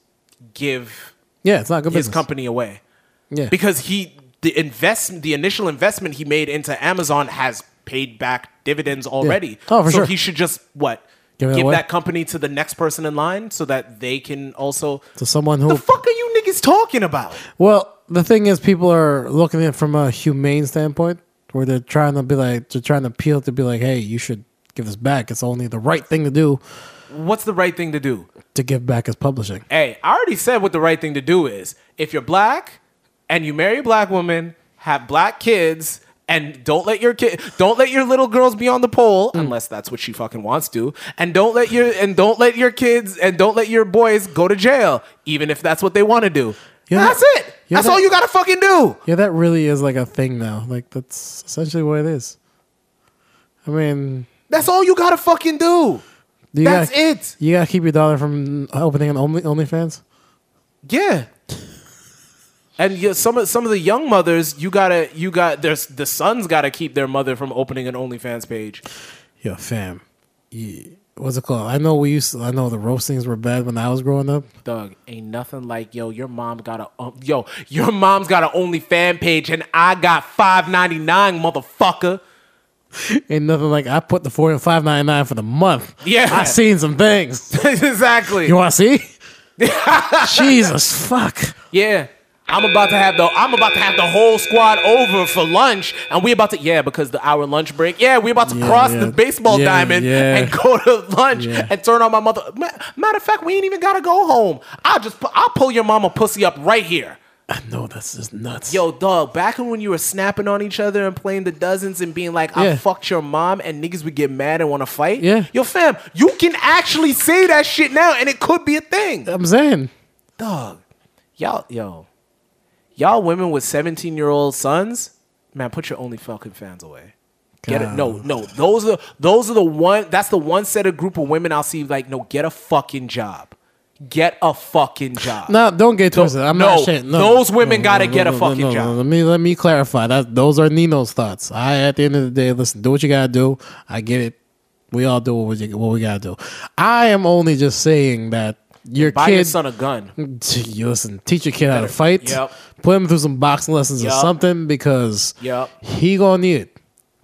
Speaker 2: give
Speaker 1: Yeah, it's not good
Speaker 2: his
Speaker 1: business.
Speaker 2: company away
Speaker 1: yeah,
Speaker 2: because he the investment the initial investment he made into Amazon has paid back dividends already.
Speaker 1: Oh, for
Speaker 2: so
Speaker 1: sure.
Speaker 2: he should just what
Speaker 1: Give it
Speaker 2: give
Speaker 1: away?
Speaker 2: that company to the next person in line so that they can also.
Speaker 1: to someone who
Speaker 2: The fuck are you niggas talking about?
Speaker 1: Well, the thing is, people are looking at it from a humane standpoint, where they're trying to be like they're trying to appeal to be like, hey, you should give this back. It's only the right thing to do
Speaker 2: What's the right thing to do?
Speaker 1: to give back his publishing.
Speaker 2: Hey, I already said what the right thing to do is. If you're black and you marry a black woman, have black kids, and don't let your kid don't let your little girls be on the pole unless that's what she fucking wants to. And don't let your and don't let your kids and don't let your boys go to jail, even if that's what they want to do.
Speaker 1: Yeah,
Speaker 2: that's
Speaker 1: that-
Speaker 2: it.
Speaker 1: yeah,
Speaker 2: that's
Speaker 1: that-
Speaker 2: all you gotta fucking do.
Speaker 1: Yeah, that really is like a thing now. Like that's essentially what it is. I mean,
Speaker 2: That's all you gotta fucking do.
Speaker 1: you
Speaker 2: That's
Speaker 1: gotta,
Speaker 2: it.
Speaker 1: You gotta keep your daughter from opening an Only OnlyFans.
Speaker 2: Yeah. And yeah, some of some of the young mothers, you gotta you got there's the sons gotta keep their mother from opening an OnlyFans page.
Speaker 1: Yo, fam. Yeah. What's it called? I know we used. To, I know the roastings were bad when I was growing up.
Speaker 2: Doug, ain't nothing like yo. Your mom got a um, yo. Your mom's got an OnlyFan page, and I got five ninety nine, motherfucker.
Speaker 1: Ain't nothing like I put the four and five ninety nine for the month.
Speaker 2: Yeah.
Speaker 1: I seen some things.
Speaker 2: exactly.
Speaker 1: You want to see? Jesus fuck.
Speaker 2: yeah, I'm about to have the I'm about to have the whole squad over for lunch, and we about to yeah because the hour lunch break. Yeah, we about to
Speaker 1: Yeah,
Speaker 2: cross
Speaker 1: yeah.
Speaker 2: the baseball
Speaker 1: Yeah,
Speaker 2: diamond
Speaker 1: yeah.
Speaker 2: and go to lunch
Speaker 1: Yeah.
Speaker 2: and turn on my mother. Ma- Matter of fact, we ain't even gotta go home. I'll just pu- I'll pull your mama pussy up right here.
Speaker 1: I know that's just nuts.
Speaker 2: Yo, dog, back when you were snapping on each other and playing the dozens and being like, I
Speaker 1: Yeah.
Speaker 2: fucked your mom and niggas would get mad and want to fight.
Speaker 1: Yeah.
Speaker 2: Yo, fam, you can actually say that shit now and it could be a thing.
Speaker 1: I'm saying.
Speaker 2: Dog, y'all, yo, y'all women with 17 year old sons, man, put your only fucking fans away. Get it? No, no. Those are those are the one. That's the one set of group of women I'll see. Like, no, get a fucking job. Get a fucking job.
Speaker 1: No, don't get twisted. I'm
Speaker 2: no,
Speaker 1: not shit. No,
Speaker 2: those women gotta get a fucking
Speaker 1: no, no.
Speaker 2: job.
Speaker 1: Let me let me clarify. That those are Nino's thoughts. I at the end of the day, listen, do what you gotta do. I get it. We all do what we, what we gotta do. I am only just saying that your
Speaker 2: Buy
Speaker 1: kid.
Speaker 2: your son a gun.
Speaker 1: you listen, teach your kid how to fight.
Speaker 2: Yep.
Speaker 1: Put him through some boxing lessons or
Speaker 2: Yep.
Speaker 1: something because
Speaker 2: Yep.
Speaker 1: he gonna need it.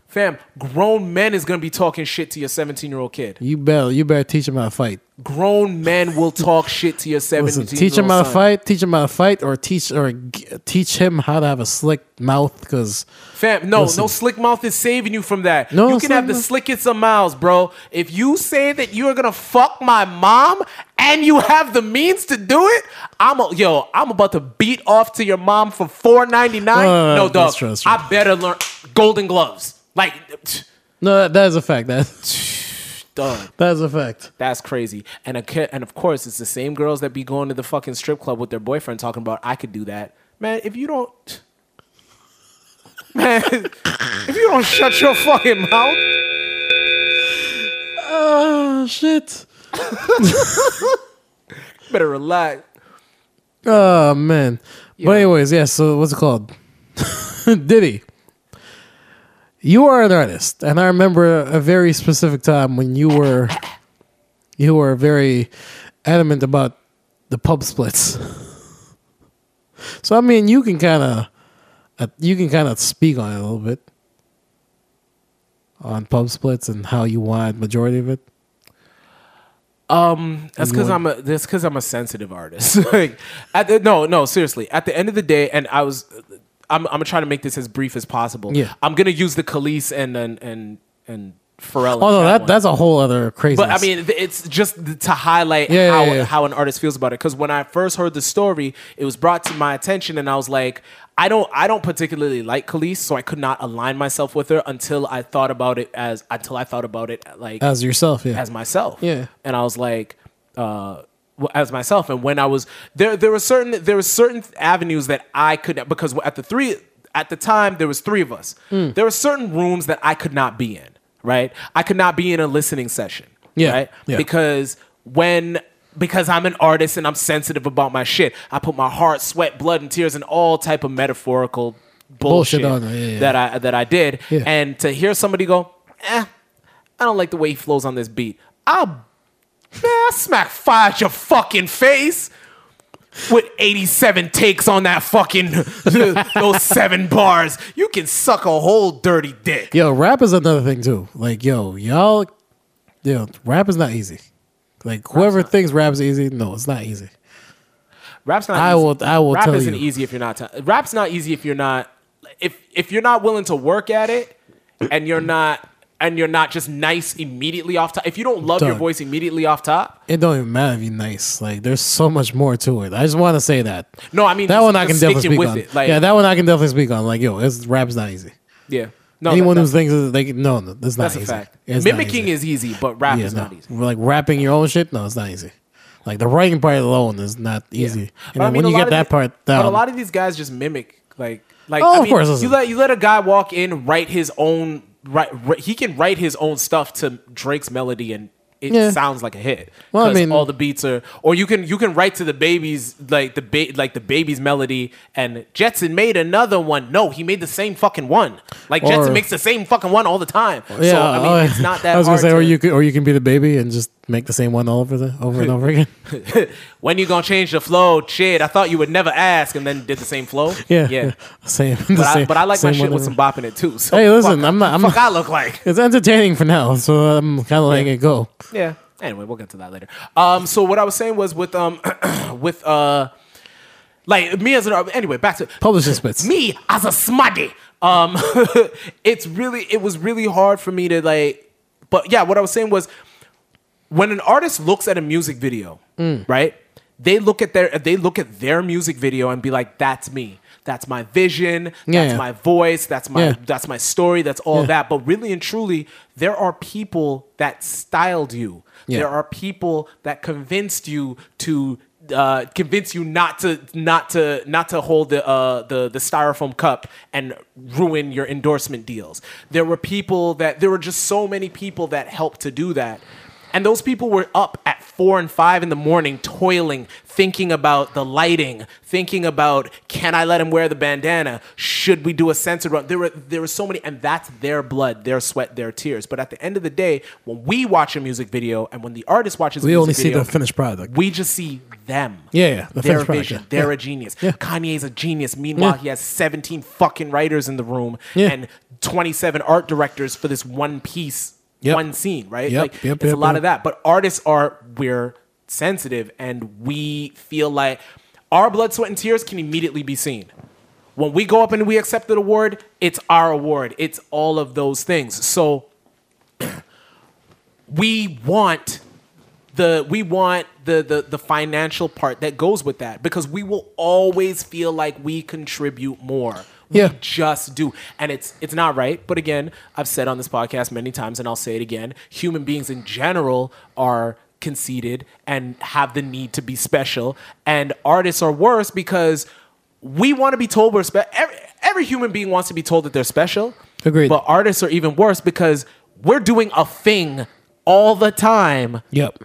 Speaker 2: Fam, grown men is gonna be talking shit to your 17 year old kid.
Speaker 1: You better you better teach him how to fight.
Speaker 2: Grown men will talk shit to your 17
Speaker 1: Listen,
Speaker 2: year old
Speaker 1: teach him how to fight. Teach him how to fight, or teach or g- teach him how to have a slick mouth because.
Speaker 2: Fam, no,
Speaker 1: Listen.
Speaker 2: no slick mouth is saving you from that.
Speaker 1: No,
Speaker 2: you
Speaker 1: it's
Speaker 2: can
Speaker 1: not-
Speaker 2: have the slickest of mouths, bro. If you say that you are gonna fuck my mom and you have the means to do it, I'm a, yo, I'm about to beat off to your mom for 4.99.
Speaker 1: Uh,
Speaker 2: no, dog,
Speaker 1: that's true, that's true.
Speaker 2: I better learn golden gloves. Like,
Speaker 1: No, that, that is a fact. That
Speaker 2: dog.
Speaker 1: that is a fact.
Speaker 2: That's crazy. And a kid, and of course, it's the same girls that be going to the fucking strip club with their boyfriend talking about I could do that. Man, if you don't, man, if you don't shut your fucking mouth,
Speaker 1: Oh shit.
Speaker 2: you better relax.
Speaker 1: Oh man. But anyways, yeah. So what's it called? Diddy. You are an artist, and I remember a very specific time when you were, you were very adamant about the pub splits. So I mean, you can kind of, uh, you can kind of speak on it a little bit, on pub splits and how you want majority of it.
Speaker 2: That's because I'm a that's because I'm a sensitive artist. like, at the, no, no, seriously. At the end of the day, and I was, I'm, I'm gonna try to make this as brief as possible.
Speaker 1: Yeah.
Speaker 2: I'm gonna use the Khalees and and and and Pharrell.
Speaker 1: Oh no, that,
Speaker 2: one.
Speaker 1: that's a whole other crazy.
Speaker 2: But I mean, th- it's just th- to highlight
Speaker 1: Yeah,
Speaker 2: how,
Speaker 1: yeah, yeah.
Speaker 2: how an artist feels about it. Because when I first heard the story, it was brought to my attention, and I was like, I don't, I don't particularly like Khalees, so I could not align myself with her until I thought about it as until I thought about it like
Speaker 1: as yourself, yeah.
Speaker 2: as myself.
Speaker 1: Yeah.
Speaker 2: And I was like, uh, well, as myself. And when I was there, there were certain there were certain avenues that I could because at the three at the time there was three of us.
Speaker 1: Mm.
Speaker 2: There were certain rooms that I could not be in. Right, I could not be in a listening session.
Speaker 1: Yeah,
Speaker 2: right?
Speaker 1: yeah.
Speaker 2: because when because I'm an artist and I'm sensitive about my shit, I put my heart, sweat, blood, and tears and all type of metaphorical bullshit,
Speaker 1: Bullshit on it, yeah, yeah.
Speaker 2: that I that I did.
Speaker 1: Yeah.
Speaker 2: And to hear somebody go, eh, I don't like the way he flows on this beat. I'll, man, I'll smack fire at your fucking face with 87 takes on that fucking, those seven bars. You can suck a whole dirty dick.
Speaker 1: Yo, rap is another thing too. Like, yo, y'all, yo, rap is not easy. Like, whoever thinks rap is easy, no, it's not easy.
Speaker 2: Rap's not
Speaker 1: I
Speaker 2: easy.
Speaker 1: will- I will
Speaker 2: Rap
Speaker 1: tell
Speaker 2: isn't
Speaker 1: you.
Speaker 2: easy if you're not, ta- rap's not easy if you're not, if if you're not willing to work at it, and you're not and you're not just nice immediately off top, if you don't love your
Speaker 1: Done.
Speaker 2: voice immediately off top,
Speaker 1: It don't even matter if you're nice. Like there's so much more to it. I just want to say that.
Speaker 2: No, I mean,
Speaker 1: that
Speaker 2: just-
Speaker 1: one I can
Speaker 2: just
Speaker 1: definitely
Speaker 2: sticking
Speaker 1: speak
Speaker 2: with
Speaker 1: on.
Speaker 2: it, like-
Speaker 1: yeah, that one I can definitely speak on. Like yo, it's rap's not easy.
Speaker 2: yeah, no,
Speaker 1: Anyone
Speaker 2: that-
Speaker 1: who thinks that they can, no, no, that's not
Speaker 2: that's
Speaker 1: easy.
Speaker 2: a fact.
Speaker 1: It's not
Speaker 2: Mimicking
Speaker 1: easy.
Speaker 2: is easy, but rap
Speaker 1: yeah,
Speaker 2: is
Speaker 1: no.
Speaker 2: not easy.
Speaker 1: Like rapping your own shit, no, it's not easy. Like the writing part alone is not easy. And
Speaker 2: But I
Speaker 1: then
Speaker 2: mean,
Speaker 1: when
Speaker 2: a
Speaker 1: you
Speaker 2: lot
Speaker 1: get
Speaker 2: of
Speaker 1: that
Speaker 2: the-
Speaker 1: part
Speaker 2: But
Speaker 1: down,
Speaker 2: a lot of these guys just mimic, like, like.
Speaker 1: Oh,
Speaker 2: I
Speaker 1: of
Speaker 2: mean,
Speaker 1: course, listen.
Speaker 2: You let you let a guy walk in, write his own, write, write- he can write his own stuff to Drake's melody, and it
Speaker 1: Yeah.
Speaker 2: sounds like a hit.
Speaker 1: Well, I
Speaker 2: 'Cause
Speaker 1: mean-
Speaker 2: all the beats are, or you can you can write to the baby's like the ba- like the baby's melody, and Jetson made another one. No, he made the same fucking one. Like Jetson
Speaker 1: Or-
Speaker 2: makes the same fucking one all the time.
Speaker 1: yeah,
Speaker 2: so I mean,
Speaker 1: oh,
Speaker 2: it's not that.
Speaker 1: I was
Speaker 2: hard
Speaker 1: gonna say, or
Speaker 2: to-
Speaker 1: you could, or you can be the baby and just make the same one all over the over and over again.
Speaker 2: when you gonna change the flow? Shit, I thought you would never ask, and then did the same flow.
Speaker 1: Yeah,
Speaker 2: yeah.
Speaker 1: same. the
Speaker 2: But, I,
Speaker 1: same-
Speaker 2: but I like my
Speaker 1: same
Speaker 2: shit
Speaker 1: one
Speaker 2: with
Speaker 1: over-
Speaker 2: some bop in it too. So
Speaker 1: Hey, listen,
Speaker 2: fuck,
Speaker 1: I'm not- I'm
Speaker 2: fuck
Speaker 1: not-
Speaker 2: I look like.
Speaker 1: It's entertaining for now, so I'm kind of letting it go.
Speaker 2: Yeah. Anyway, we'll get to that later. Um. So what I was saying was with um with uh like me as an anyway back to
Speaker 1: Publishing spits.
Speaker 2: me as a smuddy. Um, it's really it was really hard for me to like, but yeah, what I was saying was when an artist looks at a music video,
Speaker 1: Mm.
Speaker 2: right? They look at their they look at their music video and be like, "That's me. That's my vision. That's
Speaker 1: Yeah, yeah.
Speaker 2: my voice. That's my
Speaker 1: Yeah.
Speaker 2: that's my story. That's all
Speaker 1: Yeah.
Speaker 2: that." But really and truly, there are people that styled you.
Speaker 1: Yeah.
Speaker 2: There are people that convinced you to uh, convince you not to not to not to hold the uh, the the styrofoam cup and ruin your endorsement deals. There were people that there were just so many people that helped to do that. And those people were up at four and five in the morning, toiling, thinking about the lighting, thinking about can I let him wear the bandana? Should we do a censored run? There were there were so many, and that's their blood, their sweat, their tears. But at the end of the day, when we watch a music video and when the artist watches,
Speaker 1: We
Speaker 2: a music
Speaker 1: only see
Speaker 2: video,
Speaker 1: the finished product.
Speaker 2: We just see them.
Speaker 1: Yeah, yeah, the
Speaker 2: their
Speaker 1: finished product,
Speaker 2: vision.
Speaker 1: yeah,
Speaker 2: They're
Speaker 1: yeah.
Speaker 2: a genius.
Speaker 1: Yeah.
Speaker 2: Kanye's a genius. Meanwhile,
Speaker 1: Yeah.
Speaker 2: he has 17 fucking writers in the room
Speaker 1: Yeah.
Speaker 2: and 27 art directors for this one piece,
Speaker 1: Yep.
Speaker 2: one scene, right?
Speaker 1: Yep,
Speaker 2: like
Speaker 1: yep,
Speaker 2: it's
Speaker 1: yep,
Speaker 2: a lot
Speaker 1: yep.
Speaker 2: of that. But artists are we're sensitive and we feel like our blood, sweat, and tears can immediately be seen. When we go up and we accept the award, it's our award. It's all of those things. So we want the we want the, the the financial part that goes with that because we will always feel like we contribute more.
Speaker 1: Yeah.
Speaker 2: We just do. And it's it's not right, but again, I've said on this podcast many times and I'll say it again, human beings in general are conceited and have the need to be special and artists are worse because we want to be told we're special. Every, every human being wants to be told that they're special.
Speaker 1: Agreed.
Speaker 2: But artists are even worse because we're doing a thing all the time
Speaker 1: Yep.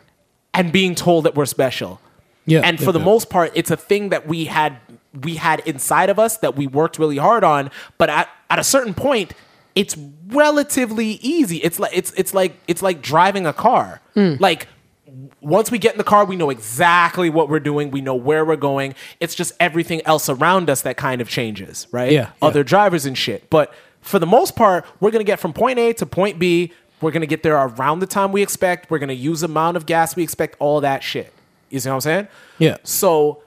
Speaker 2: and being told that we're special.
Speaker 1: Yeah,
Speaker 2: And
Speaker 1: yeah,
Speaker 2: for the
Speaker 1: yeah.
Speaker 2: most part, it's a thing that we had we had inside of us that we worked really hard on. But at, at a certain point, it's relatively easy. It's like it's it's like it's like driving a car.
Speaker 1: Hmm.
Speaker 2: Like w- once we get in the car, we know exactly what we're doing. We know where we're going. It's just everything else around us that kind of changes, right?
Speaker 1: Yeah, yeah.
Speaker 2: Other drivers and shit. But for the most part, we're gonna get from point A to point B. We're gonna get there around the time we expect. We're gonna use the amount of gas we expect. All that shit. You see what I'm saying?
Speaker 1: Yeah.
Speaker 2: So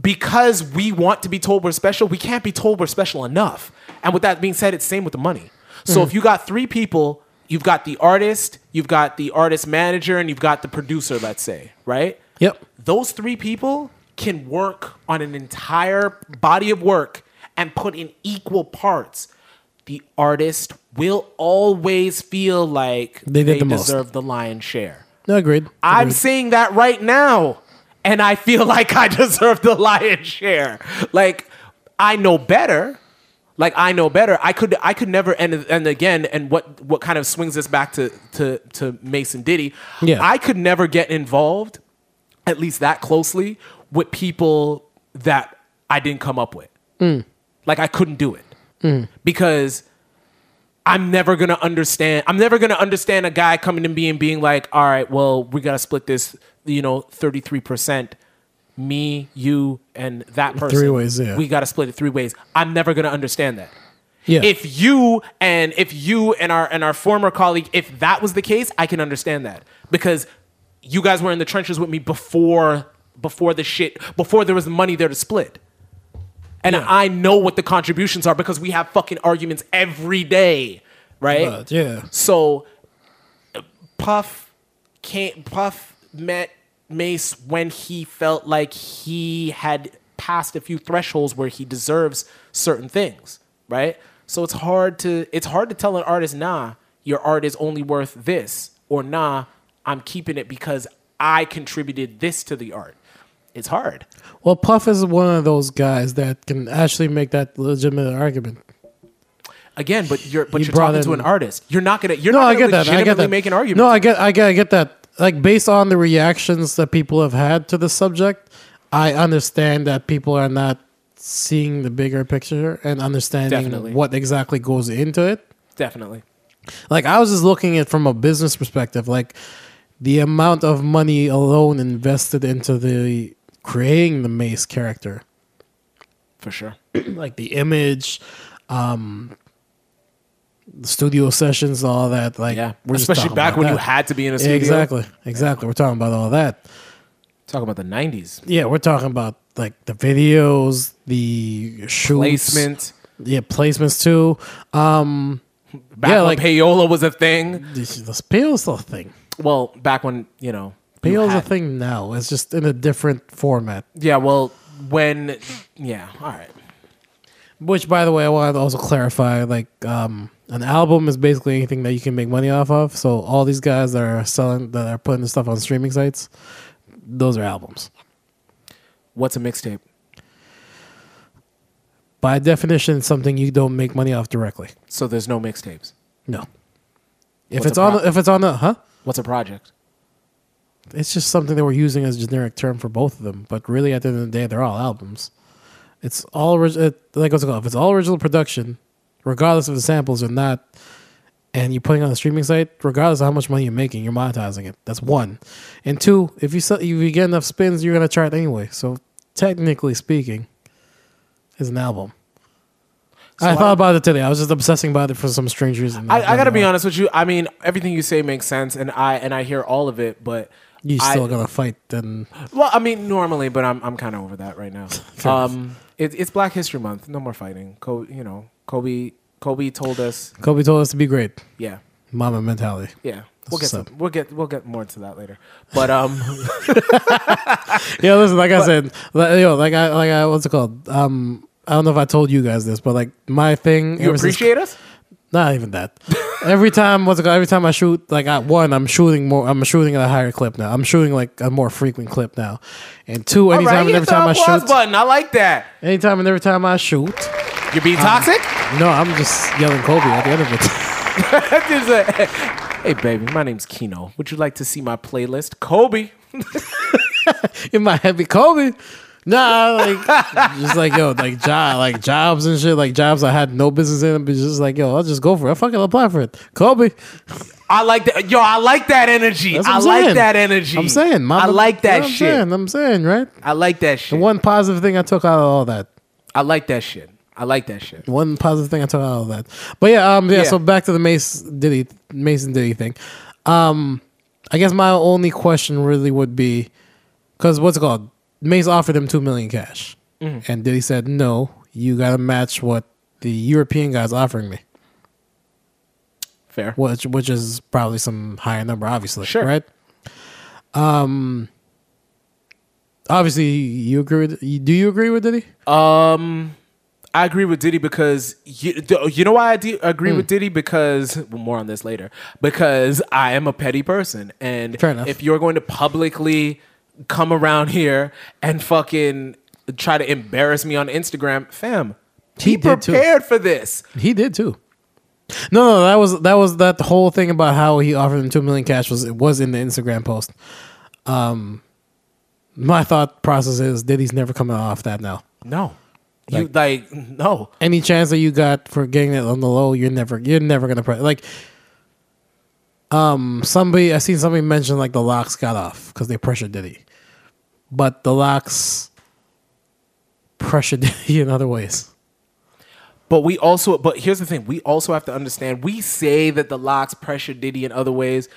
Speaker 2: because we want to be told we're special, we can't be told we're special enough. And with that being said, it's same with the money. So if you got three people, you've got the artist, you've got the artist manager, and you've got the producer, let's say, right?
Speaker 1: Yep.
Speaker 2: Those three people can work on an entire body of work and put in equal parts. The artist will always feel like
Speaker 1: They did the most.
Speaker 2: deserve the lion's share.
Speaker 1: No, agreed.
Speaker 2: I'm
Speaker 1: Agreed.
Speaker 2: saying that right now, and I feel like I deserve the lion's share. Like I know better. Like I know better. I could I could never and and again and what what kind of swings this back to to to Mason Diddy.
Speaker 1: Yeah.
Speaker 2: I could never get involved, at least that closely, with people that I didn't come up with. Like I couldn't do it because I'm never gonna understand. I'm never gonna understand a guy coming and being being like, all right, well, we gotta split this, you know, 33 percent, me, you, and that person.
Speaker 1: Three ways, yeah.
Speaker 2: We gotta split it three ways. I'm never gonna understand that.
Speaker 1: yeah.
Speaker 2: If you and if you and our and our former colleague, if that was the case, I can understand that because you guys were in the trenches with me before before the shit before there was money there to split. and I know what the contributions are because we have fucking arguments every day, right?
Speaker 1: But, yeah.
Speaker 2: So uh, Puff can't Puff met Mace when he felt like he had passed a few thresholds where he deserves certain things, right? So it's hard to it's hard to tell an artist, nah, your art is only worth this, or nah, I'm keeping it because I contributed this to the art. It's hard.
Speaker 1: Well, Puff is one of those guys that can actually make that legitimate argument.
Speaker 2: Again, but you're but
Speaker 1: He
Speaker 2: you're
Speaker 1: brought
Speaker 2: talking to an
Speaker 1: in-
Speaker 2: artist. You're not gonna you're
Speaker 1: No,
Speaker 2: not
Speaker 1: I
Speaker 2: gonna
Speaker 1: get that. I
Speaker 2: legitimately
Speaker 1: get that.
Speaker 2: make an argument.
Speaker 1: No, I get, I get, I get that. Like based on the reactions that people have had to the subject, I understand that people are not seeing the bigger picture and understanding
Speaker 2: Definitely.
Speaker 1: what exactly goes into it.
Speaker 2: Definitely.
Speaker 1: Like I was just looking at it from a business perspective, like the amount of money alone invested into the creating the Mace character,
Speaker 2: For sure.
Speaker 1: like the image, um, the studio sessions, all that. Like
Speaker 2: Yeah.
Speaker 1: we're just
Speaker 2: Especially
Speaker 1: talking
Speaker 2: back
Speaker 1: about
Speaker 2: when you
Speaker 1: that.
Speaker 2: had to be in a studio.
Speaker 1: Exactly, exactly. We're talking about all that.
Speaker 2: Talk about the nineties.
Speaker 1: Yeah, we're talking about like the videos, the shoots,
Speaker 2: Placement.
Speaker 1: yeah, placements too.
Speaker 2: Back
Speaker 1: Yeah,
Speaker 2: when
Speaker 1: like-
Speaker 2: payola was a thing.
Speaker 1: This is the Pale's a thing.
Speaker 2: Well, back when, you know. you
Speaker 1: Pale's a
Speaker 2: had-
Speaker 1: thing now. It's just in a different format.
Speaker 2: Yeah, well, when yeah, all right.
Speaker 1: Which, by the way, I wanted to also clarify: like, um, an album is basically anything that you can make money off of. So, all these guys that are selling, that are putting this stuff on streaming sites, those are albums.
Speaker 2: What's a mixtape?
Speaker 1: By definition, something you don't make money off directly.
Speaker 2: So there's no mixtapes.
Speaker 1: No. If
Speaker 2: What's
Speaker 1: it's
Speaker 2: a
Speaker 1: on,
Speaker 2: pro-
Speaker 1: the, if it's on the, huh?
Speaker 2: What's a project?
Speaker 1: It's just something that we're using as a generic term for both of them. But really, at the end of the day, they're all albums. It's all original. It, like what's it called? If it's all original production, regardless of the samples or not, and you're putting it on a streaming site, regardless of how much money you're making, you're monetizing it. That's one. And two, if you sell, if you get enough spins, you're gonna chart anyway. So technically speaking, it's an album. I thought about it today. I was just obsessing about it for some strange reason.
Speaker 2: I, I gotta be honest with you. I mean, everything you say makes sense, and I and I hear all of it. But
Speaker 1: You still
Speaker 2: I,
Speaker 1: gotta fight then.
Speaker 2: Well, I mean, normally, but I'm I'm kind of over that right now. um, it, it's Black History Month. No more fighting. Kobe, you know, Kobe. Kobe told us,
Speaker 1: Kobe told us to be great.
Speaker 2: yeah,
Speaker 1: Mama mentality.
Speaker 2: yeah. We'll get
Speaker 1: what's
Speaker 2: some,
Speaker 1: up.
Speaker 2: we'll get we'll get more into that later. But um,
Speaker 1: Yeah, listen, like I said, like, yo, like I, like I, what's it called? Um, I don't know if I told you guys this, but like my thing,
Speaker 2: you
Speaker 1: ever since-
Speaker 2: appreciate us.
Speaker 1: not even that. every time, what's it called? Every time I shoot, like at one, I'm shooting more. I'm shooting at a higher clip now. I'm shooting like a more frequent clip now. And two, anytime
Speaker 2: All right,
Speaker 1: and
Speaker 2: hit
Speaker 1: every
Speaker 2: the
Speaker 1: time I
Speaker 2: applause
Speaker 1: shoot,
Speaker 2: button. I like that.
Speaker 1: anytime and every time I shoot,
Speaker 2: You're being toxic.
Speaker 1: no, I'm just yelling Kobe at the end of it.
Speaker 2: There's a- hey, baby, my name's Kino. Would you like to see my playlist? Kobe.
Speaker 1: In my heavy Kobe. Nah, like just like yo, like job, like jobs and shit, like jobs I had no business in, but just like yo, I'll just go for it. I fucking apply for it, Kobe.
Speaker 2: I like that. Yo, I like that energy.
Speaker 1: That's
Speaker 2: I
Speaker 1: what I'm
Speaker 2: like
Speaker 1: saying.
Speaker 2: that energy.
Speaker 1: I'm saying, mama,
Speaker 2: I like
Speaker 1: you
Speaker 2: that
Speaker 1: know what I'm
Speaker 2: shit.
Speaker 1: Saying, I'm saying, right?
Speaker 2: I like that shit.
Speaker 1: One positive thing I took out of all that.
Speaker 2: I like that shit. I like that shit.
Speaker 1: One positive thing I took out of all that. But yeah, um, yeah.
Speaker 2: Yeah.
Speaker 1: So back to the Mace Diddy, Mason Diddy thing. Um, I guess my only question really would be, because what's it called? Mace offered him two million cash,
Speaker 2: Mm-hmm.
Speaker 1: and Diddy said, "No, you got to match what the European guys offering me,
Speaker 2: Fair.
Speaker 1: which which is probably some higher number, obviously,
Speaker 2: Sure.
Speaker 1: right?" Um. Obviously, you agree with. you- Do you agree with Diddy?
Speaker 2: I agree with Diddy because you, d- you know why I de-
Speaker 1: Hmm.
Speaker 2: agree with Diddy because well, more on this later because I am a petty person and
Speaker 1: Fair enough.
Speaker 2: if you're going to publicly come around here and fucking try to embarrass me on Instagram, fam,
Speaker 1: He
Speaker 2: be
Speaker 1: did too.
Speaker 2: prepared for this.
Speaker 1: He did too. No, no, that was that was that whole thing about how he offered him two million cash was it was in the Instagram post. Um, my thought process is Diddy's never coming off that now.
Speaker 2: No, you like no.
Speaker 1: Any chance that you got for getting it on the low, you're never you're never gonna pre- like. Um, somebody I seen somebody mention like the locks got off because they pressured Diddy, but the locks pressured Diddy in other ways.
Speaker 2: But we also, but here's the thing: we also have to understand. We say that the locks pressure Diddy in other ways.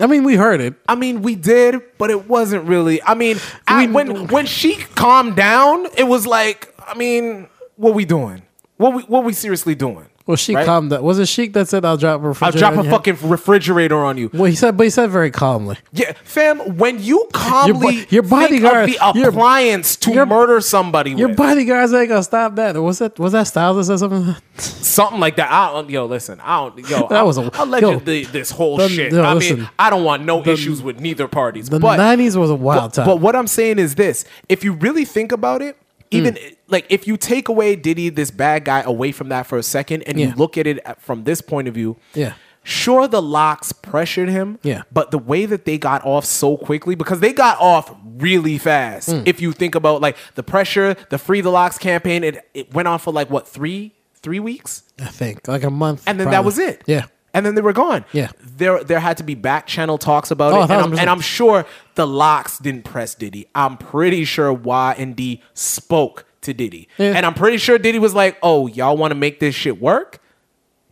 Speaker 1: I mean, we heard it.
Speaker 2: I mean, we did, but it wasn't really. I mean, I-
Speaker 1: We-
Speaker 2: when when she calmed down, it was like, I mean, what we doing? What we what we seriously doing?
Speaker 1: Well, Sheik
Speaker 2: Right?
Speaker 1: calmed down. Was it Sheik that said, I'll drop a
Speaker 2: I'll
Speaker 1: refrigerator?
Speaker 2: drop
Speaker 1: on
Speaker 2: a
Speaker 1: your head?"
Speaker 2: fucking refrigerator on you.
Speaker 1: Well, he said, but he said very calmly.
Speaker 2: Yeah, fam. When you
Speaker 1: Your bo-
Speaker 2: calmly
Speaker 1: your bodyguard-
Speaker 2: think of the
Speaker 1: your-
Speaker 2: appliance to
Speaker 1: your-
Speaker 2: murder somebody
Speaker 1: Your
Speaker 2: with
Speaker 1: bodyguards ain't gonna stop that. Was that was that Styles that said something?
Speaker 2: something like that. I don't, yo, listen, I don't, yo,
Speaker 1: That was a-
Speaker 2: I'll let
Speaker 1: yo,
Speaker 2: you the, this whole
Speaker 1: the-
Speaker 2: shit.
Speaker 1: yo,
Speaker 2: I mean,
Speaker 1: listen.
Speaker 2: I don't want no issues with neither parties.
Speaker 1: The
Speaker 2: but
Speaker 1: nineties was a wild
Speaker 2: but,
Speaker 1: time.
Speaker 2: but what I'm saying is this: if you really think about it,
Speaker 1: Hmm.
Speaker 2: even like if you take away Diddy, this bad guy, away from that for a second, and
Speaker 1: Yeah.
Speaker 2: you look at it at- from this point of view,
Speaker 1: Yeah.
Speaker 2: Sure, the locks pressured him.
Speaker 1: Yeah.
Speaker 2: But the way that they got off so quickly, because they got off really fast.
Speaker 1: Hmm.
Speaker 2: If you think about like the pressure, the free the locks campaign, it, it went on for like what three three weeks,
Speaker 1: I think like a month,
Speaker 2: and then that
Speaker 1: probably.
Speaker 2: was it.
Speaker 1: Yeah,
Speaker 2: And then they were gone.
Speaker 1: Yeah.
Speaker 2: There there had to be back channel talks about
Speaker 1: Oh,
Speaker 2: it. And I'm,
Speaker 1: 1000%.
Speaker 2: and I'm sure the locks didn't press Diddy. I'm pretty sure Y and D spoke to Diddy.
Speaker 1: Yeah.
Speaker 2: And I'm pretty sure Diddy was like, oh, y'all want to make this shit work?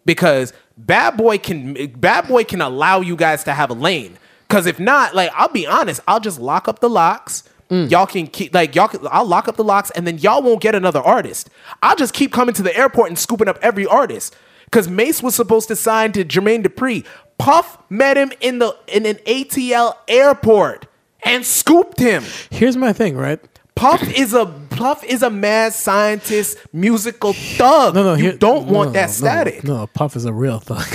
Speaker 2: Because Bad Boy can Bad Boy can allow you guys to have a lane. Cause if not, like I'll be honest, I'll just lock up the locks.
Speaker 1: Mm.
Speaker 2: Y'all can keep like y'all. Can, I'll lock up the locks, and then y'all won't get another artist. I'll just keep coming to the airport and scooping up every artist. Cause Mace was supposed to sign to Jermaine Dupri. Puff met him in the in an ATL airport and scooped him.
Speaker 1: here's my thing, right?
Speaker 2: Puff is a Puff is a mad scientist, musical thug.
Speaker 1: No, no,
Speaker 2: you
Speaker 1: here-
Speaker 2: don't
Speaker 1: no,
Speaker 2: want
Speaker 1: no,
Speaker 2: that
Speaker 1: no,
Speaker 2: static.
Speaker 1: No, Puff is a real thug.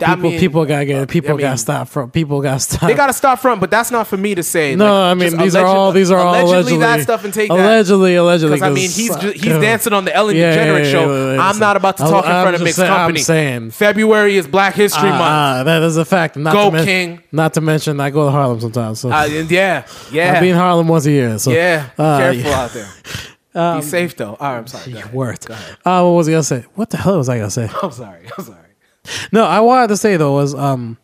Speaker 2: I
Speaker 1: people,
Speaker 2: mean- uh,
Speaker 1: people gotta get people
Speaker 2: I mean-
Speaker 1: gotta stop from people gotta stop.
Speaker 2: They got to stop front, but that's not for me to say.
Speaker 1: no,
Speaker 2: Like,
Speaker 1: I mean
Speaker 2: just
Speaker 1: these are
Speaker 2: alleged-
Speaker 1: all these are all
Speaker 2: allegedly,
Speaker 1: allegedly
Speaker 2: that stuff and take that.
Speaker 1: allegedly allegedly.
Speaker 2: Because I mean,
Speaker 1: 'cause
Speaker 2: he's
Speaker 1: I
Speaker 2: ju- he's
Speaker 1: couldn't-
Speaker 2: dancing on the Ellen
Speaker 1: Yeah, yeah,
Speaker 2: DeGeneres
Speaker 1: yeah,
Speaker 2: show.
Speaker 1: yeah, yeah,
Speaker 2: I'm
Speaker 1: listen.
Speaker 2: not about to
Speaker 1: I'm-
Speaker 2: talk in
Speaker 1: I'm
Speaker 2: front of
Speaker 1: just
Speaker 2: mixed
Speaker 1: saying- I'm
Speaker 2: company.
Speaker 1: saying.
Speaker 2: February is Black History
Speaker 1: Ah,
Speaker 2: Month.
Speaker 1: ah, that is a fact. Not
Speaker 2: Go,
Speaker 1: to men-
Speaker 2: King.
Speaker 1: Not to mention, I go to Harlem sometimes. So
Speaker 2: Uh, and yeah,
Speaker 1: I'll be in
Speaker 2: yeah,
Speaker 1: Harlem once a year. So
Speaker 2: yeah. Be
Speaker 1: uh, Um,
Speaker 2: careful out there. Be safe though. All right, I'm sorry. Go ahead.
Speaker 1: Worked. Uh, what was I gonna say? What the hell was I gonna say?
Speaker 2: I'm sorry. I'm sorry.
Speaker 1: No, I wanted to say though was um,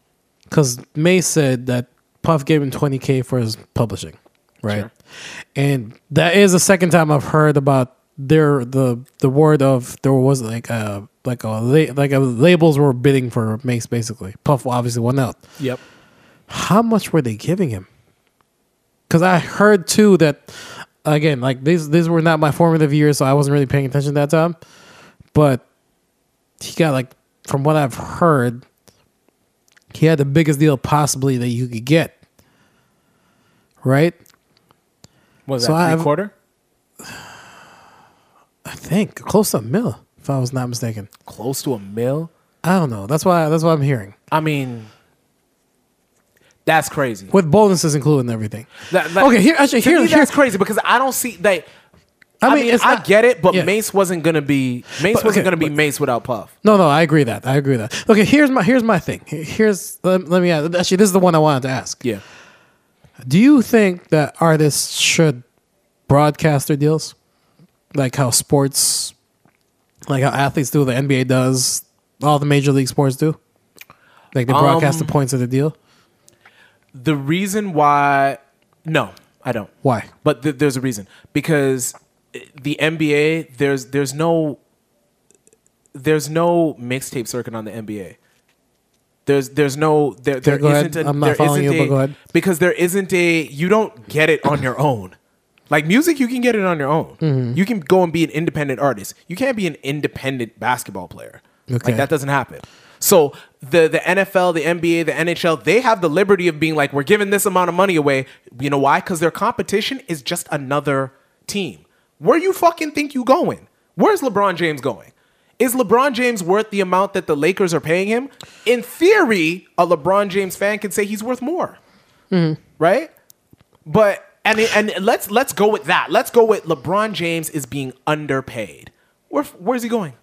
Speaker 1: because May said that Puff gave him twenty k for his publishing, right? And that is the second time I've heard about their the the word of there was like a like a la- like a labels were bidding for Mace basically. Puff obviously won out.
Speaker 2: Yep.
Speaker 1: How much were they giving him? Because I heard too that again like these these were not my formative years, so I wasn't really paying attention that time. But he got like from what I've heard, he had the biggest deal possibly that you could get. Right?
Speaker 2: Was
Speaker 1: So
Speaker 2: that
Speaker 1: I've-
Speaker 2: three quarter?
Speaker 1: I think close to a mil, if I was not mistaken.
Speaker 2: Close to a mil.
Speaker 1: I don't know. That's why that's what I'm hearing.
Speaker 2: I mean, that's crazy.
Speaker 1: With bonuses included and everything.
Speaker 2: That- that-
Speaker 1: okay, here actually
Speaker 2: to
Speaker 1: here,
Speaker 2: me,
Speaker 1: here
Speaker 2: that's crazy because I don't see like. I mean, I,
Speaker 1: it's not-
Speaker 2: get it, but
Speaker 1: yeah.
Speaker 2: Mace wasn't gonna be Mace
Speaker 1: But-
Speaker 2: wasn't
Speaker 1: okay,
Speaker 2: gonna be
Speaker 1: but-
Speaker 2: Mace without Puff.
Speaker 1: No, no, I agree that. I agree that. Okay, here's my here's my thing. Here- Here's let, let me ask. Actually, this is the one I wanted to ask.
Speaker 2: Yeah,
Speaker 1: Do you think that artists should broadcast their deals, like how sports, like how athletes do, the NBA does, all the major league sports do, like they broadcast the points of the deal?
Speaker 2: the reason why no, I don't.
Speaker 1: Why?
Speaker 2: But th- there's a reason because the NBA there's there's no there's no mixtape circuit on the NBA. There's there's no there there
Speaker 1: go ahead.
Speaker 2: not a
Speaker 1: I'm not
Speaker 2: there
Speaker 1: following
Speaker 2: isn't
Speaker 1: you, but
Speaker 2: a-
Speaker 1: go ahead.
Speaker 2: because there isn't a you don't get it on your own. Like music, you can get it on your own. You can go and be an independent artist. You can't be an independent basketball player.
Speaker 1: Okay.
Speaker 2: Like that doesn't happen. So the the NFL, the NBA, the NHL, they have the liberty of being like, we're giving this amount of money away. You know why? Because their competition is just another team. Where you fucking think you going? Where's LeBron James going? Is LeBron James worth the amount that the Lakers are paying him? In theory, a LeBron James fan can say he's worth more right? But and and let's let's go with that. Let's go with LeBron James is being underpaid. Where where's he going?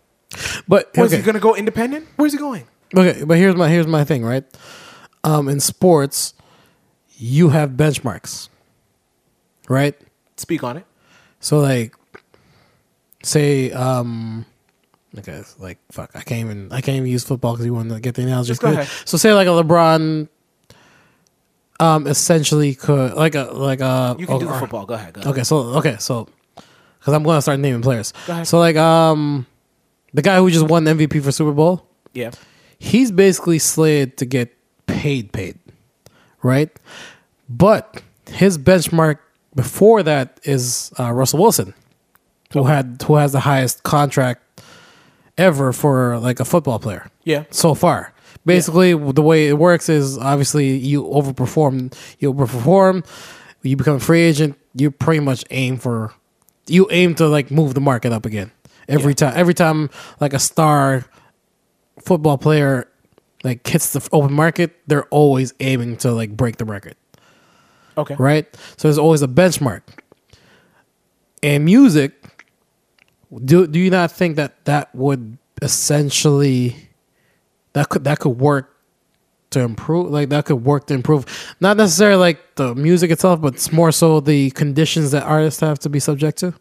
Speaker 1: But
Speaker 2: Where's
Speaker 1: okay.
Speaker 2: he gonna go independent? Where's he going?
Speaker 1: Okay, but here's my here's my thing, right? Um, in sports, you have benchmarks, right?
Speaker 2: Speak on it.
Speaker 1: So like, say um, okay, it's like fuck, I can't even I can't even use football because you want to get the analogy.
Speaker 2: Just go ahead.
Speaker 1: So say like a LeBron, um, essentially could like a like a
Speaker 2: You can do
Speaker 1: or-
Speaker 2: the football. Go ahead. Go ahead.
Speaker 1: Oh, Okay, so okay, so because I'm gonna start naming players.
Speaker 2: Go ahead.
Speaker 1: So like um, the guy who just won MVP for Super Bowl
Speaker 2: Yeah.
Speaker 1: he's basically slated to get paid paid right but his benchmark before that is uh, russell wilson who had who has the highest contract ever for like a football player.
Speaker 2: Yeah.
Speaker 1: So far. Basically, the way it works is obviously you overperform, you overperform, you become a free agent, you pretty much aim for you aim to like move the market up again. Every time every time like a star football player like hits the open market, they're always aiming to like break the record
Speaker 2: Okay.
Speaker 1: right? So there's always a benchmark. And music, do do you not think that that would essentially that could that could work to improve like that could work to improve not necessarily like the music itself but it's more so the conditions that artists have to be subject to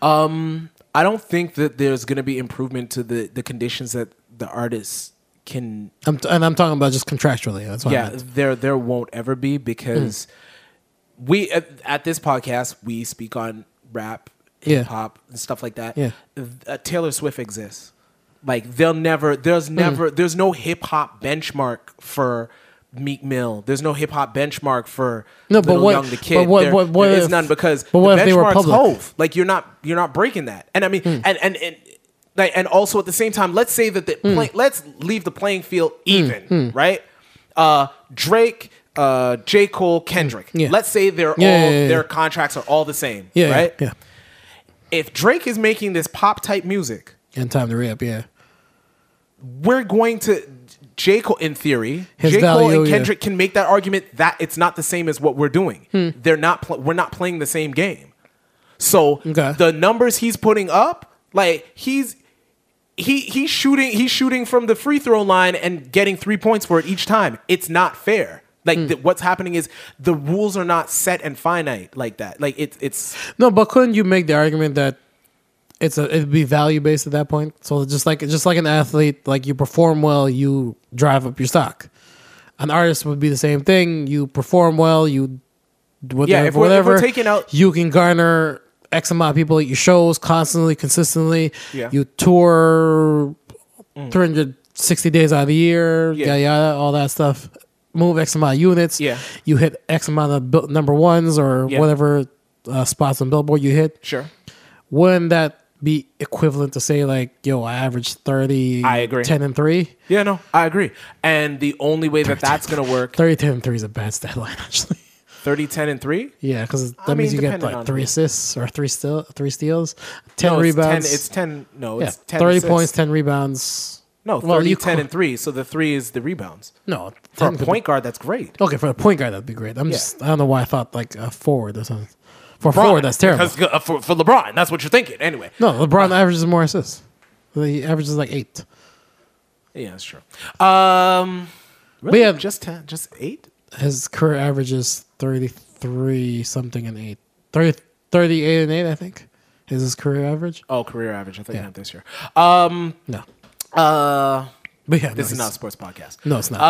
Speaker 2: I don't think that there's going to be improvement to the the conditions that the artists can
Speaker 1: I'm t- and i'm talking about just contractually that's what I
Speaker 2: yeah
Speaker 1: meant.
Speaker 2: there there won't ever be because
Speaker 1: Mm.
Speaker 2: we at, at this podcast we speak on rap
Speaker 1: Yeah.
Speaker 2: hip hop and stuff like that
Speaker 1: Yeah.
Speaker 2: Th- uh, taylor swift exists like they'll never there's
Speaker 1: Mm.
Speaker 2: never there's no hip hop benchmark for Meek Mill. There's no hip hop benchmark for
Speaker 1: No, but
Speaker 2: Lil
Speaker 1: what-
Speaker 2: Young the
Speaker 1: but
Speaker 2: Kid.
Speaker 1: what-
Speaker 2: there,
Speaker 1: what- what
Speaker 2: there is
Speaker 1: if-
Speaker 2: none because
Speaker 1: but what
Speaker 2: the
Speaker 1: if they were
Speaker 2: benchmark's
Speaker 1: public?
Speaker 2: Hove. Like you're not you're not breaking that. And I mean
Speaker 1: Hmm.
Speaker 2: and, and and like and also at the same time, let's say that the
Speaker 1: Hmm.
Speaker 2: play, let's leave the playing field even, right? Uh Drake, uh J. Cole, Kendrick.
Speaker 1: Hmm. Yeah.
Speaker 2: Let's say they're
Speaker 1: Yeah,
Speaker 2: all
Speaker 1: yeah, yeah,
Speaker 2: their
Speaker 1: yeah.
Speaker 2: contracts are all the same.
Speaker 1: yeah
Speaker 2: right?
Speaker 1: yeah,
Speaker 2: If Drake is making this pop type music,
Speaker 1: yeah and time to re-up yeah
Speaker 2: we're going to J. Cole in theory,
Speaker 1: His
Speaker 2: J. Cole
Speaker 1: value,
Speaker 2: and
Speaker 1: yeah.
Speaker 2: Kendrick can make that argument that it's not the same as what we're doing.
Speaker 1: Hmm.
Speaker 2: They're not pl- we're not playing the same game. So
Speaker 1: Okay.
Speaker 2: the numbers he's putting up, like he's he he's shooting he's shooting from the free throw line and getting three points for it each time. It's not fair. Like
Speaker 1: Hmm.
Speaker 2: th- what's happening is the rules are not set and finite like that. Like it's it's
Speaker 1: No, but couldn't you make the argument that it's a it'd be value based at that point? So just like just like an athlete, like you perform well, you drive up your stock. An artist would be the same thing. You perform well, you whatever,
Speaker 2: if we're- if
Speaker 1: whatever.
Speaker 2: we're taking out-
Speaker 1: you can garner X amount of people at your shows constantly, consistently.
Speaker 2: Yeah. Mm.
Speaker 1: You tour 360 days out of the year,
Speaker 2: Yeah.
Speaker 1: yada yada, all that stuff. Move X amount of units.
Speaker 2: Yeah.
Speaker 1: You hit X amount of bu- number ones or
Speaker 2: Yeah.
Speaker 1: whatever uh, spots on Billboard you hit
Speaker 2: sure.
Speaker 1: wouldn't that be equivalent to say like yo i average 30
Speaker 2: I agree.
Speaker 1: 10 and 3
Speaker 2: Yeah, no, I agree. And the only way that that's going to work
Speaker 1: 30 10 and 3 is a bad stat line actually
Speaker 2: 30 10 and 3
Speaker 1: yeah because that
Speaker 2: I
Speaker 1: means
Speaker 2: mean,
Speaker 1: you get
Speaker 2: depending on
Speaker 1: like three
Speaker 2: who.
Speaker 1: assists or three still three steals 10
Speaker 2: No, it's
Speaker 1: rebounds
Speaker 2: 10, it's 10. No,
Speaker 1: yeah,
Speaker 2: it's 10
Speaker 1: 30
Speaker 2: assists.
Speaker 1: points 10 rebounds
Speaker 2: No, 30,
Speaker 1: Well, you
Speaker 2: 10,
Speaker 1: could-
Speaker 2: and 3. So the 3 is the rebounds.
Speaker 1: no 10
Speaker 2: For a
Speaker 1: could be-
Speaker 2: point guard, that's great.
Speaker 1: okay for a point guard that'd be great i'm
Speaker 2: Yeah.
Speaker 1: just i don't know why i thought like a forward or something for a forward that's terrible
Speaker 2: Because, uh, for, for LeBron, that's what you're thinking. Anyway.
Speaker 1: no lebron averages more assists he averages like eight
Speaker 2: Yeah, that's true. Um, really?
Speaker 1: yeah.
Speaker 2: Just 10, just 8?
Speaker 1: his career average is 33 something and 8 30, 38 and 8 i think is his career average
Speaker 2: Oh, career average. I think not this year.
Speaker 1: no
Speaker 2: Uh,
Speaker 1: but yeah
Speaker 2: this
Speaker 1: no,
Speaker 2: is not a
Speaker 1: it's-
Speaker 2: sports podcast.
Speaker 1: no it's not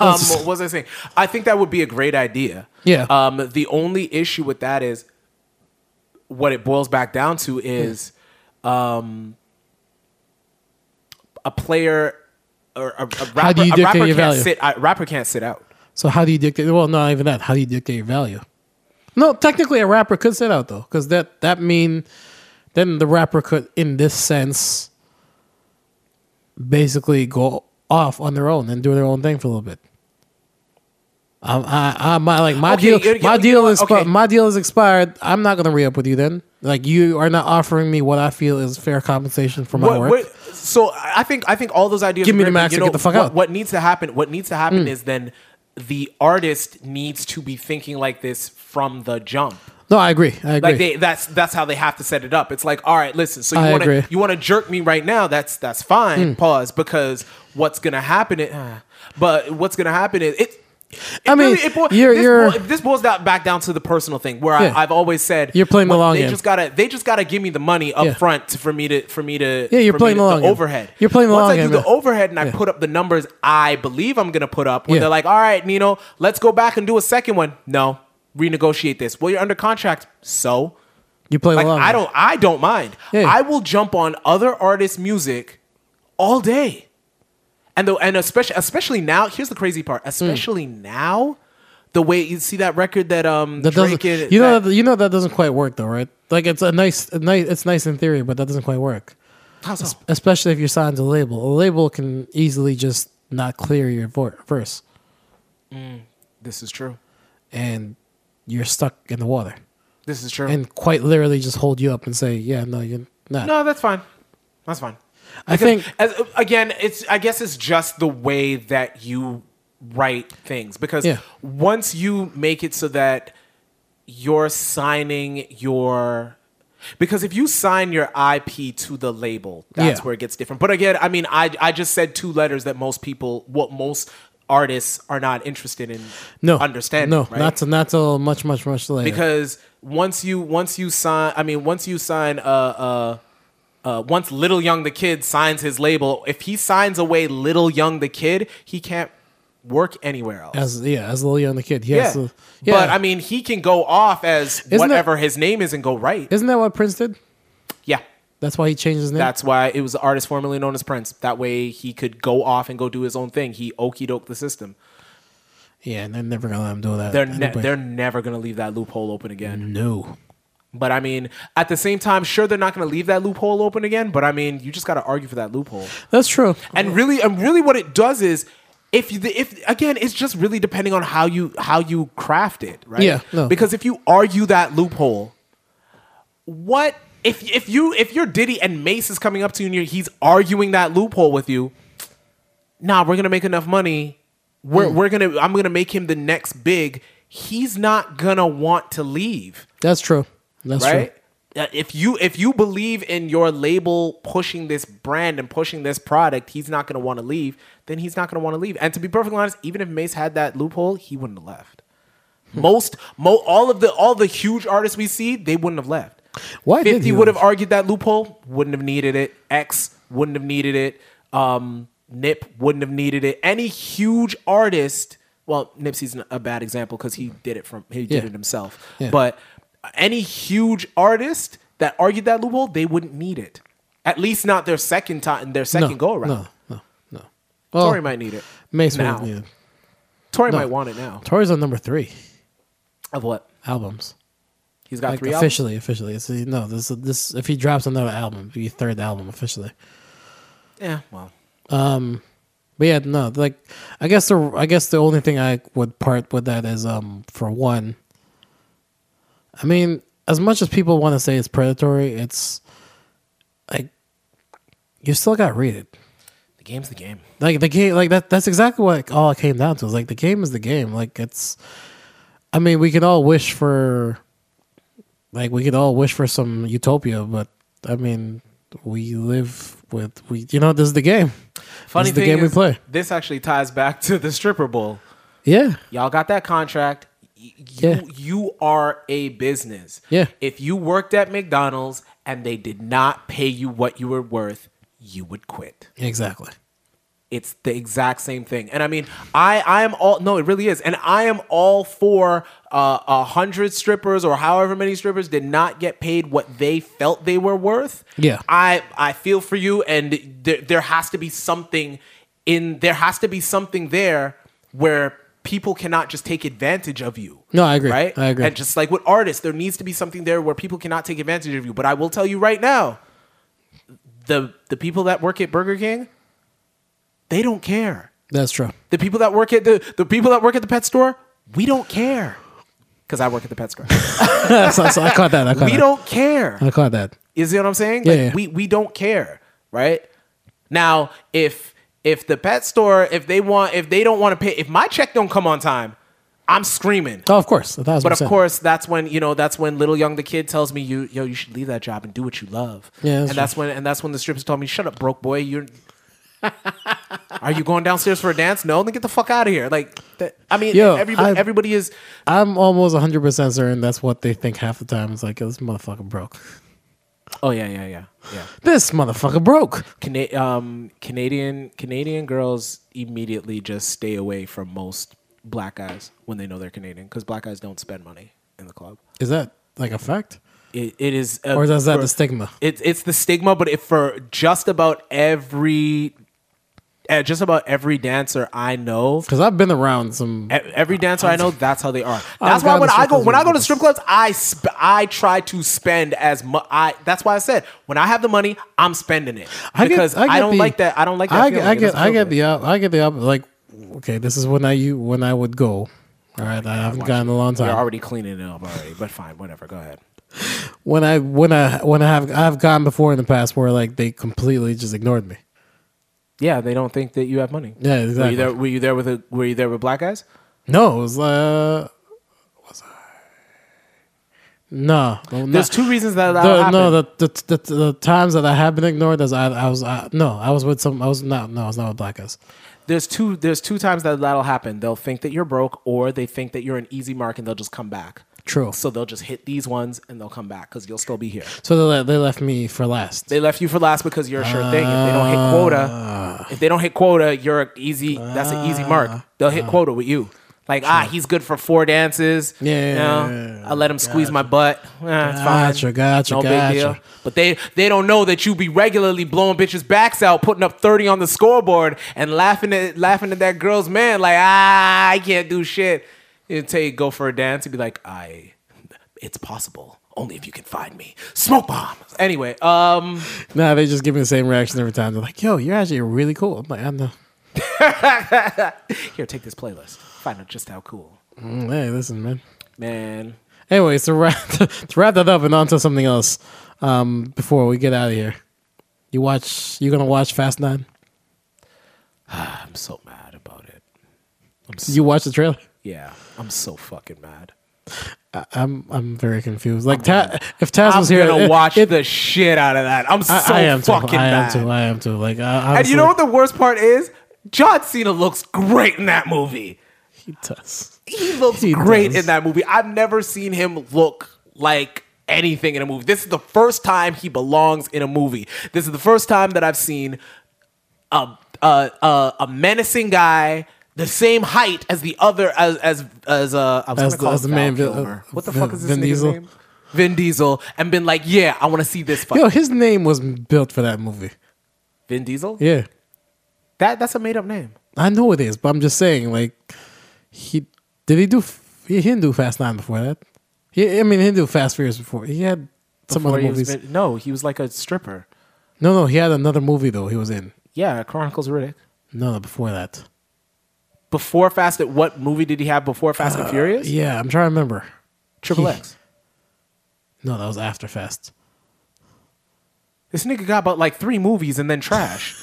Speaker 2: um, what was I saying? I think that would be a great idea.
Speaker 1: Yeah.
Speaker 2: Um, the only issue with that is what it boils back down to is um, a player or a, a rapper,
Speaker 1: do you
Speaker 2: a
Speaker 1: dictate
Speaker 2: rapper
Speaker 1: your
Speaker 2: can't
Speaker 1: value?
Speaker 2: sit. A rapper can't sit out.
Speaker 1: so how do you dictate well not even that how do you dictate your value no technically a rapper could sit out though because that that mean then the rapper could in this sense basically go off on their own and do their own thing for a little bit I'm, I, I, my like my
Speaker 2: Okay,
Speaker 1: deal,
Speaker 2: you- you-
Speaker 1: my
Speaker 2: you know
Speaker 1: deal
Speaker 2: what?
Speaker 1: is expi-
Speaker 2: Okay.
Speaker 1: my deal is expired. I'm not gonna re up with you then. Like you are not offering me what I feel is fair compensation for my
Speaker 2: What-
Speaker 1: work.
Speaker 2: what- so I think I think all those ideas.
Speaker 1: Give
Speaker 2: are
Speaker 1: me the
Speaker 2: great, but
Speaker 1: max
Speaker 2: you
Speaker 1: and
Speaker 2: know,
Speaker 1: get the fuck
Speaker 2: what,
Speaker 1: out. Mm.
Speaker 2: What needs to happen? What needs to happen is then the artist needs to be thinking like this from the jump.
Speaker 1: No, I agree. I agree.
Speaker 2: Like they, that's that's how they have to set it up. It's like, all right, listen. So
Speaker 1: I
Speaker 2: you want
Speaker 1: agree. Hmm.
Speaker 2: to you want to jerk me right now? That's that's fine. Pause because what's gonna happen? It, uh, but what's gonna happen is it. it
Speaker 1: I mean,
Speaker 2: really- it boi-
Speaker 1: you're-
Speaker 2: this,
Speaker 1: you're-
Speaker 2: boi- this boils down back down to the personal thing where
Speaker 1: Yeah.
Speaker 2: I, I've always said
Speaker 1: You're playing the
Speaker 2: when-
Speaker 1: long
Speaker 2: they
Speaker 1: game.
Speaker 2: Just gotta they just gotta give me the money up
Speaker 1: Yeah.
Speaker 2: front to, for me to for me to
Speaker 1: Yeah, you're
Speaker 2: for me
Speaker 1: playing
Speaker 2: to-
Speaker 1: the long game.
Speaker 2: overhead.
Speaker 1: You're playing the
Speaker 2: Once
Speaker 1: long
Speaker 2: I do
Speaker 1: game,
Speaker 2: the
Speaker 1: yeah.
Speaker 2: overhead and I
Speaker 1: Yeah.
Speaker 2: put up the numbers I believe I'm gonna put up when
Speaker 1: Yeah.
Speaker 2: they're like, all right, Nino, let's go back and do a second one. No, renegotiate this. Well, you're under contract, so
Speaker 1: you play
Speaker 2: like
Speaker 1: along.
Speaker 2: I don't I don't mind.
Speaker 1: Yeah.
Speaker 2: I will jump on other artists' music all
Speaker 1: Hmm.
Speaker 2: day. And though and especially especially now, here's the crazy part. Especially now, the way you see that record that um
Speaker 1: That doesn't.
Speaker 2: Drake and-
Speaker 1: you know.
Speaker 2: that-
Speaker 1: That, you know that doesn't quite work though, right? Like it's a nice, a nice. It's nice in theory, but that doesn't quite work.
Speaker 2: How so?
Speaker 1: Especially if you're signed to a label. A label can easily just not clear your vor- verse,
Speaker 2: This is true.
Speaker 1: and you're stuck in the water,
Speaker 2: This is true.
Speaker 1: and quite literally just hold you up and say, "Yeah, no, you're not."
Speaker 2: no, that's fine. That's fine.
Speaker 1: I think
Speaker 2: As, again, it's I guess it's just the way that you write things because
Speaker 1: Yeah.
Speaker 2: once you make it so that you're signing your because if you sign your IP to the label, that's
Speaker 1: Yeah.
Speaker 2: where it gets different. But again, I mean, I I just said two letters that most people, what most artists are not interested in
Speaker 1: no
Speaker 2: understanding.
Speaker 1: No,
Speaker 2: right?
Speaker 1: not to not till much, much, much later.
Speaker 2: because once you once you sign i mean once you sign uh uh uh, once Little Young the Kid signs his label, if he signs away Little Young the Kid, he can't work anywhere else.
Speaker 1: as yeah, as Lil Young the kid, he
Speaker 2: yeah.
Speaker 1: has to- yeah.
Speaker 2: But I mean, he can go off as
Speaker 1: that-
Speaker 2: whatever his name is and go right.
Speaker 1: isn't that what Prince did?
Speaker 2: Yeah.
Speaker 1: That's why he changed his name.
Speaker 2: That's why it was the artist formerly known as Prince. That way he could go off and go do his own thing. He okey doke the system.
Speaker 1: yeah, and they're never gonna let him do that.
Speaker 2: They're, ne-
Speaker 1: anyway.
Speaker 2: they're never going to leave that loophole open again.
Speaker 1: no.
Speaker 2: But I mean, at the same time, sure they're not going to leave that loophole open again. But I mean, you just got to argue for that loophole.
Speaker 1: That's true.
Speaker 2: And really, and really, what it does is, if you, if again, it's just really depending on how you how you craft it, right?
Speaker 1: Yeah, no.
Speaker 2: Because if you argue that loophole, what if if you if you're Diddy and Mace is coming up to you and you're, he's arguing that loophole with you? Nah, we're gonna make enough money.
Speaker 1: Hmm.
Speaker 2: We're we're gonna I'm gonna make him the next big. He's not gonna want to leave
Speaker 1: That's true. That's
Speaker 2: right?
Speaker 1: true.
Speaker 2: Uh, If you if you believe in your label pushing this brand and pushing this product, he's not going to want to leave. Then he's not going to want to leave. And to be perfectly honest, even if Mace had that loophole, he wouldn't have left.
Speaker 1: Hmm.
Speaker 2: Most mo- all of the all the huge artists we see, they wouldn't have left.
Speaker 1: Why did
Speaker 2: Fifty
Speaker 1: he
Speaker 2: would have
Speaker 1: leave?
Speaker 2: argued that loophole, wouldn't have needed it. X wouldn't have needed it. Um, Nip wouldn't have needed it. Any huge artist, well, Nipsey's n- a bad example because he did it from he did
Speaker 1: Yeah.
Speaker 2: it himself.
Speaker 1: Yeah.
Speaker 2: But any huge artist that argued that loophole, they wouldn't need it. At least not their second time, their second go around.
Speaker 1: No, no, no. Well,
Speaker 2: Tory might need it.
Speaker 1: Mace
Speaker 2: now.
Speaker 1: would need it.
Speaker 2: Tory
Speaker 1: No.
Speaker 2: might want it now.
Speaker 1: Tory's on number three
Speaker 2: Of what?
Speaker 1: albums.
Speaker 2: He's got
Speaker 1: Like
Speaker 2: three albums.
Speaker 1: officially, officially. It's, no, this this if he drops another album, it'd be third album officially.
Speaker 2: Yeah. Well.
Speaker 1: But yeah, no, like I guess the I guess the only thing I would part with that is um for one. I mean, as much as people want to say it's predatory, it's like you still got rated.
Speaker 2: The game's the game.
Speaker 1: Like the game, like that. That's exactly what all it came down to. Is like the game is the game. Like it's. I mean, we can all wish for, like we could all wish for some utopia, but I mean, we live with we. You know, this is the game.
Speaker 2: Funny
Speaker 1: this is the
Speaker 2: thing
Speaker 1: game we
Speaker 2: is,
Speaker 1: play.
Speaker 2: This actually ties back to the stripper bowl.
Speaker 1: Yeah,
Speaker 2: Y'all got that contract. Y- You
Speaker 1: Yeah.
Speaker 2: you are a business.
Speaker 1: Yeah.
Speaker 2: If you worked at McDonald's and they did not pay you what you were worth, you would quit.
Speaker 1: exactly.
Speaker 2: It's the exact same thing. And I mean, I I am all no, it really is. And I am all for uh, a hundred strippers or however many strippers did not get paid what they felt they were worth.
Speaker 1: Yeah.
Speaker 2: I I feel for you, and there, there has to be something in there has to be something there where people cannot just take advantage of you.
Speaker 1: No, I agree.
Speaker 2: Right,
Speaker 1: I agree.
Speaker 2: And just like with artists, there needs to be something there where people cannot take advantage of you. But I will tell you right now, the the people that work at Burger King, they don't care.
Speaker 1: That's true.
Speaker 2: The people that work at the the people that work at the pet store, we don't care. Because I work at the pet store,
Speaker 1: so, so I caught that. I caught
Speaker 2: we
Speaker 1: that.
Speaker 2: don't care.
Speaker 1: I caught that.
Speaker 2: Is you know what I'm saying?
Speaker 1: Yeah,
Speaker 2: Like,
Speaker 1: yeah.
Speaker 2: We we don't care, right? Now, if if the pet store, if they want, if they don't want to pay, if my check don't come on time, I'm screaming.
Speaker 1: Oh, of course, a thousand
Speaker 2: But of
Speaker 1: percent.
Speaker 2: course, that's when you know. That's when little young the kid tells me, "You yo, you should leave that job and do what you love."
Speaker 1: Yeah, that's
Speaker 2: and that's when and that's when the strippers told me, "Shut up, broke boy. You're are you going downstairs for a dance? No, then get the fuck out of here." Like, that, I mean,
Speaker 1: Yo,
Speaker 2: everybody,
Speaker 1: I've-
Speaker 2: everybody is
Speaker 1: I'm almost 100 percent certain that's what they think half the time. It's like this motherfucker broke.
Speaker 2: Oh yeah, yeah, yeah, yeah.
Speaker 1: This motherfucker broke.
Speaker 2: Cana- um, Canadian Canadian girls immediately just stay away from most black guys when they know they're Canadian because black guys don't spend money in the club.
Speaker 1: Is that like a fact,
Speaker 2: It, it is, a,
Speaker 1: or is that
Speaker 2: for-
Speaker 1: the stigma?
Speaker 2: It's it's the stigma, but if for just about every eh, just about every dancer I know.
Speaker 1: Because I've been around some.
Speaker 2: e- Every dancer I know, that's how they are. That's why
Speaker 1: gone
Speaker 2: when
Speaker 1: to
Speaker 2: I
Speaker 1: strip
Speaker 2: go
Speaker 1: clubs
Speaker 2: when I go to
Speaker 1: once.
Speaker 2: strip clubs, I sp- I try to spend as much. I that's why I said when I have the money, I'm spending it
Speaker 1: I get-
Speaker 2: because I,
Speaker 1: get
Speaker 2: don't
Speaker 1: the-
Speaker 2: like that. I don't like that.
Speaker 1: I
Speaker 2: feeling.
Speaker 1: get, I
Speaker 2: It
Speaker 1: get,
Speaker 2: doesn't
Speaker 1: I
Speaker 2: feel
Speaker 1: get
Speaker 2: good.
Speaker 1: the, op- I get the, op- like, okay, this is when I you when I would go. All right, I haven't gotten in a long
Speaker 2: You're
Speaker 1: time.
Speaker 2: already cleaning it up already, but fine, whatever. Go ahead.
Speaker 1: When I when I when I have I've gone before in the past where like they completely just ignored me.
Speaker 2: Yeah, they don't think that you have money.
Speaker 1: Yeah,
Speaker 2: Were you
Speaker 1: exactly.
Speaker 2: there? Were you there with a, Were you there with black guys?
Speaker 1: No, it was like, uh, was I? No, no,
Speaker 2: There's two reasons that that
Speaker 1: The,
Speaker 2: happened.
Speaker 1: no, the, the the the times that I have been ignored is I I was I, no I was with some I was not no I was not with black guys.
Speaker 2: there's two. There's two times that that'll happen. They'll think that you're broke, or they think that you're an easy mark, and they'll just come back.
Speaker 1: True.
Speaker 2: So they'll just hit these ones, and they'll come back because you'll still be here.
Speaker 1: So they le- they left me for last.
Speaker 2: They left you for last because you're a sure thing. If they don't hit
Speaker 1: Ah.
Speaker 2: quota, if they don't hit quota, you're a easy. That's an easy mark. They'll
Speaker 1: Ah.
Speaker 2: hit quota with you. Like ah, he's good for four dances.
Speaker 1: Yeah,
Speaker 2: you know? I let him squeeze my butt. Eh, it's fine.
Speaker 1: Gotcha, gotcha,
Speaker 2: no
Speaker 1: gotcha.
Speaker 2: big deal. But they they don't know that you be regularly blowing bitches' backs out, putting up thirty on the scoreboard, and laughing at laughing at that girl's man. Like ah, I can't do shit. Until you go for a dance, you'd be like, I, it's possible. Only if you can find me. Smoke bomb. Anyway, um.
Speaker 1: Nah, they just give me the same reaction every time. They're like, "Yo, you're actually really cool." I'm like, "I know."
Speaker 2: Here, take this playlist. Find out just how cool.
Speaker 1: Mm, Hey, listen, man.
Speaker 2: Man.
Speaker 1: Anyway, so wrap, to wrap that up and on to something else. Um, before we get out of here, you watch. You gonna watch Fast Nine?
Speaker 2: I'm so mad about it. I'm
Speaker 1: Did
Speaker 2: so,
Speaker 1: you watch the trailer?
Speaker 2: yeah, I'm so fucking mad.
Speaker 1: I'm I'm very confused. Like Ta- if Taz was here,
Speaker 2: I'm gonna
Speaker 1: it-
Speaker 2: watch
Speaker 1: it-
Speaker 2: the shit out of that. I'm so
Speaker 1: I, I am too.
Speaker 2: fucking
Speaker 1: I am
Speaker 2: mad.
Speaker 1: too. I am too. Like, I,
Speaker 2: and
Speaker 1: honestly,
Speaker 2: you know what the worst part is? John Cena looks great in that movie.
Speaker 1: he does.
Speaker 2: He looks
Speaker 1: He
Speaker 2: great
Speaker 1: does.
Speaker 2: in that movie. I've never seen him look like anything in a movie. This is the first time he belongs in a movie. This is the first time that I've seen a a a, a menacing guy the same height as the other as as as uh I was
Speaker 1: As
Speaker 2: gonna
Speaker 1: the-
Speaker 2: call
Speaker 1: as
Speaker 2: him
Speaker 1: the
Speaker 2: Val
Speaker 1: main vil-
Speaker 2: Kilmer.
Speaker 1: uh,
Speaker 2: what the
Speaker 1: Vin-
Speaker 2: fuck is this
Speaker 1: Vin
Speaker 2: nigga's
Speaker 1: Diesel?
Speaker 2: name? Vin Diesel and been like, yeah, I want to see this fight.
Speaker 1: Yo, his name was built for that movie.
Speaker 2: Vin Diesel?
Speaker 1: Yeah,
Speaker 2: That that's a made up name.
Speaker 1: I know it is, but I'm just saying. Like, he did he do? f- He didn't do Fast Nine before that. He, I mean, he didn't do Fast Furious before. He had some
Speaker 2: Before
Speaker 1: other
Speaker 2: he was
Speaker 1: movies.
Speaker 2: Vin- no, he was like a stripper.
Speaker 1: No, no, he had another movie though. He was in.
Speaker 2: Yeah, Chronicles of Riddick.
Speaker 1: No, no, before that.
Speaker 2: Before Fast, and- what movie did he have before Fast and Furious?
Speaker 1: Uh, Yeah, I'm trying to remember.
Speaker 2: Triple
Speaker 1: he-
Speaker 2: X.
Speaker 1: No, that was after Fast.
Speaker 2: This nigga got about like three movies and then trash.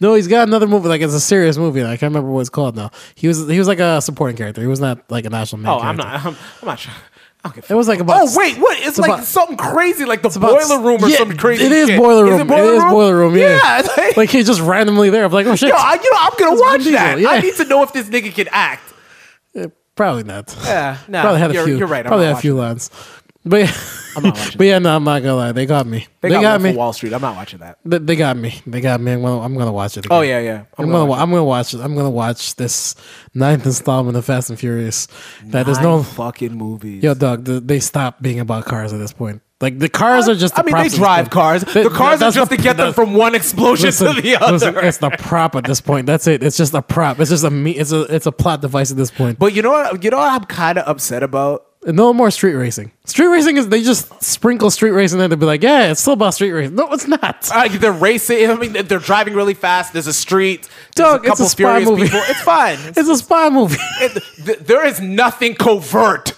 Speaker 1: No, he's got another movie. Like it's a serious movie. and I can't remember what it's called now. He was he was like a supporting character. He was not like an actual main.
Speaker 2: oh, I'm
Speaker 1: character.
Speaker 2: not. I'm, I'm not sure. I don't give a
Speaker 1: It was like about.
Speaker 2: oh wait, what? It's, like
Speaker 1: about-
Speaker 2: something crazy, like the
Speaker 1: about-
Speaker 2: boiler room or
Speaker 1: Yeah,
Speaker 2: some crazy.
Speaker 1: It is
Speaker 2: shit.
Speaker 1: boiler
Speaker 2: Is
Speaker 1: room. it is boiler room. Yeah,
Speaker 2: like,
Speaker 1: like he's just randomly there. I'm like, oh shit.
Speaker 2: yo, I, you know, I'm gonna
Speaker 1: It's Vin
Speaker 2: watch
Speaker 1: Diesel,
Speaker 2: that. I
Speaker 1: yeah.
Speaker 2: need to know if this nigga can act.
Speaker 1: Probably not.
Speaker 2: Yeah, nah,
Speaker 1: Probably had a
Speaker 2: you're-
Speaker 1: few.
Speaker 2: you're right, I'm
Speaker 1: Probably
Speaker 2: not
Speaker 1: had a few lines. But yeah,
Speaker 2: not watching
Speaker 1: but yeah, no, I'm not gonna lie. They got me. They,
Speaker 2: They, got,
Speaker 1: got,
Speaker 2: one for
Speaker 1: me.
Speaker 2: Wall Street. I'm not watching that.
Speaker 1: They, they got me. They got me. I'm gonna, I'm gonna watch it. Again.
Speaker 2: Oh yeah, yeah.
Speaker 1: I'm, gonna. wa- I'm gonna watch it. I'm gonna watch this ninth installment of Fast and Furious. That there's
Speaker 2: Nine
Speaker 1: no
Speaker 2: fucking movies.
Speaker 1: yo dog. th- They stopped being about cars at this point. Like the cars are just.
Speaker 2: I
Speaker 1: the
Speaker 2: mean, they
Speaker 1: props at this
Speaker 2: drive
Speaker 1: point.
Speaker 2: cars.
Speaker 1: They-
Speaker 2: the cars are
Speaker 1: that's
Speaker 2: just
Speaker 1: the-
Speaker 2: to get them
Speaker 1: that's-
Speaker 2: from one explosion to the other.
Speaker 1: listen, it's the prop at this point. That's it. It's just a prop. It's just a me. It's a it's a plot device at this point.
Speaker 2: but you know what? You know what I'm kind of upset about.
Speaker 1: No more street racing. Street racing is they just sprinkle street racing in to be like, yeah, it's still about street racing. No, it's not.
Speaker 2: Uh, they're racing. I mean, they're driving really fast. There's a street. There's
Speaker 1: Dog, it's
Speaker 2: a couple
Speaker 1: a spy
Speaker 2: furious
Speaker 1: movie.
Speaker 2: people. It's fine. It's-
Speaker 1: It's a spy movie.
Speaker 2: it- th- there is nothing covert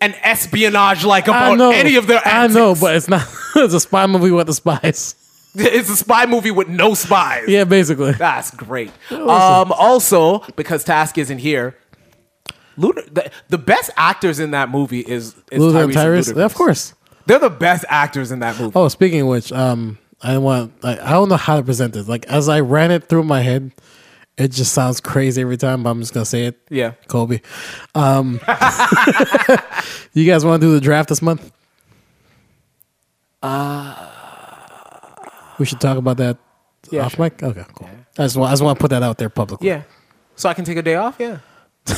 Speaker 2: and espionage like
Speaker 1: I
Speaker 2: about
Speaker 1: know.
Speaker 2: any of their.
Speaker 1: I
Speaker 2: Antics.
Speaker 1: know, but it's not. it's a spy movie with the spies.
Speaker 2: it's a spy movie with no spies.
Speaker 1: Yeah, basically.
Speaker 2: That's great. Um, also, because Task isn't here, Luda, the, the best actors in that movie is, is
Speaker 1: Luther and
Speaker 2: Tyrese
Speaker 1: Tyrus,
Speaker 2: and Ludacris.
Speaker 1: of course.
Speaker 2: They're the best actors in that movie.
Speaker 1: Oh, speaking of which, um, I want. I, I don't know how to present this. Like as I ran it through my head, it just sounds crazy every time. But I'm just gonna say it.
Speaker 2: Yeah.
Speaker 1: Kobe. Um, you guys want to do the draft this month? Uh, we should talk about that
Speaker 2: Yeah,
Speaker 1: off
Speaker 2: sure.
Speaker 1: mic. Okay, cool. I just want, I just want to put that out there publicly.
Speaker 2: Yeah. So I can take a day off? Yeah.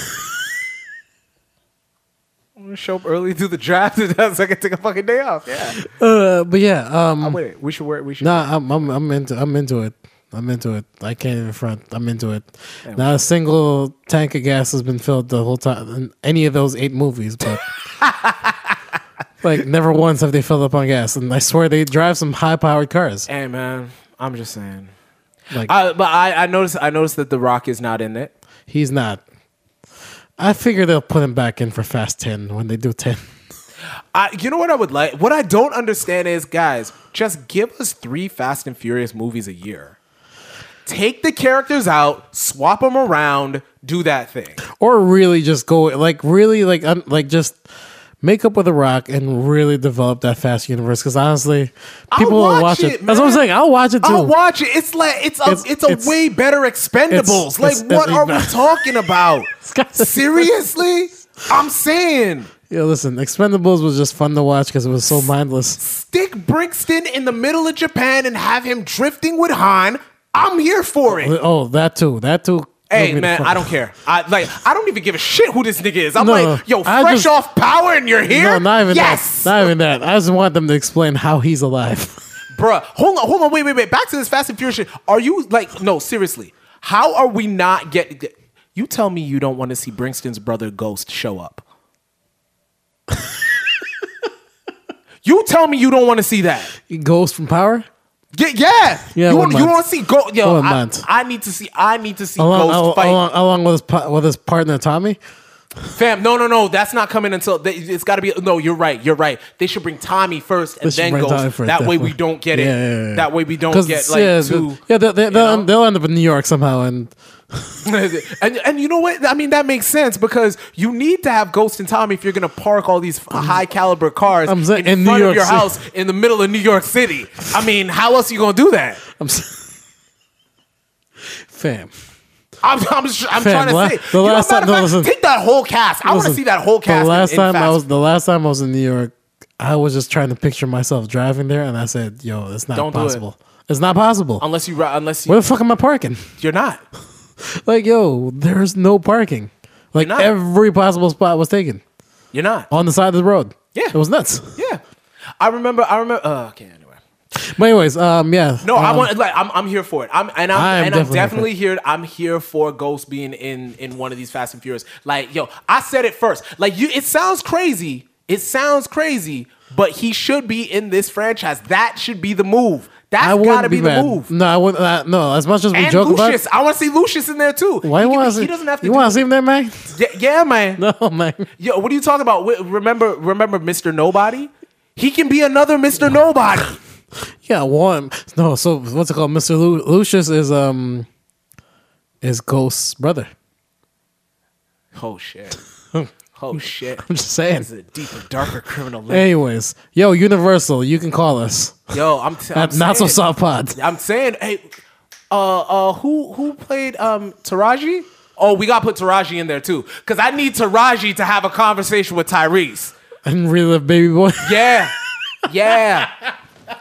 Speaker 2: I'm gonna show up early do the draft so I can take a fucking day off. Yeah.
Speaker 1: Uh, but yeah, um,
Speaker 2: Wait, we should wear we should
Speaker 1: nah, I'm, I'm I'm into I'm into it. I'm into it. I can't even front. I'm into it. Not a single tank of gas has been filled the whole time in any of those eight movies, but like never once have they filled up on gas. And I swear they drive some high powered cars.
Speaker 2: Hey man, I'm just saying.
Speaker 1: Like
Speaker 2: I, but I, I noticed I noticed that The Rock is not in it.
Speaker 1: he's not. I figure they'll put him back in for Fast Ten when they do ten.
Speaker 2: I, you know what I would like? What I don't understand is, guys, just give us three Fast and Furious movies a year. Take the characters out, swap them around, do that thing.
Speaker 1: or really just go like really like un, like just make up with a rock and really develop that fast universe because honestly people
Speaker 2: I'll
Speaker 1: will
Speaker 2: watch
Speaker 1: watch it,
Speaker 2: it,
Speaker 1: that's what i'm
Speaker 2: man.
Speaker 1: saying i'll watch it too
Speaker 2: I'll watch it. It's like it's a
Speaker 1: It's-
Speaker 2: it's, a
Speaker 1: it's-
Speaker 2: way better Expendables.
Speaker 1: it's-
Speaker 2: like
Speaker 1: it's-
Speaker 2: what are we
Speaker 1: it's-
Speaker 2: talking about?
Speaker 1: got-
Speaker 2: Seriously, I'm saying
Speaker 1: yeah listen expendables was just fun to watch because it was so mindless
Speaker 2: stick Brixton in the middle of Japan and have him drifting with Han. I'm here for it.
Speaker 1: oh that too that too
Speaker 2: Hey
Speaker 1: drove me the
Speaker 2: man,
Speaker 1: fuck-
Speaker 2: I don't care. I like I don't even give a shit who this nigga is. I'm
Speaker 1: No,
Speaker 2: like, yo,
Speaker 1: I
Speaker 2: fresh
Speaker 1: just-
Speaker 2: off power and you're here.
Speaker 1: no not even
Speaker 2: yes,
Speaker 1: that not even that i just want them to explain how he's alive
Speaker 2: bruh. Hold on, hold on, wait, wait, wait. Back to this Fast and Furious shit. Are you like no? Seriously, how are we not getting? Get, you tell me you don't want to see Brixton's brother Ghost show up. you tell me you don't want to see that.
Speaker 1: ghost from power
Speaker 2: Yeah, yeah.
Speaker 1: Yeah,
Speaker 2: you
Speaker 1: one
Speaker 2: want you
Speaker 1: month.
Speaker 2: want to see Ghost? Yo,
Speaker 1: One
Speaker 2: I,
Speaker 1: month.
Speaker 2: I need to see. I need to see
Speaker 1: along,
Speaker 2: Ghost
Speaker 1: al-
Speaker 2: fight.
Speaker 1: along, along with his pa- with his partner tommy
Speaker 2: Fam, no, no, no. That's not coming until they, it's got to be. No, you're right. You're right. They should bring Tommy first and
Speaker 1: They should
Speaker 2: then
Speaker 1: bring
Speaker 2: Ghost.
Speaker 1: Tommy first,
Speaker 2: that way we
Speaker 1: definitely.
Speaker 2: don't get it.
Speaker 1: Yeah, yeah, yeah.
Speaker 2: That way we don't
Speaker 1: 'Cause,
Speaker 2: get like
Speaker 1: yeah,
Speaker 2: two.
Speaker 1: yeah they, they, they'll,
Speaker 2: know?
Speaker 1: they'll end up in new york somehow and
Speaker 2: and and you know what? I mean, that makes sense because you need to have Ghost and Tommy if you're gonna park all these high caliber cars
Speaker 1: Mm. I'm saying-
Speaker 2: in,
Speaker 1: in New
Speaker 2: front of
Speaker 1: York
Speaker 2: your
Speaker 1: City.
Speaker 2: house in the middle of New York City. I mean, how else are you gonna do that?
Speaker 1: i'm s- fam
Speaker 2: I'm, I'm, just- I'm
Speaker 1: Fam,
Speaker 2: trying to
Speaker 1: la-
Speaker 2: say.
Speaker 1: the
Speaker 2: You know,
Speaker 1: last
Speaker 2: matter of
Speaker 1: time- no,
Speaker 2: fact,
Speaker 1: listen.
Speaker 2: take that whole cast. I want to
Speaker 1: Listen,
Speaker 2: see that whole cast.
Speaker 1: The last
Speaker 2: in, in
Speaker 1: time I
Speaker 2: Fast
Speaker 1: was the last time I was in New York, I was just trying to picture myself driving there, and I said, "Yo, it's not
Speaker 2: Don't do it. Um,
Speaker 1: possible. It's not possible.
Speaker 2: unless you ri- unless you,
Speaker 1: Where the fuck am I parking?
Speaker 2: you're not.
Speaker 1: Like, yo, there's no parking. Like
Speaker 2: not.
Speaker 1: every possible spot was taken
Speaker 2: You're not.
Speaker 1: on the side of the road.
Speaker 2: Yeah.
Speaker 1: it was nuts.
Speaker 2: Yeah, I remember. I remember. Uh, okay, anyway.
Speaker 1: But anyways, um, yeah.
Speaker 2: No, I
Speaker 1: um,
Speaker 2: want like I'm, I'm here for it. I'm and I'm,
Speaker 1: I am
Speaker 2: and
Speaker 1: definitely
Speaker 2: I'm definitely here. I'm here for Ghost being in in one of these Fast and Furious. Like, yo, I said it first. Like, you. It sounds crazy. It sounds crazy, but he should be in this franchise. That should be the move.
Speaker 1: I
Speaker 2: That's
Speaker 1: wouldn't
Speaker 2: gotta be, the
Speaker 1: mad.
Speaker 2: move.
Speaker 1: No, I wouldn't. Uh, no, as much as we
Speaker 2: And
Speaker 1: joke about.
Speaker 2: Lucius,
Speaker 1: it,
Speaker 2: I want to see Lucius in there too.
Speaker 1: Why
Speaker 2: he, can-
Speaker 1: was
Speaker 2: he doesn't have to.
Speaker 1: You
Speaker 2: do-
Speaker 1: want to see him there, man?
Speaker 2: yeah, yeah, man.
Speaker 1: No, man.
Speaker 2: Yo, what are you talking about? Wh- Remember, remember, Mister Nobody. He can be another Mister Nobody.
Speaker 1: Yeah, one. No, so what's it called? Mister Lu- Lucius is um is Ghost's brother.
Speaker 2: Oh shit. Oh shit.
Speaker 1: I'm just saying.
Speaker 2: This is a deeper, darker criminal. Lane.
Speaker 1: Anyways, yo, Universal, you can call us.
Speaker 2: Yo, I'm, t- I'm
Speaker 1: Not, not so
Speaker 2: saying-
Speaker 1: soft pod.
Speaker 2: I'm saying, hey, uh, uh, who who played um Taraji? Oh, we gotta put Taraji in there too, cause I need Taraji to have a conversation with Tyrese.
Speaker 1: And relive baby boy.
Speaker 2: Yeah, yeah.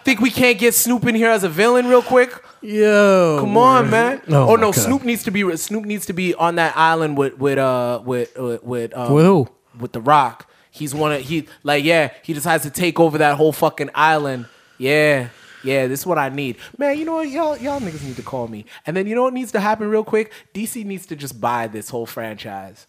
Speaker 2: Think we can't get Snoop in here as a villain real quick?
Speaker 1: Yo.
Speaker 2: Come on, man.
Speaker 1: Oh,
Speaker 2: oh
Speaker 1: my God.
Speaker 2: no, Snoop needs to be Snoop needs to be on that island with with uh with with with, um,
Speaker 1: With who?
Speaker 2: with the Rock. He's one of he like yeah. He decides to take over that whole fucking island. Yeah, yeah. This is what I need, man. You know what, y'all y'all niggas need to call me. And then you know what needs to happen real quick. DC needs to just buy this whole franchise.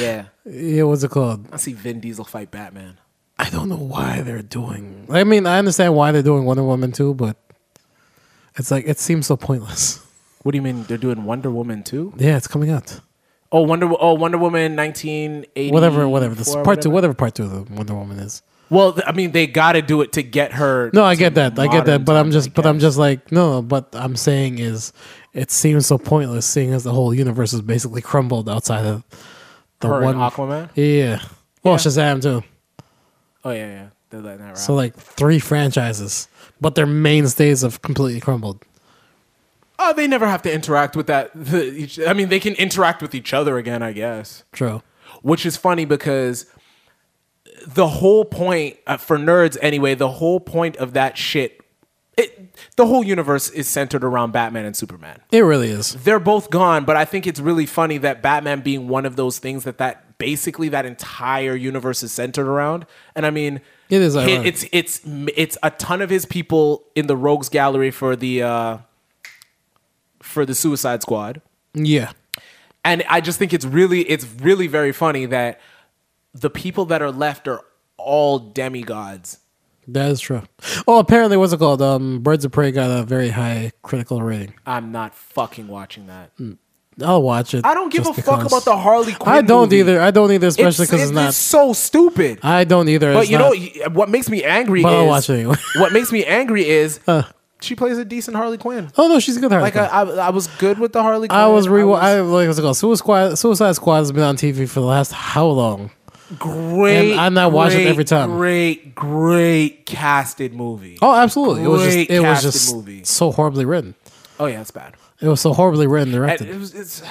Speaker 2: yeah,
Speaker 1: Yeah, what's it called?
Speaker 2: I see Vin Diesel fight Batman.
Speaker 1: I don't know why they're doing. I mean, I understand why they're doing Wonder Woman too, but it's like it seems so pointless.
Speaker 2: What do you mean they're doing Wonder Woman too?
Speaker 1: Yeah, it's coming out.
Speaker 2: Oh Wonder oh Wonder Woman nineteen eighty
Speaker 1: Whatever, whatever. This part two, whatever part two of the Wonder Woman is.
Speaker 2: Well, th- I mean, they got to do it to get her.
Speaker 1: No, I get that. I get
Speaker 2: modern
Speaker 1: that. But I'm
Speaker 2: times, I
Speaker 1: just, but I'm
Speaker 2: guess.
Speaker 1: just like, no. But I'm saying is, it seems so pointless, seeing as the whole universe is basically crumbled outside of the
Speaker 2: Her
Speaker 1: one
Speaker 2: and Aquaman.
Speaker 1: Yeah. Well, Shazam too.
Speaker 2: Oh yeah, yeah. They're letting that ride.
Speaker 1: So like three franchises, but their mainstays have completely crumbled.
Speaker 2: oh, they never have to interact with that. The, each, I mean, they can interact with each other again, I guess.
Speaker 1: True.
Speaker 2: Which is funny because the whole point uh, for nerds, anyway, the whole point of that shit, it, the whole universe is centered around Batman and Superman.
Speaker 1: It really is.
Speaker 2: they're both gone but i think it's really funny that batman being one of those things that that basically that entire universe is centered around and i mean
Speaker 1: It is
Speaker 2: hi-
Speaker 1: ironic.
Speaker 2: it's it's it's a ton of his people in the rogues gallery for the uh, for the Suicide Squad,
Speaker 1: Yeah.
Speaker 2: and I just think it's really it's really very funny that the people that are left are all demigods.
Speaker 1: That is true. Oh, apparently, what's it called? Um, Birds of Prey got a very high critical rating.
Speaker 2: I'm not fucking watching that.
Speaker 1: I'll watch it.
Speaker 2: I don't give
Speaker 1: Mm. just
Speaker 2: a fuck
Speaker 1: because.
Speaker 2: about the Harley Quinn.
Speaker 1: I don't
Speaker 2: movie.
Speaker 1: either. I don't either, especially
Speaker 2: It's-
Speaker 1: because it's,
Speaker 2: It's
Speaker 1: not.
Speaker 2: so stupid.
Speaker 1: I don't either.
Speaker 2: but
Speaker 1: it's
Speaker 2: you
Speaker 1: not,
Speaker 2: know y- what makes me angry
Speaker 1: But
Speaker 2: is
Speaker 1: I'll watch it anyway.
Speaker 2: what makes me angry is she plays a decent Harley Quinn.
Speaker 1: oh no, she's a good. Harley
Speaker 2: Like I,
Speaker 1: Quinn.
Speaker 2: I, I was good with the Harley. Quinn.
Speaker 1: I was re. I like what's it called? Suicide Squad. Suicide Squad has been on TV for the last how long?
Speaker 2: great.
Speaker 1: and I'm not watching it
Speaker 2: great,
Speaker 1: every time.
Speaker 2: Great, great casted movie. Oh,
Speaker 1: Oh, absolutely. It was just.
Speaker 2: Great
Speaker 1: It was
Speaker 2: casted
Speaker 1: just
Speaker 2: movie.
Speaker 1: so horribly written.
Speaker 2: Oh, yeah, it's bad.
Speaker 1: It was so horribly written, and
Speaker 2: And
Speaker 1: directed.
Speaker 2: it was, it's,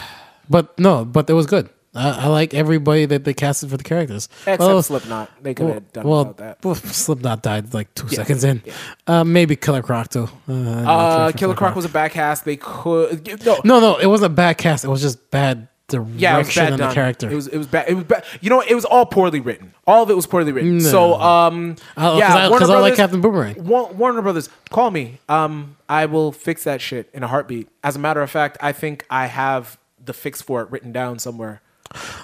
Speaker 1: but no, but it was good. I, I like everybody that they casted for the characters.
Speaker 2: except
Speaker 1: Well,
Speaker 2: Slipknot, they could have done
Speaker 1: Oh. well,
Speaker 2: without that.
Speaker 1: well, Slipknot died like two seconds in. Uh, maybe Killer Croc too. Uh, I don't care
Speaker 2: Uh,
Speaker 1: for
Speaker 2: Killer Croc was a back cast. They could no.
Speaker 1: No, no, it wasn't a bad cast. It was just bad direction
Speaker 2: Yeah, it was bad
Speaker 1: on
Speaker 2: done.
Speaker 1: the character.
Speaker 2: It was it was bad. It was bad. You know, it was all poorly written. All of it was poorly written. So, um,
Speaker 1: I- uh,
Speaker 2: yeah,
Speaker 1: 'cause I-
Speaker 2: Warner
Speaker 1: 'cause I like
Speaker 2: Brothers-
Speaker 1: Captain Boomerang.
Speaker 2: Wa- Warner Brothers, call me. Um, I will fix that shit in a heartbeat. As a matter of fact, I think I have the fix for it written down somewhere.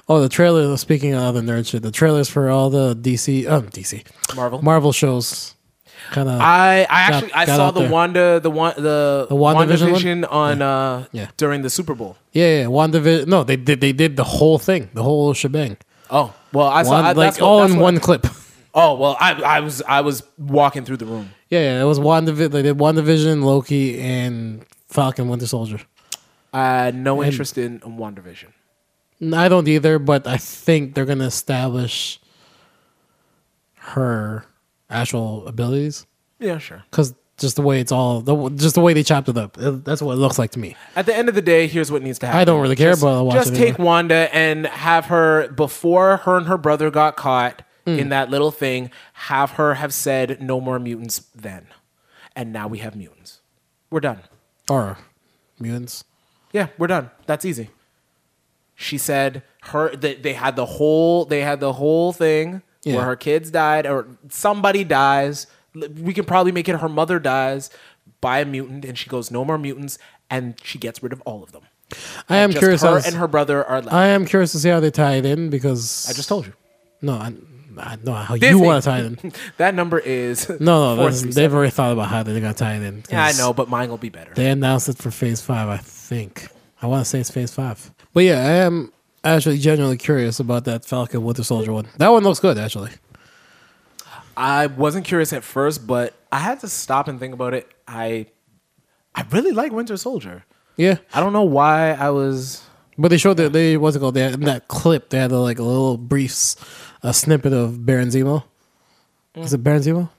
Speaker 1: oh, the trailer. Speaking of other nerd shit, the trailers for all the DC, um, DC,
Speaker 2: Marvel.
Speaker 1: Marvel shows, kind of.
Speaker 2: I, I actually I
Speaker 1: got
Speaker 2: saw
Speaker 1: out
Speaker 2: the
Speaker 1: there.
Speaker 2: Wanda the one the, the
Speaker 1: WandaVision one?
Speaker 2: on uh
Speaker 1: Yeah.
Speaker 2: during the Super Bowl.
Speaker 1: yeah, yeah, WandaVision. No, they did. They did the whole thing, the whole shebang,
Speaker 2: Oh well, I saw
Speaker 1: One-
Speaker 2: I,
Speaker 1: like
Speaker 2: that's what-
Speaker 1: all
Speaker 2: that's
Speaker 1: in
Speaker 2: what-
Speaker 1: one clip.
Speaker 2: Oh well, I I was I was walking through the room.
Speaker 1: yeah, yeah, it was WandaVision. They did WandaVision, Loki, and Falcon Winter Soldier.
Speaker 2: Uh, no interest in in WandaVision.
Speaker 1: I don't either, but I think they're gonna establish her actual abilities
Speaker 2: Yeah, sure.
Speaker 1: because just the way it's all, the, just the way they chopped it up. It- that's what it looks like to me.
Speaker 2: At the end of the day, here's what needs to happen.
Speaker 1: I don't really care,
Speaker 2: just,
Speaker 1: but I'll watch
Speaker 2: just
Speaker 1: it
Speaker 2: take
Speaker 1: anyway.
Speaker 2: Wanda and have her before her and her brother got caught in
Speaker 1: Mm.
Speaker 2: that little thing. Have her have said no more mutants then, and now we have mutants. We're done.
Speaker 1: Or mutants.
Speaker 2: Yeah, we're done. That's easy. She said her they, they had the whole they had the whole thing
Speaker 1: Yeah.
Speaker 2: where her kids died or somebody dies. L- We can probably make it her mother dies by a mutant, and she goes no more mutants, and she gets rid of all of them.
Speaker 1: I am
Speaker 2: Just
Speaker 1: curious.
Speaker 2: Her
Speaker 1: how s-
Speaker 2: and her brother are left.
Speaker 1: I am curious to see how they tie it in because
Speaker 2: I just told you.
Speaker 1: No, I, I know how
Speaker 2: Disney.
Speaker 1: you want to tie it in.
Speaker 2: that number is
Speaker 1: No, no, that's,
Speaker 2: 437.
Speaker 1: they've already thought about how they're gonna tie it in. 'cause
Speaker 2: Yeah, I know, but mine will be better.
Speaker 1: They announced it for Phase Five, I think. I want to say it's Phase Five, but yeah, I am actually genuinely curious about that Falcon Winter Soldier one. That one looks good, actually.
Speaker 2: I wasn't curious at first, but I had to stop and think about it. I I really like Winter Soldier.
Speaker 1: Yeah,
Speaker 2: I don't know why I was
Speaker 1: but they showed that they what's it called? They had, in that clip, they had a, like a little brief, s- a snippet of Baron Zemo. Is it Baron Zemo?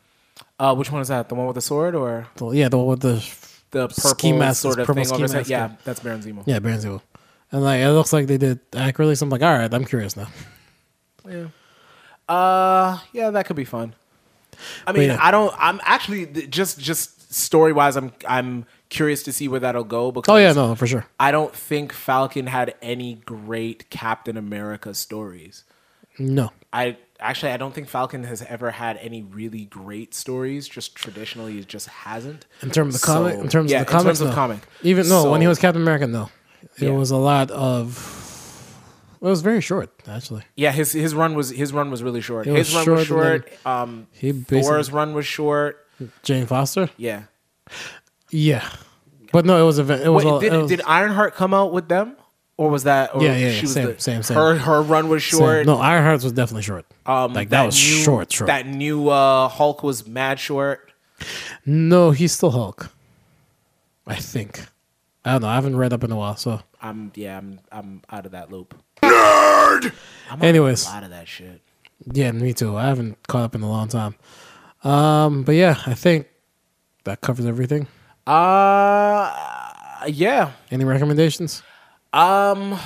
Speaker 2: Uh, which one is that? The one with the sword or
Speaker 1: The- yeah, the one with the
Speaker 2: the purple
Speaker 1: Ski mask,
Speaker 2: sort of
Speaker 1: purple
Speaker 2: thing
Speaker 1: ski
Speaker 2: over his head?
Speaker 1: mask,
Speaker 2: Yeah,
Speaker 1: yeah.
Speaker 2: that's Baron Zemo.
Speaker 1: yeah Baron Zemo, and like it looks like they did accurately. So I'm like, all right, I'm curious now.
Speaker 2: Uh, yeah, that could be fun. I mean,
Speaker 1: yeah.
Speaker 2: I don't. I'm actually th- just just story wise. I'm I'm curious to see where that'll go because
Speaker 1: Oh yeah, no, for sure.
Speaker 2: I don't think Falcon had any great Captain America stories.
Speaker 1: No,
Speaker 2: I actually I don't think Falcon has ever had any really great stories. Just traditionally, it just hasn't.
Speaker 1: in terms of the
Speaker 2: So-
Speaker 1: comic, in terms
Speaker 2: yeah,
Speaker 1: of the comics,
Speaker 2: in terms
Speaker 1: no.
Speaker 2: of comic,
Speaker 1: Even no, when he
Speaker 2: So-
Speaker 1: was Captain America, no, it
Speaker 2: Yeah.
Speaker 1: was a lot of. It was very short, actually.
Speaker 2: Yeah, his his run was his run was really short.
Speaker 1: It was
Speaker 2: his run was
Speaker 1: short and
Speaker 2: short. Um,
Speaker 1: He
Speaker 2: Thor's
Speaker 1: basically-
Speaker 2: run was short.
Speaker 1: Jane Foster.
Speaker 2: Yeah.
Speaker 1: Yeah, but no, it was a. ve- It was.
Speaker 2: Wait,
Speaker 1: all,
Speaker 2: did,
Speaker 1: it was
Speaker 2: did Ironheart come out with them, or was that? Or
Speaker 1: Yeah, yeah,
Speaker 2: she was
Speaker 1: same,
Speaker 2: the,
Speaker 1: same, same.
Speaker 2: Her her run was
Speaker 1: same.
Speaker 2: short.
Speaker 1: No, Ironheart's was definitely short.
Speaker 2: um,
Speaker 1: like that, was
Speaker 2: new-
Speaker 1: short, short.
Speaker 2: That new uh, Hulk was mad short.
Speaker 1: no, he's still Hulk. I think. I don't know. I haven't read up in a while, so.
Speaker 2: I'm yeah, I'm I'm out of that loop.
Speaker 1: Anyways,
Speaker 2: Out of that shit.
Speaker 1: yeah, me too. I haven't caught up in a long time. Um, but yeah, I think that covers everything.
Speaker 2: Uh, yeah.
Speaker 1: Any recommendations?
Speaker 2: Um,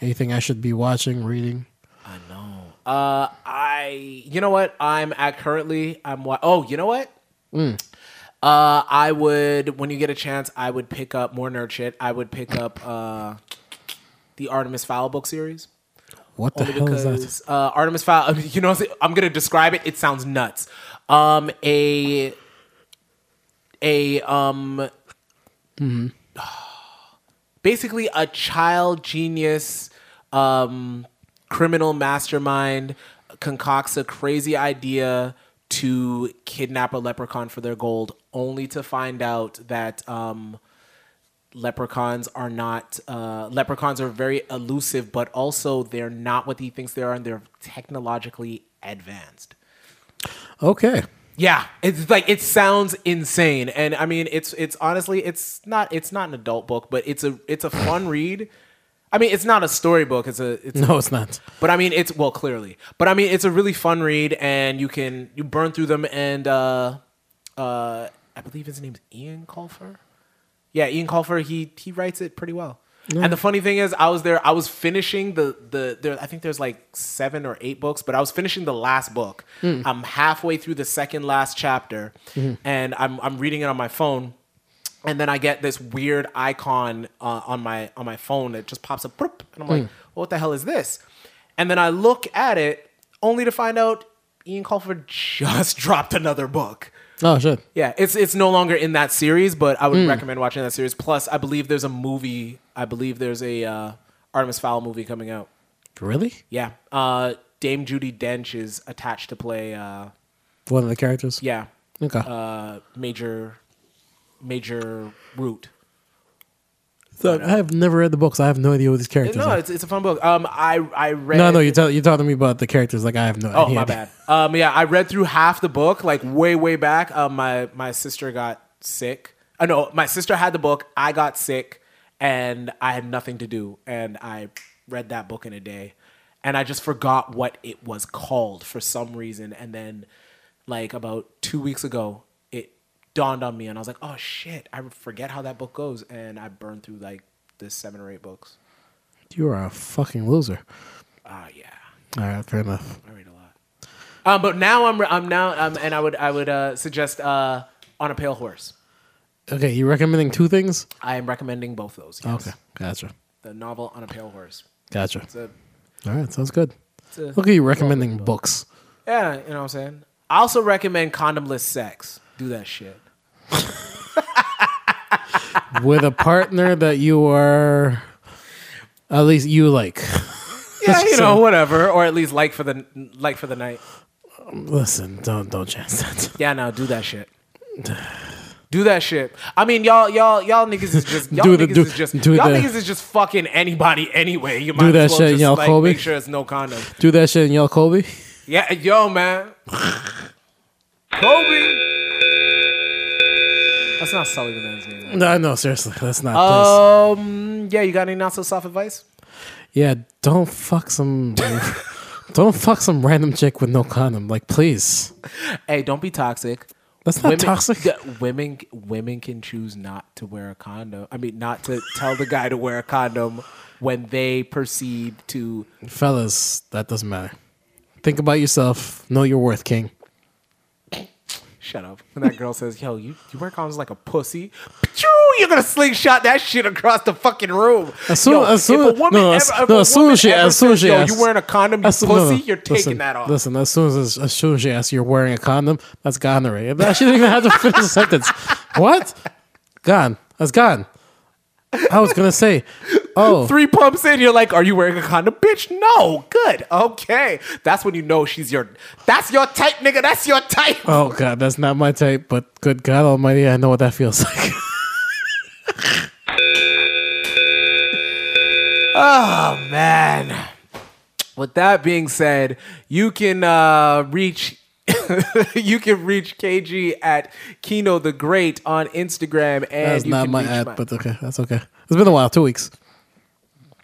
Speaker 1: Anything I should be watching, reading?
Speaker 2: I know. Uh, I you know what? I'm at currently I'm wa- oh you know what? Mm. Uh, I would when you get a chance, I would pick up more nerd shit. I would pick up uh, the Artemis Fowl book series.
Speaker 1: What the
Speaker 2: Only
Speaker 1: hell is that?
Speaker 2: because uh, Artemis Fowl. I mean, you know, I'm gonna describe it. It sounds nuts. Um, a a um, basically a child genius, um, criminal mastermind concocts a crazy idea to kidnap a leprechaun for their gold, only to find out that um leprechauns are not uh, leprechauns are very elusive but also they're not what he thinks they are and they're technologically advanced
Speaker 1: Okay.
Speaker 2: yeah it's like it sounds insane and i mean it's it's honestly it's not it's not an adult book but it's a it's a fun read i mean it's not a storybook it's a it's
Speaker 1: No, it's not.
Speaker 2: but I mean, it's well, clearly. But I mean, it's a really fun read, and you can you burn through them. And uh, uh, I believe his name's Ian Colfer. Yeah, Ian Colfer. He he writes it pretty well. And the funny thing is, I was there. I was finishing the the. There, I think there's like seven or eight books, but I was finishing the last book. I'm halfway through the second last chapter, and I'm I'm reading it on my phone and then I get this weird icon uh, on my on my phone that just pops up, bloop, and I'm like, "What the hell is this?" And then I look at it, only to find out Ian Colfer just dropped another book.
Speaker 1: Oh shit.
Speaker 2: Yeah, it's it's no longer in that series, but I would recommend watching that series. Plus, I believe there's a movie. I believe there's a uh, Artemis Fowl movie coming out.
Speaker 1: Really?
Speaker 2: Yeah, uh, Dame Judy Dench is attached to play. Uh,
Speaker 1: One of the characters.
Speaker 2: yeah,
Speaker 1: Okay.
Speaker 2: uh, Major Major Root.
Speaker 1: so, I have never read the books. I have no idea what these characters
Speaker 2: No,
Speaker 1: are.
Speaker 2: it's, it's a fun book. Um, I I read.
Speaker 1: no, no. You tell you talking to me about the characters. Like I have no.
Speaker 2: Oh
Speaker 1: idea.
Speaker 2: my bad. Um, yeah, I read through half the book, like way way back. Um, my my sister got sick. I uh, know my sister had the book. I got sick, and I had nothing to do, and I read that book in a day, and I just forgot what it was called for some reason, and then like about two weeks ago, it dawned on me, and I was like, oh shit, I forget how that book goes, and I burned through like the seven or eight books.
Speaker 1: You are a fucking loser.
Speaker 2: Ah, yeah.
Speaker 1: All right, fair enough.
Speaker 2: I read a lot. Um, but now I'm I'm now um, and I would I would uh, suggest uh, on a pale horse.
Speaker 1: Okay, you recommending two things?
Speaker 2: I am recommending both those. Yes.
Speaker 1: Okay, gotcha,
Speaker 2: The novel on a pale horse.
Speaker 1: gotcha.
Speaker 2: It's a,
Speaker 1: All right, sounds good.
Speaker 2: it's a,
Speaker 1: Look at you recommending books.
Speaker 2: yeah, you know what I'm saying. I also recommend condomless sex. Do that shit.
Speaker 1: with a partner that you are at least you like.
Speaker 2: Yeah, you know,
Speaker 1: So-
Speaker 2: whatever, or at least like for the like for the night.
Speaker 1: Listen, don't don't chance that.
Speaker 2: Yeah, no, do that shit. Do that shit. I mean, y'all, y'all, y'all niggas is just y'all
Speaker 1: Do the-
Speaker 2: niggas
Speaker 1: do-
Speaker 2: is just
Speaker 1: do
Speaker 2: y'all
Speaker 1: the-
Speaker 2: niggas is just fucking anybody anyway. You might
Speaker 1: Do that
Speaker 2: as well
Speaker 1: shit,
Speaker 2: just
Speaker 1: y'all,
Speaker 2: like,
Speaker 1: Kobe.
Speaker 2: make sure it's no condom.
Speaker 1: Do that shit and yell Kobe.
Speaker 2: Yeah, yo, man. Kobe. That's not Sully the man's name.
Speaker 1: No, no, seriously, that's not. please.
Speaker 2: Um, yeah, you got any not so soft advice?
Speaker 1: Yeah, don't fuck some. don't fuck some random chick with no condom. Like, please,
Speaker 2: Hey, don't be toxic.
Speaker 1: that's not toxic.
Speaker 2: g- Women, women can choose not to wear a condom. I mean, not to tell the guy to wear a condom when they proceed to.
Speaker 1: Fellas, that doesn't matter. Think about yourself. Know your worth, King.
Speaker 2: Shut up. When that girl says, "Yo, you, you wear condoms like a pussy," Pachoo! you're gonna slingshot that shit across the fucking room.
Speaker 1: As soon-
Speaker 2: Yo,
Speaker 1: as soon-
Speaker 2: if a woman
Speaker 1: no,
Speaker 2: ever,
Speaker 1: as-
Speaker 2: if
Speaker 1: no,
Speaker 2: a
Speaker 1: as soon
Speaker 2: woman
Speaker 1: as she-
Speaker 2: ever
Speaker 1: as soon as
Speaker 2: says,
Speaker 1: she
Speaker 2: "Yo,
Speaker 1: asks-
Speaker 2: you wearing a condom, you
Speaker 1: As-
Speaker 2: pussy,"
Speaker 1: no, no.
Speaker 2: you're taking
Speaker 1: Listen,
Speaker 2: that off.
Speaker 1: Listen, as soon as as soon as she asks you're wearing a condom, that's gonorrhea. She didn't even have to finish the sentence. What? Gone. That's gone. I was gonna say, oh,
Speaker 2: Three pumps in, you're like, "Are you wearing a condom, bitch?" No, good, okay. That's when you know she's your. That's your type, nigga. That's your type.
Speaker 1: oh god, that's not my type. But good God Almighty, I know what that feels like.
Speaker 2: Oh, Man. With that being said, you can uh, reach you can reach KG at Kino the Great on Instagram and
Speaker 1: That's
Speaker 2: you
Speaker 1: not
Speaker 2: can
Speaker 1: my
Speaker 2: reach
Speaker 1: ad, but okay, that's okay. It's been a while. Two weeks.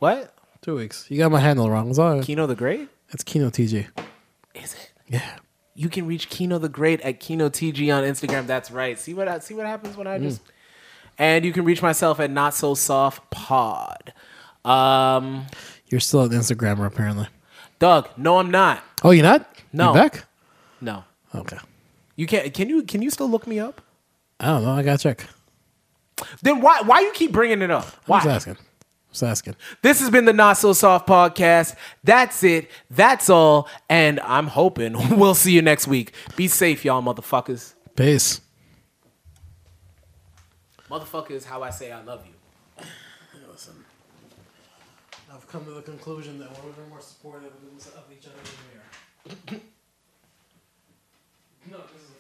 Speaker 2: what?
Speaker 1: Two weeks. You got my handle wrong. It's all right.
Speaker 2: Kino the Great?
Speaker 1: It's Kino TG.
Speaker 2: Is it?
Speaker 1: Yeah.
Speaker 2: You can reach Kino the Great at Kino TG on Instagram. That's right. See what I- see what happens when I
Speaker 1: Mm.
Speaker 2: just And you can reach myself at Not So Soft Pod. Um
Speaker 1: You're still an Instagrammer apparently.
Speaker 2: Doug, no I'm not.
Speaker 1: Oh, you're not?
Speaker 2: No.
Speaker 1: You back?
Speaker 2: No.
Speaker 1: Okay.
Speaker 2: You can't can you can you still look me up?
Speaker 1: I don't know. I gotta check.
Speaker 2: Then why why you keep bringing it up?
Speaker 1: I
Speaker 2: Why?
Speaker 1: was asking. Just asking.
Speaker 2: This has been the Not So Soft podcast. That's it. That's all. And I'm hoping we'll see you next week. Be safe, y'all, motherfuckers.
Speaker 1: Peace.
Speaker 2: Motherfucker is how I say I love you.
Speaker 1: Listen, I've come to the conclusion that when we're more supportive of each other than we are. no, this is